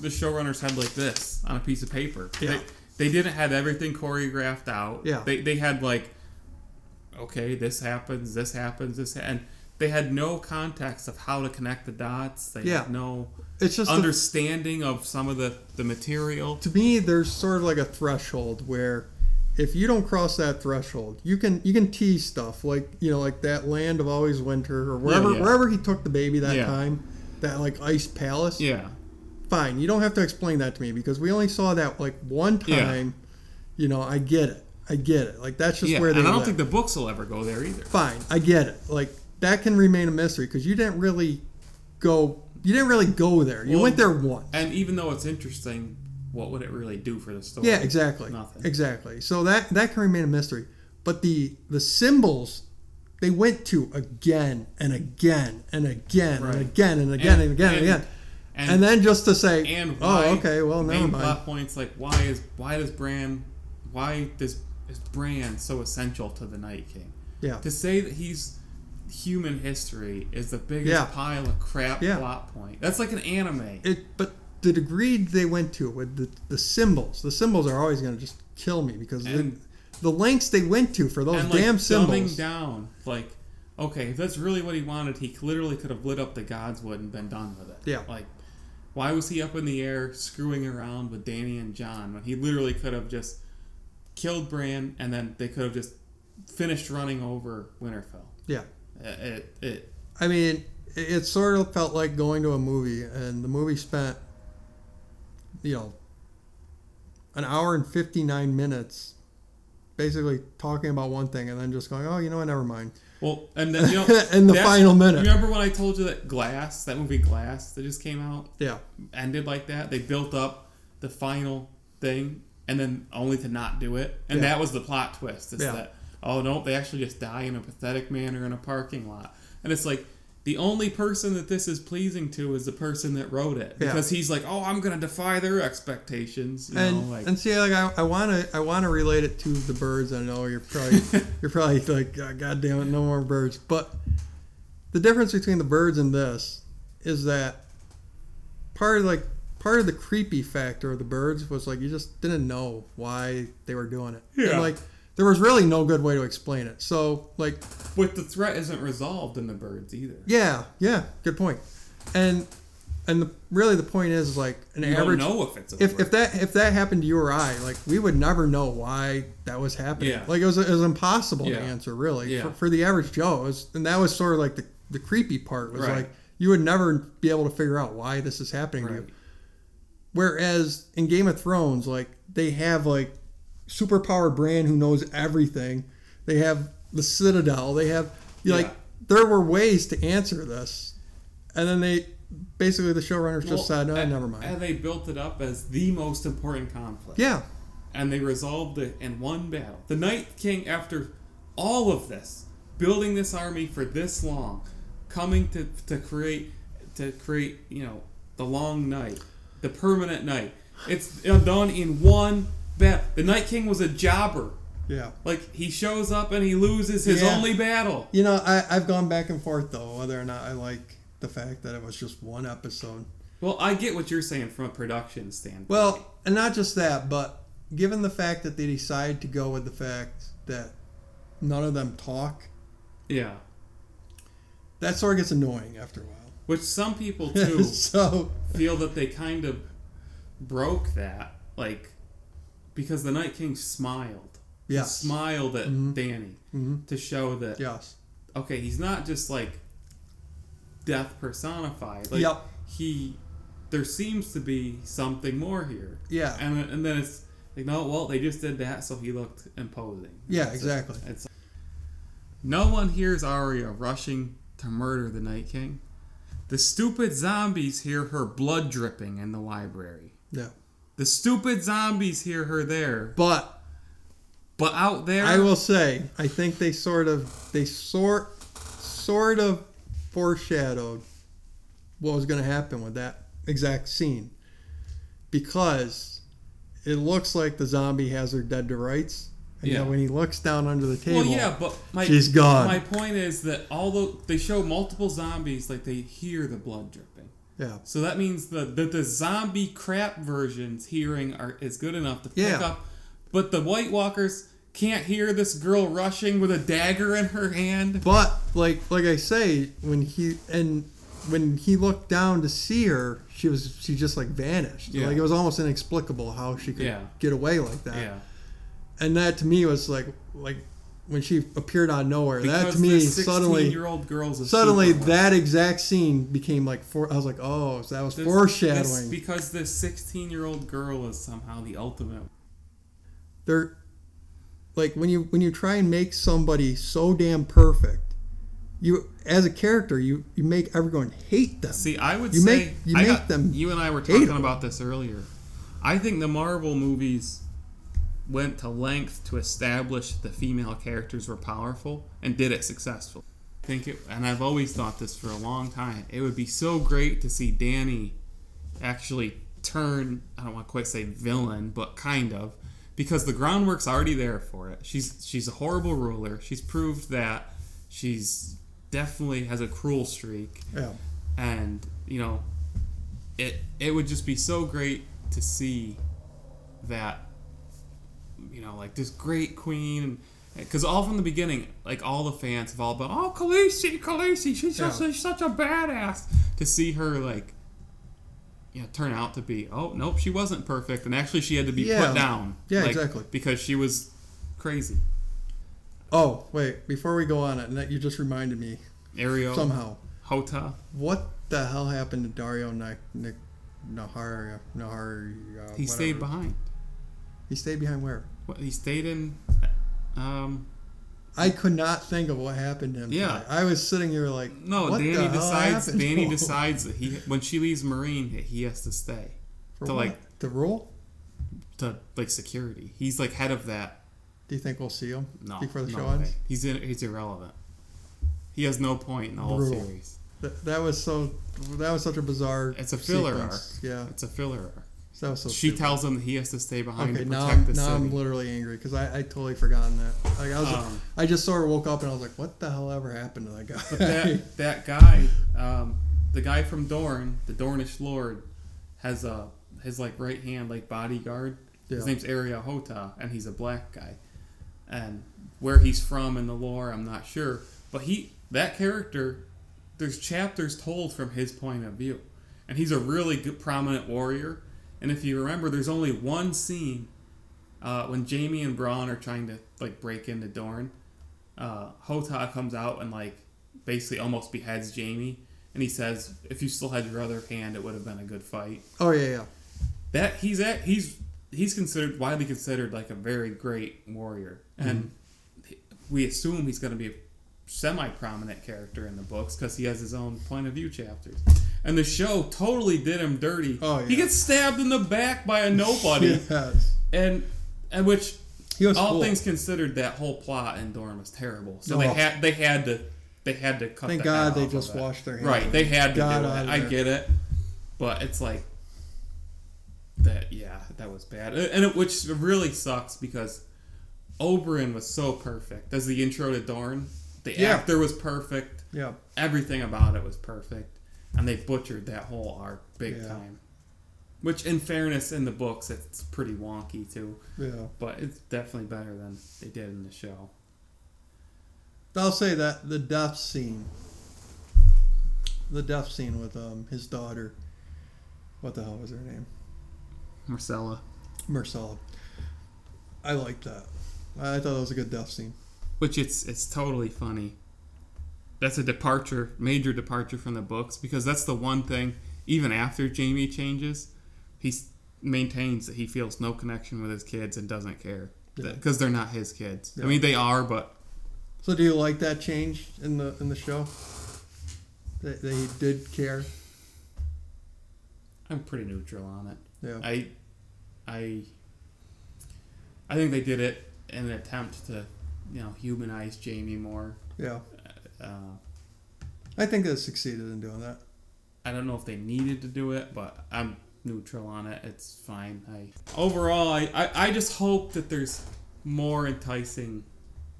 Speaker 1: the showrunners had like this on a piece of paper
Speaker 2: Yeah.
Speaker 1: they, they didn't have everything choreographed out
Speaker 2: Yeah.
Speaker 1: they, they had like okay this happens this happens this ha-, and they had no context of how to connect the dots they
Speaker 2: Yeah.
Speaker 1: had no
Speaker 2: It's just a
Speaker 1: understanding of some of the the material
Speaker 2: to me there's sort of like a threshold where if you don't cross that threshold you can you can tease stuff like you know like that land of always winter or wherever
Speaker 1: yeah.
Speaker 2: wherever he took the baby that
Speaker 1: Yeah.
Speaker 2: time that like ice palace
Speaker 1: yeah
Speaker 2: fine you don't have to explain that to me because we only saw that like one
Speaker 1: Yeah.
Speaker 2: time you know i get it i get it like that's just
Speaker 1: yeah
Speaker 2: where
Speaker 1: and
Speaker 2: they
Speaker 1: i don't
Speaker 2: live.
Speaker 1: think the books will ever go there either
Speaker 2: fine i get it like that can remain a mystery because you didn't really go you didn't really go there you
Speaker 1: Well,
Speaker 2: went there once
Speaker 1: And even though it's interesting, what would it really do for the story?
Speaker 2: Yeah, exactly.
Speaker 1: Nothing.
Speaker 2: Exactly. So that that can remain a mystery. But the the symbols they went to again and again and again
Speaker 1: Right.
Speaker 2: and again and again and, again and, again. And,
Speaker 1: And and,
Speaker 2: then just to say,
Speaker 1: and why,
Speaker 2: oh, okay, well, never
Speaker 1: main
Speaker 2: mind.
Speaker 1: plot points like why is why does Bran why this is Bran so essential to the Night King?
Speaker 2: Yeah.
Speaker 1: To say that he's human history is the biggest
Speaker 2: Yeah.
Speaker 1: pile of crap
Speaker 2: Yeah.
Speaker 1: plot point. That's like an anime.
Speaker 2: It, but the degree they went to with the, the symbols, the symbols are always going to just kill me because
Speaker 1: And-
Speaker 2: the, the lengths they went to for those
Speaker 1: and like
Speaker 2: damn
Speaker 1: dumbing
Speaker 2: symbols.
Speaker 1: down, like okay, if that's really what he wanted, he literally could have lit up the godswood and been done with it.
Speaker 2: Yeah.
Speaker 1: Like, why was he up in the air screwing around with Danny and John when he literally could have just killed Bran and then they could have just finished running over Winterfell?
Speaker 2: Yeah.
Speaker 1: Uh, It, it,
Speaker 2: I mean, it, it sort of felt like going to a movie, and the movie spent, you know, an hour and 59 minutes basically talking about one thing and then just going, oh, you know what, never mind.
Speaker 1: well, and then you know,
Speaker 2: In the
Speaker 1: that's-
Speaker 2: final minute.
Speaker 1: You remember when I told you that Glass, that movie Glass, that just came out?
Speaker 2: Yeah.
Speaker 1: ended like that. They built up the final thing, and then only to not do it, and
Speaker 2: Yeah.
Speaker 1: that was the plot twist. Is
Speaker 2: Yeah.
Speaker 1: that oh no, they actually just die in a pathetic manner in a parking lot, and it's like the only person that this is pleasing to is the person that wrote it
Speaker 2: Yeah.
Speaker 1: because he's like, oh, I'm gonna defy their expectations, you
Speaker 2: And,
Speaker 1: know, like
Speaker 2: and see, like I, I wanna, I wanna relate it to the birds. I know you're probably, you're probably like, God, God damn it, no more birds. But the difference between the birds and this is that part of like part of the creepy factor of the birds was like you just didn't know why they were doing it. And,
Speaker 1: Yeah.
Speaker 2: like there was really no good way to explain it. So like
Speaker 1: but the threat isn't resolved in the birds either.
Speaker 2: yeah, yeah, good point. And and the, really the point is like an
Speaker 1: You
Speaker 2: average
Speaker 1: don't know if it's a
Speaker 2: if,
Speaker 1: bird.
Speaker 2: if that if that happened to you or I, like we would never know why that was happening.
Speaker 1: Yeah.
Speaker 2: Like it was, it was impossible
Speaker 1: Yeah.
Speaker 2: to answer really
Speaker 1: Yeah.
Speaker 2: for, for the average Joe. It was, and that was sort of like the, the creepy part was
Speaker 1: Right.
Speaker 2: like you would never be able to figure out why this is happening to you.
Speaker 1: Right.
Speaker 2: Whereas in Game of Thrones, like they have like superpower Bran who knows everything. They have the Citadel. They have
Speaker 1: Yeah.
Speaker 2: like there were ways to answer this, and then they basically the showrunners just
Speaker 1: Well,
Speaker 2: said, "No,
Speaker 1: and-
Speaker 2: never mind."
Speaker 1: And they built it up as the most important conflict.
Speaker 2: yeah,
Speaker 1: and they resolved it in one battle. The Night King, after all of this, building this army for this long, coming to, to create to create you know the long night, the permanent night. It's done in one battle. The Night King was a jobber.
Speaker 2: yeah.
Speaker 1: Like he shows up and he loses his
Speaker 2: Yeah.
Speaker 1: only battle.
Speaker 2: You know, I, I've gone back and forth though, whether or not I like the fact that it was just one episode.
Speaker 1: Well, I get what you're saying from a production standpoint.
Speaker 2: Well, and not just that, but given the fact that they decide to go with the fact that none of them talk,
Speaker 1: yeah,
Speaker 2: that sort of gets annoying after a while.
Speaker 1: which some people too.
Speaker 2: so
Speaker 1: feel that they kind of broke that, like, because the Night King smiled.
Speaker 2: Yes.
Speaker 1: He smiled at Danny
Speaker 2: Mhm.
Speaker 1: to show that,
Speaker 2: yes,
Speaker 1: okay, he's not just like death personified. Like,
Speaker 2: Yep.
Speaker 1: he, there seems to be something more here.
Speaker 2: Yeah.
Speaker 1: And, and then it's, Like no, well they just did that so he looked imposing.
Speaker 2: Yeah,
Speaker 1: That's it.
Speaker 2: exactly.
Speaker 1: It's no one hears Arya rushing to murder the Night King. The stupid zombies hear her blood dripping in the library.
Speaker 2: Yeah.
Speaker 1: The stupid zombies hear her there,
Speaker 2: But
Speaker 1: but out there,
Speaker 2: I will say, I think they sort of they sort sort of foreshadowed what was going to happen with that exact scene because it looks like the zombie has her dead to rights, and
Speaker 1: Yeah.
Speaker 2: then when he looks down under the table,
Speaker 1: Well, yeah, but my
Speaker 2: she's gone.
Speaker 1: My point is that although they show multiple zombies, like they hear the blood dripping,
Speaker 2: yeah,
Speaker 1: so that means the the, the zombie crap versions hearing are is good enough to pick
Speaker 2: Yeah.
Speaker 1: up, but the White Walkers can't hear this girl rushing with a dagger in her hand.
Speaker 2: But like like I say, when he and when he looked down to see her, she was she just like vanished.
Speaker 1: Yeah.
Speaker 2: Like it was almost inexplicable how she could
Speaker 1: Yeah.
Speaker 2: get away like that.
Speaker 1: Yeah,
Speaker 2: And that to me was like like when she appeared out of nowhere. that to me suddenly
Speaker 1: year old girls are
Speaker 2: suddenly
Speaker 1: super
Speaker 2: that exact scene became like for I was like, "Oh, so that was
Speaker 1: This-
Speaker 2: foreshadowing."
Speaker 1: this- because this 16 year old girl is somehow the ultimate.
Speaker 2: they're like when you when you try and make somebody so damn perfect, you as a character, you you make everyone hate them.
Speaker 1: See, I would
Speaker 2: You
Speaker 1: say
Speaker 2: make- you
Speaker 1: I
Speaker 2: make
Speaker 1: got-
Speaker 2: them
Speaker 1: You and I were
Speaker 2: hate
Speaker 1: talking
Speaker 2: them.
Speaker 1: about this earlier. I think the Marvel movies went to length to establish the female characters were powerful and did it successfully. I think it, and I've always thought this for a long time. It would be so great to see Danny actually turn. I don't want to quite say villain, but kind of, because the groundwork's already there for it. She's she's a horrible ruler. She's proved that. She's definitely has a cruel streak
Speaker 2: Yeah.
Speaker 1: and you know it it would just be so great to see that you know like this great queen because all from the beginning like all the fans have all been oh Khaleesi Khaleesi she's just
Speaker 2: Yeah.
Speaker 1: she's such a badass to see her like you know turn out to be oh nope she wasn't perfect and actually she had to be
Speaker 2: Yeah.
Speaker 1: put down
Speaker 2: Yeah,
Speaker 1: like,
Speaker 2: exactly.
Speaker 1: because she was crazy
Speaker 2: Oh, wait, before we go on it, and that you just reminded me
Speaker 1: Ariel
Speaker 2: somehow.
Speaker 1: Hota
Speaker 2: What the hell happened to Dario Nick Nick Nahar Nahar uh,
Speaker 1: he stayed
Speaker 2: whatever?
Speaker 1: behind
Speaker 2: He stayed behind where?
Speaker 1: What- he stayed in um
Speaker 2: I could not think of what happened to him.
Speaker 1: Yeah.
Speaker 2: today. I was sitting here like
Speaker 1: No,
Speaker 2: what the
Speaker 1: Danny
Speaker 2: hell
Speaker 1: decides.
Speaker 2: happened?
Speaker 1: Danny decides that he when she leaves Marine, that he has to stay
Speaker 2: For
Speaker 1: to,
Speaker 2: what?
Speaker 1: like-
Speaker 2: the rule.
Speaker 1: to like security. He's like head of that.
Speaker 2: Do you think we'll see him
Speaker 1: No,
Speaker 2: before the
Speaker 1: no
Speaker 2: show
Speaker 1: way.
Speaker 2: ends?
Speaker 1: He's in, he's irrelevant. He has no point in the whole
Speaker 2: Brutal.
Speaker 1: series.
Speaker 2: Th- that was so. That was such a bizarre.
Speaker 1: It's a filler
Speaker 2: sequence. Yeah,
Speaker 1: It's a filler arc.
Speaker 2: that was so.
Speaker 1: she
Speaker 2: stupid.
Speaker 1: tells him that he has to stay behind
Speaker 2: Okay,
Speaker 1: to
Speaker 2: now
Speaker 1: protect
Speaker 2: I'm,
Speaker 1: the
Speaker 2: now
Speaker 1: city.
Speaker 2: I'm literally angry because I, I totally forgotten that. Like I was,
Speaker 1: Um,
Speaker 2: I just sort of woke up and I was like, "What the hell ever happened to that guy?"
Speaker 1: But that that guy, um, the guy from Dorne, the Dornish lord, has a his like right hand like bodyguard. His
Speaker 2: Yeah.
Speaker 1: name's Ariel Hota, and he's a black guy. And where he's from in the lore, I'm not sure. But he that character, there's chapters told from his point of view, and he's a really good prominent warrior. And if you remember, there's only one scene uh, when Jamie and Braun are trying to like break into Dorne, uh, Hota comes out and like basically almost beheads Jamie, and he says, "If you still had your other hand, it would have been a good fight."
Speaker 2: oh yeah, yeah.
Speaker 1: That he's at he's he's considered widely considered like a very great warrior,
Speaker 2: Mm-hmm.
Speaker 1: and we assume he's going to be a semi-prominent character in the books because he has his own point of view chapters. And the show totally did him dirty.
Speaker 2: Oh, yeah.
Speaker 1: He gets stabbed in the back by a nobody,
Speaker 2: Yes.
Speaker 1: and and which
Speaker 2: He was
Speaker 1: all
Speaker 2: cool.
Speaker 1: things considered, that whole plot in Dorm was terrible. So they
Speaker 2: Oh.
Speaker 1: had they had to they had to cut.
Speaker 2: Thank
Speaker 1: the head
Speaker 2: God they
Speaker 1: off of
Speaker 2: just
Speaker 1: it.
Speaker 2: washed their hands.
Speaker 1: Right, they had to
Speaker 2: God
Speaker 1: do
Speaker 2: out of
Speaker 1: it. I
Speaker 2: there.
Speaker 1: get it, but it's like that. Yeah, that was bad, and it, which really sucks because Oberyn was so perfect as the intro to Dorn. The
Speaker 2: Yeah.
Speaker 1: actor was perfect.
Speaker 2: Yeah.
Speaker 1: Everything about it was perfect, and they butchered that whole arc big
Speaker 2: Yeah.
Speaker 1: time. Which, in fairness, in the books, it's pretty wonky too
Speaker 2: Yeah.
Speaker 1: but it's definitely better than they did in the show.
Speaker 2: I'll say that the death scene, the death scene with um his daughter, what the hell was her name?
Speaker 1: Marcella.
Speaker 2: Marcella. I liked that. I I thought that was a good death scene.
Speaker 1: Which it's it's totally funny. That's a departure, major departure from the books because that's the one thing even after Jamie changes, he's maintains that he feels no connection with his kids and doesn't care
Speaker 2: Yeah.
Speaker 1: because they're not his kids.
Speaker 2: Yeah.
Speaker 1: I mean, they are, but
Speaker 2: So do you like that change in the in the show? That, that he did care.
Speaker 1: I'm pretty neutral on it.
Speaker 2: Yeah.
Speaker 1: I, I, I think they did it in an attempt to, you know, humanize Jamie more.
Speaker 2: Yeah.
Speaker 1: Uh,
Speaker 2: I think they succeeded in doing that.
Speaker 1: I don't know if they needed to do it, but I'm neutral on it. It's fine. I overall, I, I, I just hope that there's more enticing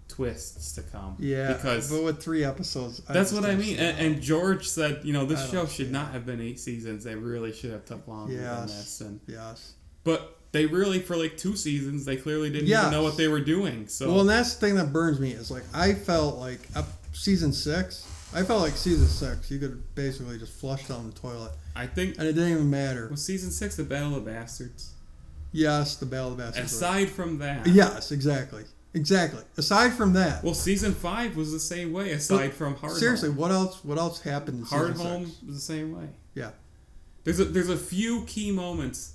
Speaker 1: twists to come.
Speaker 2: Yeah.
Speaker 1: because
Speaker 2: but with three episodes,
Speaker 1: that's
Speaker 2: just
Speaker 1: what I
Speaker 2: don't
Speaker 1: mean.
Speaker 2: see
Speaker 1: And,
Speaker 2: it.
Speaker 1: and George said, you know,
Speaker 2: I
Speaker 1: this
Speaker 2: don't
Speaker 1: show
Speaker 2: see
Speaker 1: should
Speaker 2: it.
Speaker 1: not have been eight seasons. They really should have took longer than
Speaker 2: Yes.
Speaker 1: this. And
Speaker 2: yes.
Speaker 1: but they really for like two seasons they clearly didn't
Speaker 2: Yes.
Speaker 1: even know what they were doing. So
Speaker 2: Well, and that's the thing that burns me is like I felt like up season six. I felt like season six, you could basically just flush down the toilet,
Speaker 1: I think
Speaker 2: and it didn't even matter.
Speaker 1: was season six the Battle of Bastards.
Speaker 2: Yes, the Battle of the Bastards. was-
Speaker 1: Aside from that,
Speaker 2: Yes, exactly, exactly. Aside from that,
Speaker 1: Well, season five was the same way. Aside from Hard
Speaker 2: seriously, what else? What else happened in
Speaker 1: Hard
Speaker 2: season
Speaker 1: Home
Speaker 2: six?
Speaker 1: was the same way.
Speaker 2: Yeah.
Speaker 1: There's a there's a few key moments,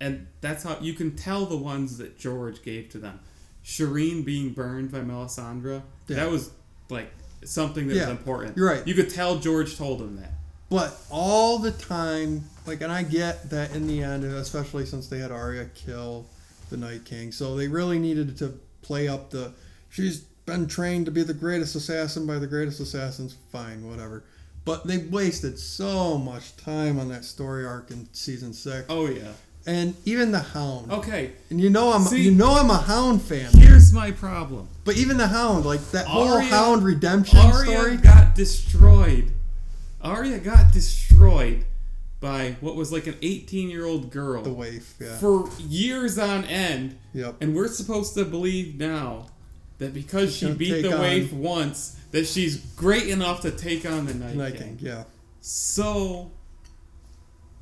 Speaker 1: and that's how you can tell the ones that George gave to them. Shireen being burned by Melisandre.
Speaker 2: Yeah.
Speaker 1: That was like something that
Speaker 2: Yeah,
Speaker 1: was important.
Speaker 2: you're right.
Speaker 1: You could tell George told him that.
Speaker 2: But all the time, like, and I get that in the end, especially since they had Arya kill the Night King, so they really needed to play up the she's been trained to be the greatest assassin by the greatest assassins. Fine, whatever. But they wasted so much time on that story arc in season six,
Speaker 1: Oh yeah.
Speaker 2: and even the Hound.
Speaker 1: Okay.
Speaker 2: And you know I'm
Speaker 1: See-
Speaker 2: you know I'm a Hound fan,
Speaker 1: Here's my problem.
Speaker 2: but even the Hound, like that whole
Speaker 1: Arya-
Speaker 2: Hound redemption
Speaker 1: Arya
Speaker 2: story.
Speaker 1: got destroyed. Arya got destroyed by what was like an 18 year old girl.
Speaker 2: The waif, yeah,
Speaker 1: for years on end.
Speaker 2: Yep.
Speaker 1: And we're supposed to believe now that because she
Speaker 2: gonna
Speaker 1: beat
Speaker 2: take
Speaker 1: the
Speaker 2: on-
Speaker 1: wave once, that she's great enough to take on the Night,
Speaker 2: Night
Speaker 1: King.
Speaker 2: King, yeah.
Speaker 1: So.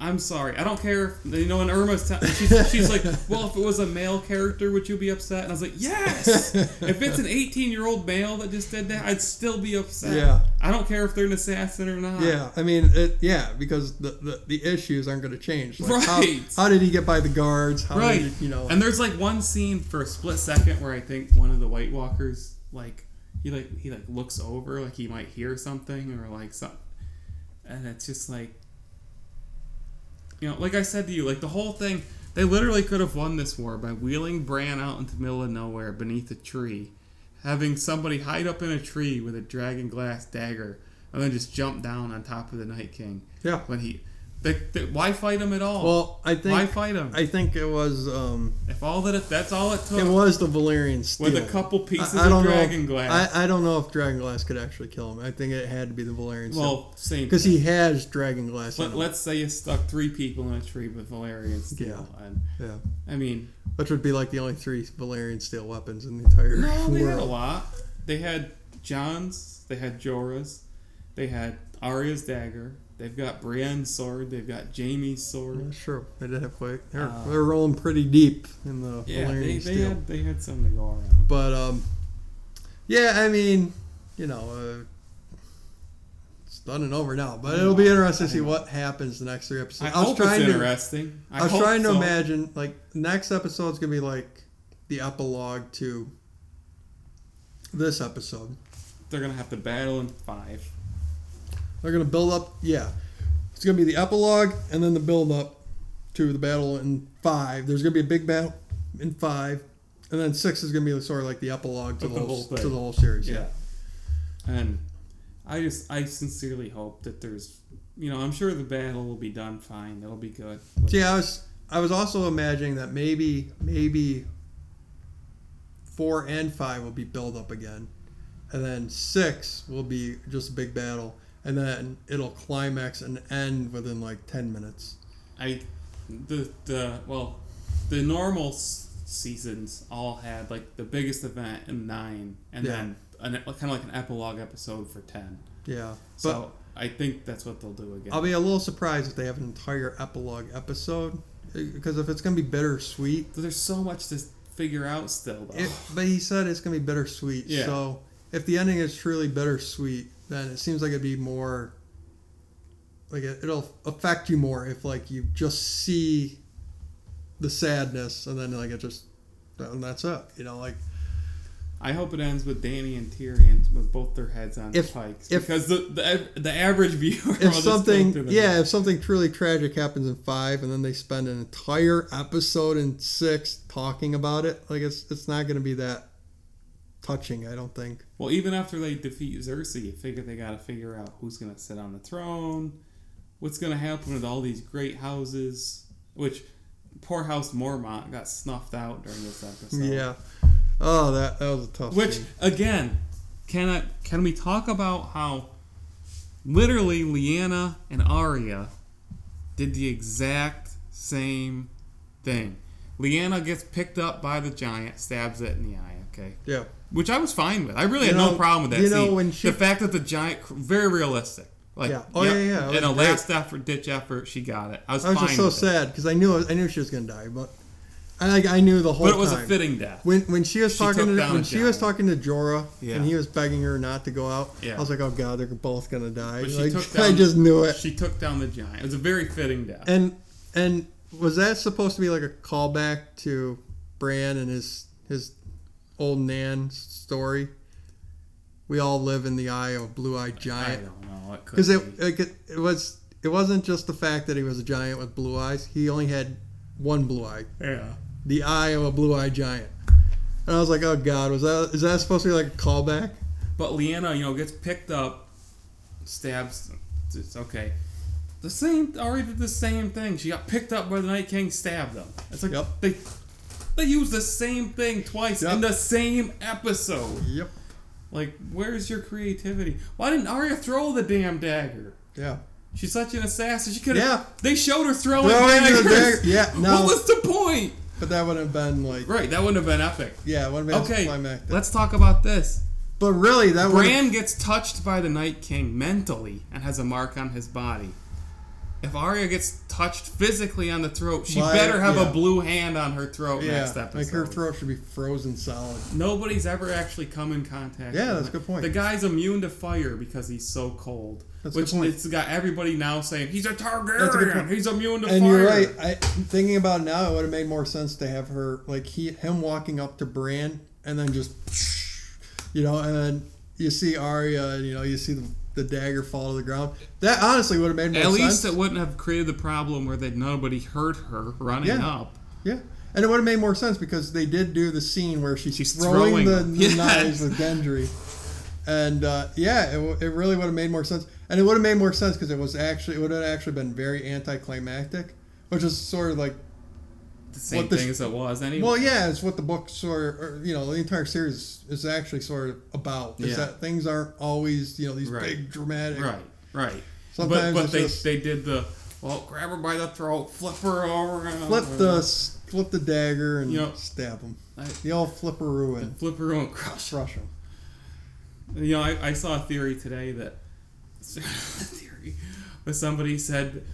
Speaker 1: I'm sorry. I don't care. if- You know, in Irma's time, she's, she's like, "Well, if it was a male character, would you be upset?" And I was like, "Yes." if it's an 18-year-old male that just did that, I'd still be upset.
Speaker 2: Yeah.
Speaker 1: I don't care if they're an assassin or not.
Speaker 2: Yeah, I mean, it, yeah, because the, the, the issues aren't going to change. Like, how-
Speaker 1: Right.
Speaker 2: How, did he get by the guards? How
Speaker 1: Right.
Speaker 2: Did, he- you know.
Speaker 1: And there's like one scene for a split second where I think one of the White Walkers like he like he like looks over like he might hear something or like something, and it's just like you know, like I said to you, like the whole thing. They literally could have won this war by wheeling Bran out into the middle of nowhere beneath a tree, having somebody hide up in a tree with a dragon glass dagger, and then just jump down on top of the Night King
Speaker 2: yeah.
Speaker 1: when he. They, they, why fight him at all?
Speaker 2: Well, I think
Speaker 1: why fight him?
Speaker 2: I think it was um
Speaker 1: If all that, if that's all it took,
Speaker 2: it was the Valyrian steel
Speaker 1: with a couple pieces
Speaker 2: I, I don't
Speaker 1: of
Speaker 2: know if-
Speaker 1: dragon glass.
Speaker 2: I, I don't know if dragon glass could actually kill him. I think it had to be the Valyrian steel
Speaker 1: well, same.
Speaker 2: because he has dragon glass. in
Speaker 1: Let,
Speaker 2: him.
Speaker 1: let's say you stuck three people in a tree with Valerian steel. And,
Speaker 2: yeah,
Speaker 1: I mean,
Speaker 2: which would be like the only three Valyrian steel weapons in the entire
Speaker 1: no, they had a
Speaker 2: world.
Speaker 1: lot. They had John's, they had Jorah's, they had Arya's dagger. They've got Brienne's sword. They've got Jamie's
Speaker 2: Yeah,
Speaker 1: sword.
Speaker 2: sure, they did have quite. They're,
Speaker 1: Uh,
Speaker 2: they're rolling pretty deep in the
Speaker 1: Yeah,
Speaker 2: Valyrian
Speaker 1: they, they
Speaker 2: steel.
Speaker 1: had they had something to go around.
Speaker 2: But um, yeah, I mean, you know, uh, it's done and over now. But
Speaker 1: I
Speaker 2: it'll be
Speaker 1: know,
Speaker 2: interesting to
Speaker 1: I
Speaker 2: see
Speaker 1: know.
Speaker 2: what happens the next three
Speaker 1: I,
Speaker 2: episodes.
Speaker 1: hope it's interesting.
Speaker 2: to, I was
Speaker 1: hope
Speaker 2: trying to
Speaker 1: so.
Speaker 2: imagine like next episode's gonna be like the epilogue to this episode.
Speaker 1: they're gonna have to battle in five.
Speaker 2: They're gonna build up. Yeah, it's gonna be the epilogue and then the build up to the battle in five. There's gonna be a big battle in five, and then six is gonna be sort of like the epilogue to
Speaker 1: Of
Speaker 2: the,
Speaker 1: the
Speaker 2: whole
Speaker 1: whole thing.
Speaker 2: to the whole series.
Speaker 1: Yeah. And I just, I sincerely hope that there's, you know, I'm sure the battle will be done fine. It'll be good. But
Speaker 2: See, I was I was also imagining that maybe maybe four and five will be build up again, and then six will be just a big battle, and then it'll climax and end within like ten minutes.
Speaker 1: I, the, the, well, the normal s- seasons all had like the biggest event in nine and
Speaker 2: Yeah.
Speaker 1: then an, kind of like an epilogue episode for 10.
Speaker 2: Yeah, but
Speaker 1: So I think that's what they'll do again.
Speaker 2: I'll be a little surprised if they have an entire epilogue episode, because if it's gonna be bittersweet,
Speaker 1: there's so much to figure out still, though.
Speaker 2: it, but he said it's gonna be bittersweet.
Speaker 1: Yeah.
Speaker 2: So if the ending is truly bittersweet, then it seems like it'd be more like it, it'll affect you more if like you just see the sadness, and then like it just, and that's it. You know, like
Speaker 1: I hope it ends with Danny and Tyrion with both their heads on
Speaker 2: If-
Speaker 1: pikes
Speaker 2: if-
Speaker 1: because the, the the average viewer will
Speaker 2: if
Speaker 1: just go through
Speaker 2: something,
Speaker 1: the-
Speaker 2: yeah, if something truly tragic happens in five, and then they spend an entire episode in six talking about it, like it's it's not going to be that touching. I don't think.
Speaker 1: Well, even after they defeat Cersei, you figure they got to figure out who's going to sit on the throne, what's going to happen with all these great houses, which poor House Mormont got snuffed out during this episode.
Speaker 2: Yeah. Oh, that that was a tough.
Speaker 1: Which
Speaker 2: scene.
Speaker 1: again, can I can we talk about how literally Lyanna and Arya did the exact same thing? Lyanna gets picked up by the giant, stabs it in the eye. Okay,
Speaker 2: Yeah.
Speaker 1: which I was fine with. I really
Speaker 2: You
Speaker 1: had
Speaker 2: know-
Speaker 1: no problem with that
Speaker 2: you know
Speaker 1: scene.
Speaker 2: when she-
Speaker 1: the fact that the giant, very realistic. Like,
Speaker 2: Yeah. Oh, yeah, yeah, it was
Speaker 1: In a
Speaker 2: great.
Speaker 1: last effort, ditch effort, she got it. I was,
Speaker 2: I was
Speaker 1: fine
Speaker 2: just so
Speaker 1: with it.
Speaker 2: sad because I knew I knew she was gonna die, but I like I knew the whole
Speaker 1: But it was
Speaker 2: time.
Speaker 1: a fitting death.
Speaker 2: when when she was
Speaker 1: She
Speaker 2: talking
Speaker 1: took
Speaker 2: to
Speaker 1: down
Speaker 2: when
Speaker 1: a
Speaker 2: she was
Speaker 1: giant.
Speaker 2: talking to Jorah
Speaker 1: Yeah.
Speaker 2: and he was begging her not to go out,
Speaker 1: Yeah.
Speaker 2: I was like, oh god, they're both gonna die.
Speaker 1: But she
Speaker 2: Like,
Speaker 1: took
Speaker 2: I
Speaker 1: down-
Speaker 2: just knew it.
Speaker 1: She took down the giant. It was a very fitting death.
Speaker 2: And and was that supposed to be like a callback to Bran and his his old nan story? We all live in the eye of a blue-eyed
Speaker 1: I
Speaker 2: giant.
Speaker 1: don't know. It could
Speaker 2: because
Speaker 1: be.
Speaker 2: it, like, it it was it wasn't just the fact that he was a giant with blue eyes. He only had one blue eye,
Speaker 1: Yeah.
Speaker 2: the eye of a blue-eyed giant. And I was like, oh god, was that is that supposed to be like a callback?
Speaker 1: But Leanna, you know, gets picked up, stabs. It's okay. The same. Ari did the same thing. She got picked up by the Night King, stabbed him. It's like
Speaker 2: Yep.
Speaker 1: they they use the same thing twice
Speaker 2: Yep.
Speaker 1: in the same episode.
Speaker 2: Yep.
Speaker 1: Like, where's your creativity? Why didn't Arya throw the damn dagger?
Speaker 2: Yeah.
Speaker 1: She's such an assassin. She could have.
Speaker 2: Yeah.
Speaker 1: They showed her throwing
Speaker 2: Throwing the
Speaker 1: daggers.
Speaker 2: dagger- yeah, no.
Speaker 1: What was the point?
Speaker 2: But that would have been like,
Speaker 1: Right. That wouldn't have been epic.
Speaker 2: yeah, it would have been
Speaker 1: Okay.
Speaker 2: climactic.
Speaker 1: Let's talk about this.
Speaker 2: But really, that would.
Speaker 1: Bran gets touched by the Night King mentally and has a mark on his body. If Arya gets touched physically on the throat, she
Speaker 2: Why-
Speaker 1: better have
Speaker 2: yeah.
Speaker 1: a blue hand on her throat
Speaker 2: Yeah,
Speaker 1: next episode.
Speaker 2: like her throat should be frozen solid.
Speaker 1: Nobody's ever actually come in contact.
Speaker 2: Yeah,
Speaker 1: with
Speaker 2: that's a
Speaker 1: him.
Speaker 2: good point.
Speaker 1: The guy's immune to fire because he's so cold,
Speaker 2: That's a
Speaker 1: which
Speaker 2: good point.
Speaker 1: it's got everybody now saying he's a
Speaker 2: That's a good
Speaker 1: Targaryen.
Speaker 2: point.
Speaker 1: he's immune to
Speaker 2: And
Speaker 1: fire.
Speaker 2: you're right. I thinking about it now, it would have made more sense to have her like he him walking up to Bran and then just you know, and then you see Arya, and, you know, you see the, the dagger fall to the ground. That honestly would have made more
Speaker 1: At
Speaker 2: sense.
Speaker 1: least it wouldn't have created the problem where that nobody heard her running
Speaker 2: Yeah.
Speaker 1: up.
Speaker 2: yeah. And it would have made more sense because they did do the scene where she's,
Speaker 1: She's
Speaker 2: throwing,
Speaker 1: throwing
Speaker 2: the,
Speaker 1: them.
Speaker 2: the
Speaker 1: Yes.
Speaker 2: knives with Gendry. And uh, yeah, it, w- it really would have made more sense. And it would have made more sense because it was actually it would have actually been very anticlimactic, which is sort of like
Speaker 1: The same
Speaker 2: What the
Speaker 1: thing
Speaker 2: sh-
Speaker 1: as it was anyway.
Speaker 2: Well, yeah, it's what the book sort of, or, you know, the entire series is actually sort of about. Is
Speaker 1: Yeah.
Speaker 2: that things aren't always, you know, these
Speaker 1: Right.
Speaker 2: big dramatic.
Speaker 1: Right, right. but
Speaker 2: Sometimes
Speaker 1: but
Speaker 2: it's
Speaker 1: they,
Speaker 2: just-
Speaker 1: they did the well, grab her by the throat, flip her over,
Speaker 2: Flip the s- flip the dagger and
Speaker 1: Uh-huh. Yep.
Speaker 2: stab them.
Speaker 1: I-
Speaker 2: The old flipperoo and
Speaker 1: flip her and crush. her.
Speaker 2: crush them.
Speaker 1: You know, I, I saw a theory today that theory, but somebody said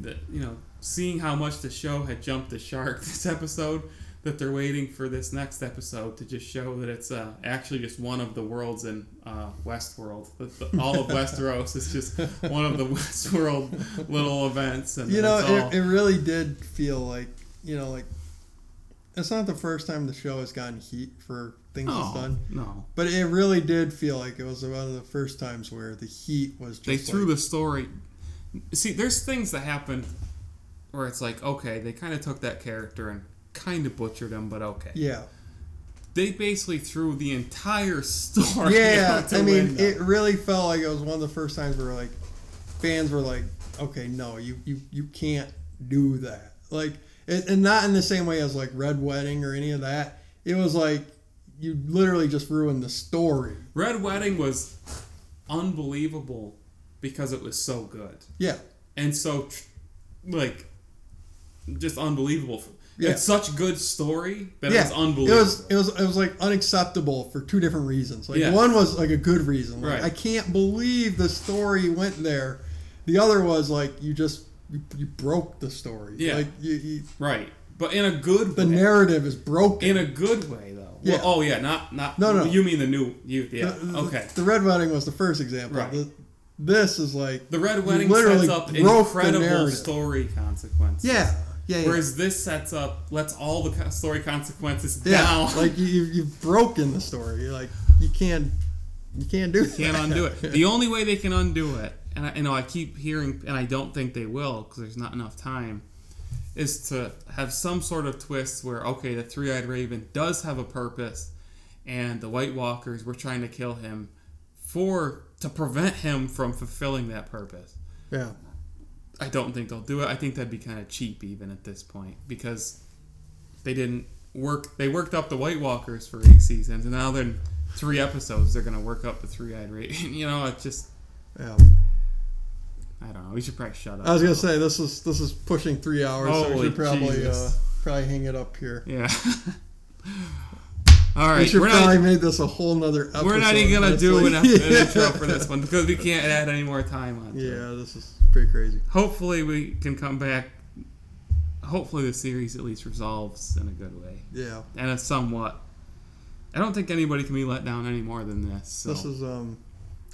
Speaker 1: that you know, seeing how much the show had jumped the shark this episode, that they're waiting for this next episode to just show that it's uh, actually just one of the worlds in uh, Westworld. That the, all of Westeros is just one of the Westworld little events, and
Speaker 2: You know,
Speaker 1: that's all.
Speaker 2: it, it really did feel like you know, like it's not the first time the show has gotten heat for things
Speaker 1: Oh.
Speaker 2: it's done,
Speaker 1: no.
Speaker 2: but it really did feel like it was one of the first times where the heat was. just
Speaker 1: They threw
Speaker 2: like,
Speaker 1: the story. See, there's things that happen where it's like, okay, they kind of took that character and kind of butchered him, but okay.
Speaker 2: yeah.
Speaker 1: They basically threw the entire story.
Speaker 2: yeah,
Speaker 1: out to
Speaker 2: I mean,
Speaker 1: win
Speaker 2: it really felt like it was one of the first times where like fans were like, "Okay, no, you you you can't do that." Like, and and not in the same way as like Red Wedding or any of that. It was like you literally just ruined the story.
Speaker 1: Red Wedding was unbelievable because it was so good
Speaker 2: Yeah,
Speaker 1: and so tr- like just unbelievable.
Speaker 2: Yeah.
Speaker 1: It's such good story that
Speaker 2: yeah,
Speaker 1: it's unbelievable.
Speaker 2: It was it was it was like unacceptable for two different reasons. Like
Speaker 1: Yeah.
Speaker 2: one was like a good reason, like,
Speaker 1: Right.
Speaker 2: I can't believe the story went there. The other was like you just you, you broke the story.
Speaker 1: Yeah.
Speaker 2: like you, you,
Speaker 1: right, but in a good
Speaker 2: the
Speaker 1: way.
Speaker 2: narrative is broken.
Speaker 1: In a good way, though.
Speaker 2: Yeah.
Speaker 1: Well, oh yeah, not not.
Speaker 2: No, no.
Speaker 1: You mean the new you? Yeah.
Speaker 2: The- the-
Speaker 1: okay.
Speaker 2: The Red Wedding was the first example.
Speaker 1: Right.
Speaker 2: The- this is like
Speaker 1: The Red Wedding
Speaker 2: literally
Speaker 1: sets up
Speaker 2: broke the
Speaker 1: incredible
Speaker 2: narrative.
Speaker 1: story consequences.
Speaker 2: yeah, Yeah, yeah.
Speaker 1: Whereas this sets up, lets all the co- story consequences
Speaker 2: Yeah,
Speaker 1: down.
Speaker 2: like you, you- you've broken the story. You're like you can't, you can't do. You
Speaker 1: can't undo it. The only way they can undo it, and I you know I keep hearing, and I don't think they will because there's not enough time, is to have some sort of twist where okay, the three-eyed raven does have a purpose, and the White Walkers were trying to kill him for to prevent him from fulfilling that purpose.
Speaker 2: yeah,
Speaker 1: I don't think they'll do it. I think that'd be kind of cheap even at this point because they didn't work. They worked up the White Walkers for eight seasons, and now they're in three episodes. They're gonna work up the Three Eyed Raven. you know, it's just
Speaker 2: yeah.
Speaker 1: I don't know. We should probably shut up.
Speaker 2: I was gonna say this is this is pushing three hours. so we
Speaker 1: Holy
Speaker 2: should probably uh,
Speaker 1: Jesus.
Speaker 2: probably hang it up here.
Speaker 1: Yeah. All
Speaker 2: we
Speaker 1: right,
Speaker 2: should
Speaker 1: we're
Speaker 2: probably
Speaker 1: not.
Speaker 2: made this a whole nother episode.
Speaker 1: We're not even gonna do an
Speaker 2: honestly.
Speaker 1: episode intro for this one because we can't add any more time on. to it.
Speaker 2: Yeah, this is pretty crazy.
Speaker 1: Hopefully, we can come back. Hopefully, the series at least resolves in a good way.
Speaker 2: Yeah,
Speaker 1: and a somewhat. I don't think anybody can be let down any more than this. So.
Speaker 2: this is um,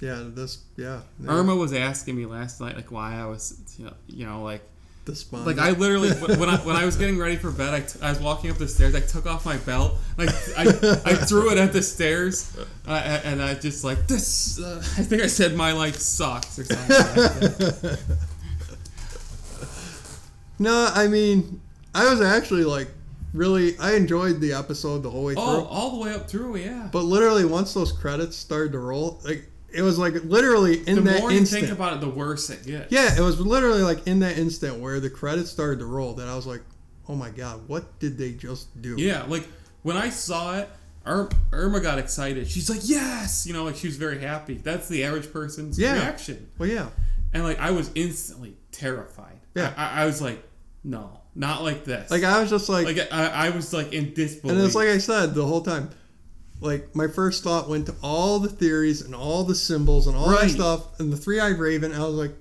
Speaker 2: yeah, this yeah. yeah,
Speaker 1: Irma was asking me last night, like why I was, you know, you know like,
Speaker 2: This
Speaker 1: like I literally when I when I was getting ready for bed, I, t- I was walking up the stairs. I took off my belt, and I, I, I threw it at the stairs, uh, and I just like this. Uh, I think I said my life sucks or something. Like that.
Speaker 2: No, I mean, I was actually like really. I enjoyed the episode the whole way through.
Speaker 1: Oh, all the way up through, yeah.
Speaker 2: But literally, once those credits started to roll, like it was like literally in
Speaker 1: the
Speaker 2: that
Speaker 1: more
Speaker 2: instant.
Speaker 1: you think about it, the worse it gets.
Speaker 2: yeah, it was literally like in that instant where the credits started to roll that I was like, "Oh my god, what did they just do?"
Speaker 1: Yeah, like when I saw it, Ir- Irma got excited. She's like, "Yes!" You know, like she was very happy. That's the average person's
Speaker 2: Yeah.
Speaker 1: reaction.
Speaker 2: Well, yeah,
Speaker 1: And like I was instantly terrified.
Speaker 2: Yeah.
Speaker 1: I, I was like, "No, not like this."
Speaker 2: like I was just like,
Speaker 1: like I, I was like in disbelief.
Speaker 2: and it's like I said the whole time, like my first thought went to all the theories and all the symbols and all that
Speaker 1: Right.
Speaker 2: stuff and the three-eyed raven. And I was like,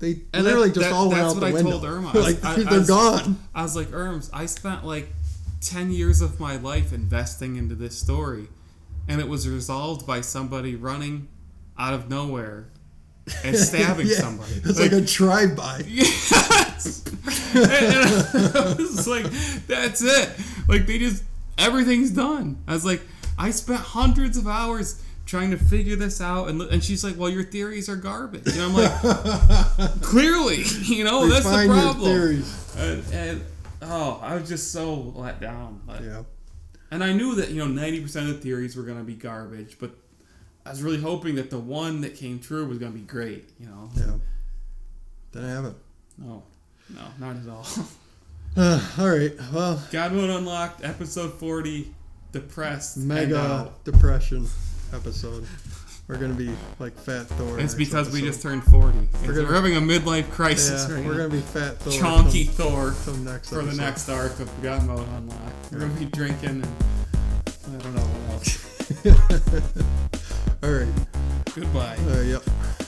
Speaker 2: they
Speaker 1: And that-
Speaker 2: literally just
Speaker 1: that-
Speaker 2: all went
Speaker 1: that's what
Speaker 2: out the
Speaker 1: I
Speaker 2: window.
Speaker 1: told Irma. I was-
Speaker 2: like
Speaker 1: I- I
Speaker 2: they're
Speaker 1: was-
Speaker 2: gone.
Speaker 1: I was like, "Irms, I spent like ten years of my life investing into this story, and it was resolved by somebody running out of nowhere and stabbing
Speaker 2: Yeah,
Speaker 1: somebody."
Speaker 2: It's like, a drive-by.
Speaker 1: Yes. and, and I was like, that's it. Like they just everything's done. I was like, I spent hundreds of hours trying to figure this out, and and she's like, well, your theories are garbage. And I'm like, clearly, you know, Oh, that's the
Speaker 2: Refine your
Speaker 1: problem.
Speaker 2: theories.
Speaker 1: And, and oh, I was just so let down. Like,
Speaker 2: Yeah.
Speaker 1: and I knew that, you know, 90% of the theories were going to be garbage, but I was really hoping that the one that came true was going to be great, you know?
Speaker 2: Yeah. Didn't have it.
Speaker 1: No, no, not at all.
Speaker 2: Uh, all right. Well,
Speaker 1: God Mode Unlocked, episode 40, Depressed. and
Speaker 2: mega
Speaker 1: out.
Speaker 2: depression episode. We're gonna be like Fat Thor.
Speaker 1: It's
Speaker 2: next
Speaker 1: because we
Speaker 2: episode.
Speaker 1: just turned 40. We're,
Speaker 2: gonna-
Speaker 1: having a midlife crisis
Speaker 2: yeah,
Speaker 1: right
Speaker 2: we're
Speaker 1: now.
Speaker 2: gonna be Fat Thor.
Speaker 1: Chonky Thor
Speaker 2: Till, till next
Speaker 1: for the
Speaker 2: episode.
Speaker 1: next arc of God Mode Unlocked. We're going to be drinking and I don't know what else.
Speaker 2: all right.
Speaker 1: Goodbye.
Speaker 2: Uh, yep.